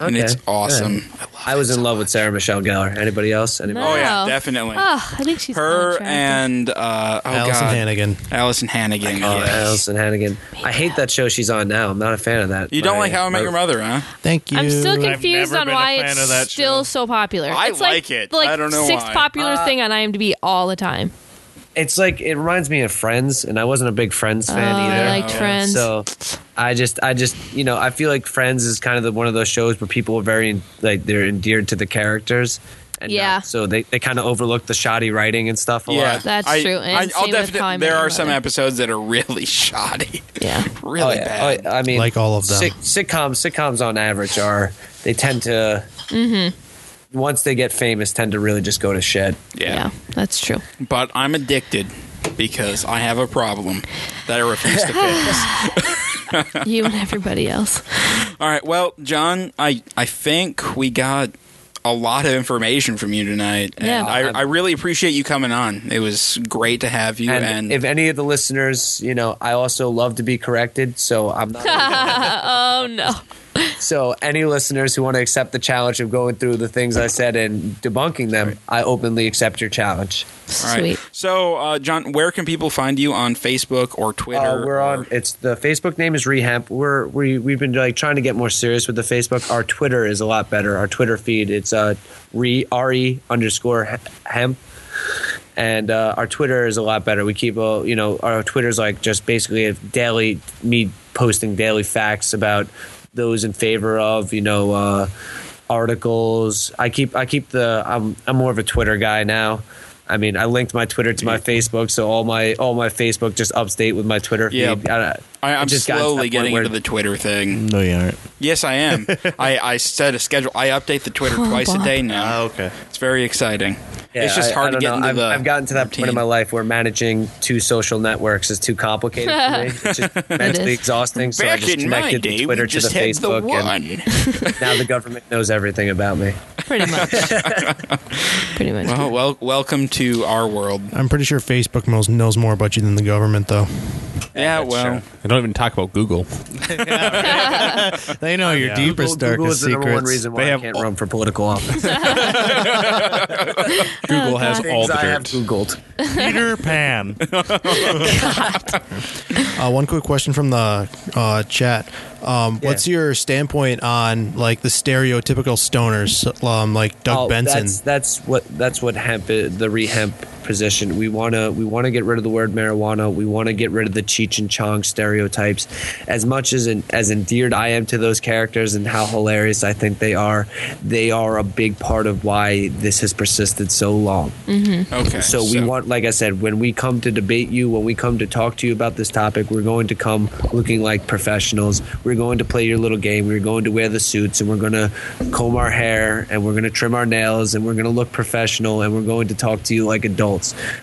[SPEAKER 3] and
[SPEAKER 7] Okay.
[SPEAKER 3] it's awesome. I love
[SPEAKER 7] I was in love with Sarah Michelle Gellar. Anybody else? Anybody?
[SPEAKER 3] Oh yeah,
[SPEAKER 5] Wow.
[SPEAKER 3] definitely.
[SPEAKER 5] Oh, I think she's
[SPEAKER 3] Her
[SPEAKER 5] unattractive.
[SPEAKER 3] and uh, oh
[SPEAKER 8] Allison
[SPEAKER 3] god,
[SPEAKER 8] Hannigan.
[SPEAKER 3] Allison Hannigan.
[SPEAKER 7] Oh,
[SPEAKER 3] yes.
[SPEAKER 7] Allison Hannigan. I hate that show she's on now. I'm not a fan of that.
[SPEAKER 3] You don't
[SPEAKER 7] My-
[SPEAKER 3] like How I Met
[SPEAKER 7] my-
[SPEAKER 3] Your Mother, huh?
[SPEAKER 8] Thank you.
[SPEAKER 5] I'm still
[SPEAKER 4] never
[SPEAKER 5] confused on
[SPEAKER 4] been a
[SPEAKER 5] why
[SPEAKER 4] fan of that
[SPEAKER 5] it's still
[SPEAKER 4] show.
[SPEAKER 5] so popular.
[SPEAKER 3] I
[SPEAKER 5] it's like,
[SPEAKER 3] like it.
[SPEAKER 5] Like
[SPEAKER 3] I don't know
[SPEAKER 5] sixth
[SPEAKER 3] why.
[SPEAKER 5] popular thing on IMDb all the time.
[SPEAKER 7] It's like it reminds me of Friends, and I wasn't a big Friends fan
[SPEAKER 5] Oh, I
[SPEAKER 7] either.
[SPEAKER 5] liked Friends.
[SPEAKER 7] So I just, I just, you know, I feel like Friends is kind of the, one of those shows where people are very like they're endeared to the characters. And
[SPEAKER 5] Yeah.
[SPEAKER 7] not- so they, they kind of overlook the shoddy writing and stuff a lot.
[SPEAKER 5] That's
[SPEAKER 3] I-
[SPEAKER 5] true, and
[SPEAKER 3] I,
[SPEAKER 5] same
[SPEAKER 3] I'll
[SPEAKER 5] with
[SPEAKER 3] definite-
[SPEAKER 5] How I Met
[SPEAKER 3] there
[SPEAKER 5] Your
[SPEAKER 3] are some
[SPEAKER 5] Mother.
[SPEAKER 3] episodes that are really shoddy,
[SPEAKER 5] Yeah.
[SPEAKER 3] really
[SPEAKER 7] oh, yeah.
[SPEAKER 3] bad.
[SPEAKER 7] Oh, I mean,
[SPEAKER 8] Like all of them.
[SPEAKER 7] sit- sitcoms, sitcoms on average are they tend to
[SPEAKER 5] Mm-hmm.
[SPEAKER 7] once they get famous tend to really just go to shit.
[SPEAKER 5] Yeah.
[SPEAKER 3] yeah.
[SPEAKER 5] that's true.
[SPEAKER 3] but I'm addicted because I have a problem that I refuse to fix.
[SPEAKER 5] You and everybody else.
[SPEAKER 3] All right, well, John, I I think we got a lot of information from you tonight, and
[SPEAKER 5] Yeah.
[SPEAKER 3] I, I really appreciate you coming on. It was great to have you,
[SPEAKER 7] And,
[SPEAKER 3] and,
[SPEAKER 7] if any of the listeners, you know, I also love to be corrected, so I'm not.
[SPEAKER 5] oh no.
[SPEAKER 7] so any listeners who want to accept the challenge of going through the things I said and debunking them, I openly accept your challenge.
[SPEAKER 3] all right.
[SPEAKER 5] Sweet.
[SPEAKER 3] So, uh, John, where can people find you on Facebook or Twitter?
[SPEAKER 7] Uh, we're
[SPEAKER 3] or-
[SPEAKER 7] on. It's the Facebook name is Rehemp. We're we we've been like trying to get more serious with the Facebook. Our Twitter is a lot better. Our Twitter feed it's uh re re underscore he- hemp. And uh, our Twitter is a lot better. We keep, uh, you know, our Twitter's like just basically a daily me posting daily facts about those in favor of, you know, uh, articles. I keep I keep the I'm I'm more of a Twitter guy now. I mean, I linked my Twitter to my Facebook, so all my all my Facebook just upstate with my Twitter
[SPEAKER 3] Yeah.
[SPEAKER 7] feed. I,
[SPEAKER 3] I, I'm
[SPEAKER 7] it just got to
[SPEAKER 3] slowly
[SPEAKER 7] that point
[SPEAKER 3] getting
[SPEAKER 7] where-
[SPEAKER 3] into the Twitter thing.
[SPEAKER 4] No, you aren't.
[SPEAKER 3] Yes, I am. I, I set a schedule. I update the Twitter
[SPEAKER 5] Oh,
[SPEAKER 3] twice a
[SPEAKER 5] Bob.
[SPEAKER 3] day now.
[SPEAKER 4] Ah, okay.
[SPEAKER 3] It's very exciting.
[SPEAKER 7] Oh, Yeah,
[SPEAKER 3] it's just
[SPEAKER 7] I-
[SPEAKER 3] hard
[SPEAKER 7] I
[SPEAKER 3] to
[SPEAKER 7] don't
[SPEAKER 3] get
[SPEAKER 7] know.
[SPEAKER 3] into
[SPEAKER 7] I've,
[SPEAKER 3] the.
[SPEAKER 7] I've gotten to that point
[SPEAKER 3] routine.
[SPEAKER 7] in my life where managing two social networks is too complicated for me. It's just mentally
[SPEAKER 5] is.
[SPEAKER 7] exhausting. So I
[SPEAKER 3] Back
[SPEAKER 7] just
[SPEAKER 3] in my
[SPEAKER 7] connected
[SPEAKER 3] day,
[SPEAKER 7] the Twitter
[SPEAKER 3] we
[SPEAKER 7] to the
[SPEAKER 3] just had the
[SPEAKER 7] Facebook,
[SPEAKER 3] one.
[SPEAKER 7] and now the government knows everything about me.
[SPEAKER 5] Pretty much. Pretty much.
[SPEAKER 3] well, Oh, well, welcome to our world.
[SPEAKER 8] I'm pretty sure Facebook knows, knows more about you than the government, though.
[SPEAKER 3] Yeah,
[SPEAKER 7] that's
[SPEAKER 3] well,
[SPEAKER 6] I don't even talk about Google.
[SPEAKER 5] Oh,
[SPEAKER 4] They know your deepest,
[SPEAKER 7] Google
[SPEAKER 4] darkest
[SPEAKER 7] is the number one
[SPEAKER 4] secrets.
[SPEAKER 7] reason why
[SPEAKER 6] They
[SPEAKER 7] I
[SPEAKER 6] have
[SPEAKER 7] can't
[SPEAKER 6] all-
[SPEAKER 7] run for political office.
[SPEAKER 6] Google has
[SPEAKER 7] Things
[SPEAKER 6] all the
[SPEAKER 7] I have
[SPEAKER 6] dirt.
[SPEAKER 7] Googled.
[SPEAKER 4] Peter Pan.
[SPEAKER 8] Uh, one quick question from the uh, chat. Um,
[SPEAKER 7] Yeah.
[SPEAKER 8] What's your standpoint on like the stereotypical stoners, um, like Doug
[SPEAKER 7] Oh,
[SPEAKER 8] Benson?
[SPEAKER 7] That's, that's what that's what hemp i- the rehemp position. We wanna we wanna get rid of the word marijuana. We wanna get rid of the Cheech and Chong stereotypes. As much as en- as endeared I am to those characters and how hilarious I think they are, they are a big part of why this has persisted so long.
[SPEAKER 3] okay.
[SPEAKER 7] So we want, like I said, when we come to debate you, when we come to talk to you about this topic, we're going to come looking like professionals. We're going to play your little game. We're going to wear the suits and we're going to comb our hair and we're going to trim our nails and we're going to look professional and we're going to talk to you like adults.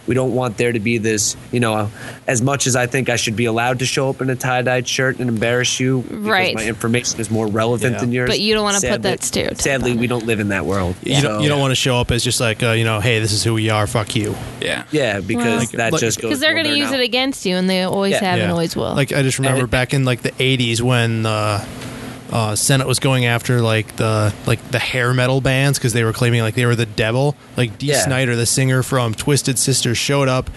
[SPEAKER 7] We don't want there to be this, you know, as much as I think I should be allowed to show up in a tie dyed shirt and embarrass you because
[SPEAKER 5] Right.
[SPEAKER 7] my information is more relevant than yours.
[SPEAKER 5] But you don't wanna put
[SPEAKER 7] sadly-
[SPEAKER 5] that stereotype
[SPEAKER 7] Sadly,
[SPEAKER 5] on
[SPEAKER 7] we
[SPEAKER 5] it.
[SPEAKER 7] don't live in that world.
[SPEAKER 8] you don't, you
[SPEAKER 7] So-
[SPEAKER 8] don't want to show up as just like uh, you know, hey, this is who we are. Fuck you.
[SPEAKER 3] yeah.
[SPEAKER 7] yeah, because
[SPEAKER 5] Well-
[SPEAKER 7] that
[SPEAKER 8] Like-
[SPEAKER 7] just goes
[SPEAKER 5] Because they're going to
[SPEAKER 7] wondering
[SPEAKER 5] use
[SPEAKER 7] out.
[SPEAKER 5] it against you, and they always
[SPEAKER 7] Yeah.
[SPEAKER 5] have
[SPEAKER 8] Yeah.
[SPEAKER 5] and always will.
[SPEAKER 8] Like I just remember back in like the '80s when uh, uh, Senate was going after like the like the hair metal bands because they were claiming like they were the devil. Like Dee
[SPEAKER 7] Yeah.
[SPEAKER 8] Snyder, the singer from Twisted Sister, showed up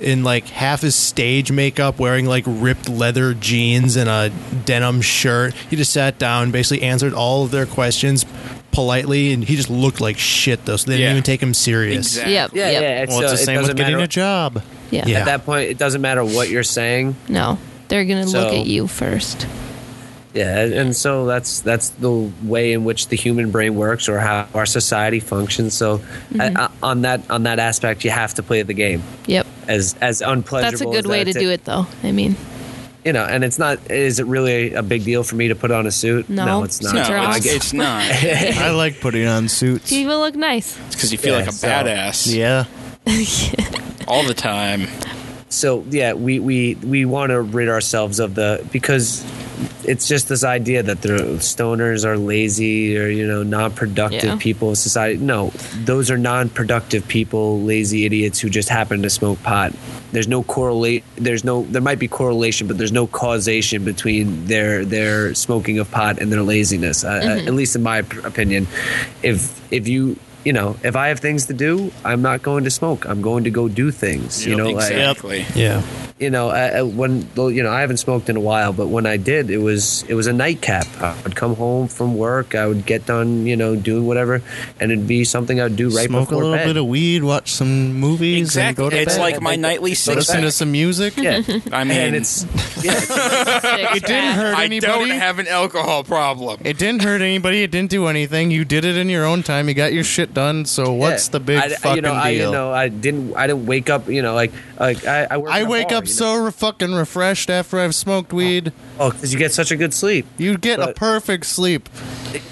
[SPEAKER 8] in like half his stage makeup, wearing like ripped leather jeans and a denim shirt. He just sat down, basically answered all of their questions politely, and he just looked like shit though. So they
[SPEAKER 3] Yeah.
[SPEAKER 8] didn't even take him serious.
[SPEAKER 3] Exactly.
[SPEAKER 5] yep.
[SPEAKER 7] Yeah,
[SPEAKER 5] yep.
[SPEAKER 7] yeah.
[SPEAKER 4] Well, it's the
[SPEAKER 7] it
[SPEAKER 4] same with
[SPEAKER 7] doesn't
[SPEAKER 4] getting
[SPEAKER 7] matter-
[SPEAKER 4] a job.
[SPEAKER 5] Yeah.
[SPEAKER 8] Yeah.
[SPEAKER 7] At that point, it doesn't matter what you're saying.
[SPEAKER 5] No, they're going to look
[SPEAKER 7] So-
[SPEAKER 5] at you first.
[SPEAKER 7] Yeah, and- and so that's that's the way in which the human brain works or how our society functions. So
[SPEAKER 5] Mm-hmm.
[SPEAKER 7] uh, on that on that aspect, you have to play the game.
[SPEAKER 5] Yep.
[SPEAKER 7] As as unpleasurable.
[SPEAKER 5] That's a good
[SPEAKER 7] as
[SPEAKER 5] way to
[SPEAKER 7] that
[SPEAKER 5] do it, though. I mean,
[SPEAKER 7] You know, and it's not. Is it really a big deal for me to put on a suit?
[SPEAKER 5] No.
[SPEAKER 7] it's
[SPEAKER 5] No,
[SPEAKER 7] not.
[SPEAKER 5] Suits are
[SPEAKER 3] No, it's,
[SPEAKER 5] awesome.
[SPEAKER 3] it's not.
[SPEAKER 4] I like putting on suits.
[SPEAKER 5] people look nice.
[SPEAKER 3] It's because you feel
[SPEAKER 7] Yeah,
[SPEAKER 3] like a
[SPEAKER 7] so-
[SPEAKER 3] badass
[SPEAKER 4] Yeah.
[SPEAKER 3] all the time.
[SPEAKER 7] so yeah we we we want to rid ourselves of the because it's just this idea that the stoners are lazy or you know non-productive
[SPEAKER 5] Yeah.
[SPEAKER 7] people in society no those are non-productive people lazy idiots who just happen to smoke pot there's no correlate there's no there might be correlation but there's no causation between their their smoking of pot and their laziness uh, uh, at least in my p- opinion if if you you know if i have things to do i'm not going to smoke i'm going to go do things you know like
[SPEAKER 3] exactly.
[SPEAKER 8] Yeah.
[SPEAKER 7] you know, I, I- when well, you know, I haven't smoked in a while, but when I did, it was it was a nightcap. I would come home from work, I would get done, you know, doing whatever, and it'd be something I'd do right
[SPEAKER 4] Smoke a
[SPEAKER 7] before
[SPEAKER 4] little
[SPEAKER 7] bed.
[SPEAKER 4] bit of weed, watch some movies, and
[SPEAKER 3] Exactly.
[SPEAKER 4] go to
[SPEAKER 3] It's
[SPEAKER 4] bed.
[SPEAKER 3] like my nightly six
[SPEAKER 4] listen
[SPEAKER 3] pack.
[SPEAKER 4] to some music.
[SPEAKER 7] yeah,
[SPEAKER 3] I mean,
[SPEAKER 7] and it's yeah,
[SPEAKER 5] it didn't
[SPEAKER 4] hurt
[SPEAKER 3] I
[SPEAKER 4] anybody.
[SPEAKER 3] don't have an alcohol problem.
[SPEAKER 4] It didn't hurt anybody. It didn't do anything. You did it in your own time. You got your shit done. So what's
[SPEAKER 7] yeah.
[SPEAKER 4] the big
[SPEAKER 7] I,
[SPEAKER 4] fucking
[SPEAKER 7] you know, I,
[SPEAKER 4] deal?
[SPEAKER 7] you know, I didn't, I didn't wake up, you know, like like I I, work
[SPEAKER 4] I
[SPEAKER 7] in a
[SPEAKER 4] wake
[SPEAKER 7] bar,
[SPEAKER 4] up
[SPEAKER 7] you know?
[SPEAKER 4] so re- fucking refreshed after I've smoked weed.
[SPEAKER 7] oh because you get such a good sleep.
[SPEAKER 4] You get a
[SPEAKER 7] But-
[SPEAKER 4] perfect sleep.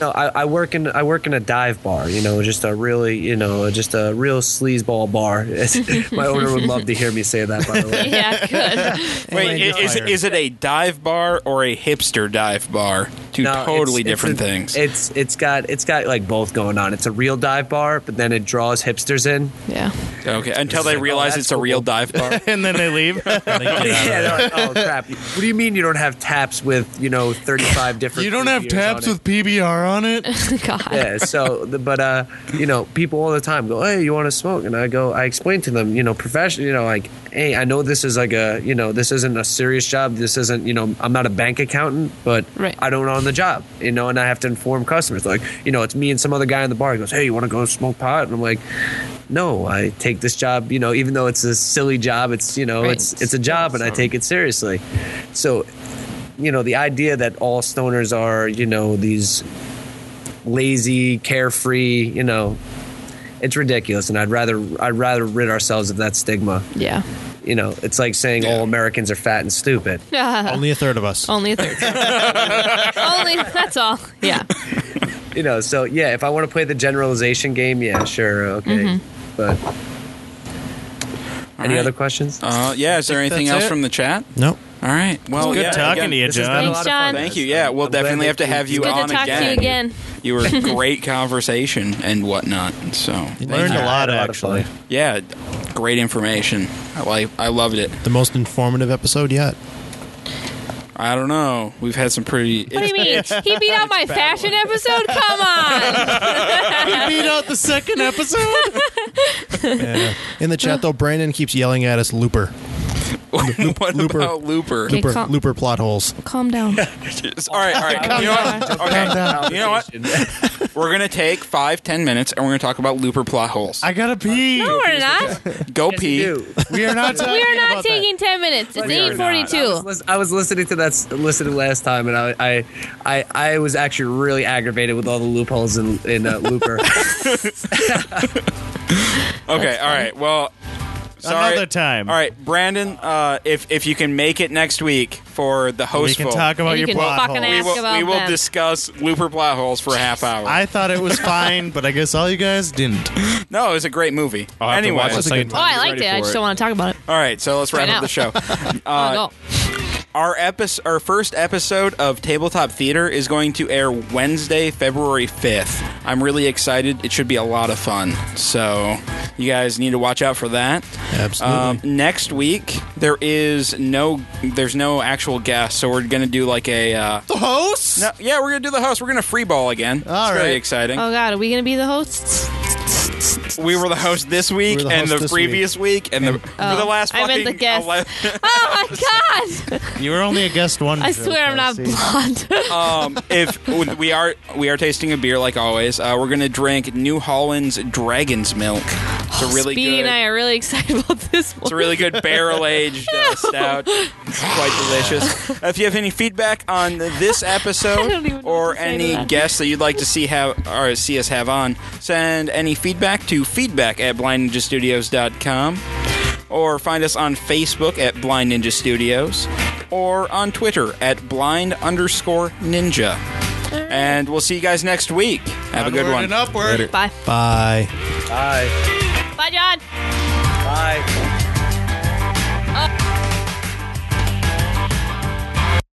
[SPEAKER 7] No, I, I work in I work in a dive bar. You know, just a really you know just a real sleazeball bar. My owner would love to hear me say that. By the way.
[SPEAKER 5] Yeah, good.
[SPEAKER 3] Wait, i- is,
[SPEAKER 8] fire.
[SPEAKER 3] is it a dive bar or a hipster dive bar? Two
[SPEAKER 7] No,
[SPEAKER 3] totally
[SPEAKER 7] it's-
[SPEAKER 3] different
[SPEAKER 7] it's a-
[SPEAKER 3] things.
[SPEAKER 7] It's it's got it's got like both going on. It's a real dive bar, but then it draws hipsters in.
[SPEAKER 5] Yeah.
[SPEAKER 3] okay, until they
[SPEAKER 7] like, oh,
[SPEAKER 3] realize
[SPEAKER 7] that's
[SPEAKER 3] it's a real
[SPEAKER 7] cool.
[SPEAKER 3] dive bar.
[SPEAKER 4] And then they leave.
[SPEAKER 7] yeah, they're like, oh crap! What do you mean you don't have taps with you know thirty five different?
[SPEAKER 4] you don't have
[SPEAKER 7] beers on
[SPEAKER 4] tabs
[SPEAKER 7] it?
[SPEAKER 4] with PBR on it.
[SPEAKER 5] God.
[SPEAKER 7] Yeah, so the- but uh, you know, people all the time go, "Hey, you want to smoke?" And I go, I explain to them, you know, professional, you know, like, "Hey, I know this is like a, you know, this isn't a serious job. This isn't, you know, I'm not a bank accountant, but
[SPEAKER 5] Right.
[SPEAKER 7] I don't own the job, you know, and I have to inform customers, like, you know, it's me and some other guy in the bar. He goes, "Hey, you want to go smoke pot?" And I'm like. No, I take this job, you know, even though it's a silly job, it's, you know,
[SPEAKER 5] Right.
[SPEAKER 7] it's it's a job and I
[SPEAKER 5] Awesome.
[SPEAKER 7] take it seriously. So, you know, the idea that all stoners are, you know, these lazy, carefree, you know, it's ridiculous. And I'd rather I'd rather rid ourselves of that stigma.
[SPEAKER 5] Yeah.
[SPEAKER 7] You know, it's like saying all Americans are fat and stupid.
[SPEAKER 8] Only a third of us.
[SPEAKER 5] Only a third. Only that's all. Yeah.
[SPEAKER 7] You know, so yeah, if I want to play the generalization game, yeah, sure, okay. But any
[SPEAKER 3] right.
[SPEAKER 7] other questions?
[SPEAKER 3] Uh, yeah, is there anything
[SPEAKER 4] that's
[SPEAKER 3] else
[SPEAKER 4] it.
[SPEAKER 3] from the chat?
[SPEAKER 8] Nope.
[SPEAKER 3] All right. Well,
[SPEAKER 4] Good
[SPEAKER 3] yeah,
[SPEAKER 4] talking
[SPEAKER 3] again,
[SPEAKER 4] to you,
[SPEAKER 7] This has been a
[SPEAKER 4] John.
[SPEAKER 5] Thanks,
[SPEAKER 7] lot of
[SPEAKER 5] John.
[SPEAKER 7] fun.
[SPEAKER 3] Thank you. Yeah, we'll
[SPEAKER 7] I'm glad
[SPEAKER 3] definitely
[SPEAKER 7] that
[SPEAKER 3] have to have you
[SPEAKER 5] Good
[SPEAKER 3] on
[SPEAKER 5] to talk
[SPEAKER 3] again.
[SPEAKER 5] to you again.
[SPEAKER 3] You were great conversation and whatnot. So
[SPEAKER 4] Learned a
[SPEAKER 7] I had
[SPEAKER 4] lot,
[SPEAKER 7] a lot of
[SPEAKER 4] actually.
[SPEAKER 7] fun.
[SPEAKER 3] yeah, great information. I like. I loved it.
[SPEAKER 8] The most informative episode yet.
[SPEAKER 3] I don't know. We've had some pretty.
[SPEAKER 5] What do you mean? He beat out my fashion episode? Come on.
[SPEAKER 8] beat out the second episode. In the chat though, Brandon keeps yelling at us Looper.
[SPEAKER 3] what
[SPEAKER 8] Looper.
[SPEAKER 3] about Looper?
[SPEAKER 5] Okay,
[SPEAKER 8] Looper,
[SPEAKER 5] calm-
[SPEAKER 8] looper plot holes.
[SPEAKER 5] Calm down.
[SPEAKER 3] All right, all right. You know what? Okay, you know what? We're gonna take five, ten minutes, and we're gonna talk about Looper plot holes.
[SPEAKER 8] I gotta pee.
[SPEAKER 5] No, we're not.
[SPEAKER 3] Go
[SPEAKER 7] Yes,
[SPEAKER 3] pee.
[SPEAKER 7] you do.
[SPEAKER 8] We are not
[SPEAKER 5] We are not taking 10 minutes. It's
[SPEAKER 3] We are not.
[SPEAKER 7] I was,
[SPEAKER 5] 842.
[SPEAKER 7] lis- I was listening to that s- listening last time, and I, I, I, I was actually really aggravated with all the loopholes in, in uh, Looper.
[SPEAKER 3] Okay, all right. Well, sorry.
[SPEAKER 4] Another time.
[SPEAKER 3] All right, Brandon. Uh, if if you can make it next week for the
[SPEAKER 4] We
[SPEAKER 3] host,
[SPEAKER 4] can talk about
[SPEAKER 5] And you
[SPEAKER 4] your
[SPEAKER 5] can
[SPEAKER 4] plot
[SPEAKER 5] fucking
[SPEAKER 4] hole.
[SPEAKER 3] We
[SPEAKER 5] ask
[SPEAKER 3] will,
[SPEAKER 5] about
[SPEAKER 3] we will
[SPEAKER 5] them.
[SPEAKER 3] discuss Looper plot holes for a half hour.
[SPEAKER 4] I thought it was fine, but I guess all you guys didn't.
[SPEAKER 3] no, it was a great movie.
[SPEAKER 6] I'll have
[SPEAKER 3] anyway,
[SPEAKER 6] to watch the second
[SPEAKER 5] Oh,
[SPEAKER 6] time.
[SPEAKER 5] I liked it. I just don't want to talk about it.
[SPEAKER 3] all right. So let's wrap
[SPEAKER 5] Right
[SPEAKER 3] up the show.
[SPEAKER 5] Oh, go.
[SPEAKER 3] Our episode, our first episode of Tabletop Theater is going to air Wednesday, February fifth. I'm really excited. It should be a lot of fun. So you guys need to watch out for that.
[SPEAKER 8] Absolutely.
[SPEAKER 3] Um, next week there is no, there's no actual guest, so we're gonna do like a. Uh,
[SPEAKER 8] the host.
[SPEAKER 3] no, yeah, we're gonna do the host. We're gonna free ball again.
[SPEAKER 8] All
[SPEAKER 3] it's very
[SPEAKER 8] right.
[SPEAKER 3] exciting.
[SPEAKER 5] Oh, God. Are we going to be the hosts?
[SPEAKER 3] we were the host this week
[SPEAKER 8] We were the
[SPEAKER 3] and
[SPEAKER 8] host
[SPEAKER 3] the
[SPEAKER 8] this
[SPEAKER 3] previous week, and the for the last.
[SPEAKER 5] Oh, I meant the
[SPEAKER 3] fucking
[SPEAKER 5] guest.
[SPEAKER 3] 11
[SPEAKER 5] Oh, my God.
[SPEAKER 4] You were only a guest one.
[SPEAKER 5] I swear I'm not blonde.
[SPEAKER 3] um, if we are we are tasting a beer like always, uh, we're gonna drink New Holland's Dragon's Milk. It's a really
[SPEAKER 5] Speedy
[SPEAKER 3] good.
[SPEAKER 5] and I are really excited about this one.
[SPEAKER 3] It's a really good barrel aged uh, stout. It's quite delicious. If you have any feedback on this
[SPEAKER 5] I don't even know
[SPEAKER 3] episode
[SPEAKER 5] what
[SPEAKER 3] or
[SPEAKER 5] to say to
[SPEAKER 3] any
[SPEAKER 5] that.
[SPEAKER 3] guests that you'd like to see have or see us have on, send any feedback to feedback at blindninjastudios.com or find us on Facebook at Blind Ninja Studios or on Twitter at blind underscore ninja. And we'll see you guys next week. Have a good one.
[SPEAKER 4] Upward.
[SPEAKER 5] Bye.
[SPEAKER 8] Bye.
[SPEAKER 7] Bye.
[SPEAKER 5] Bye, John.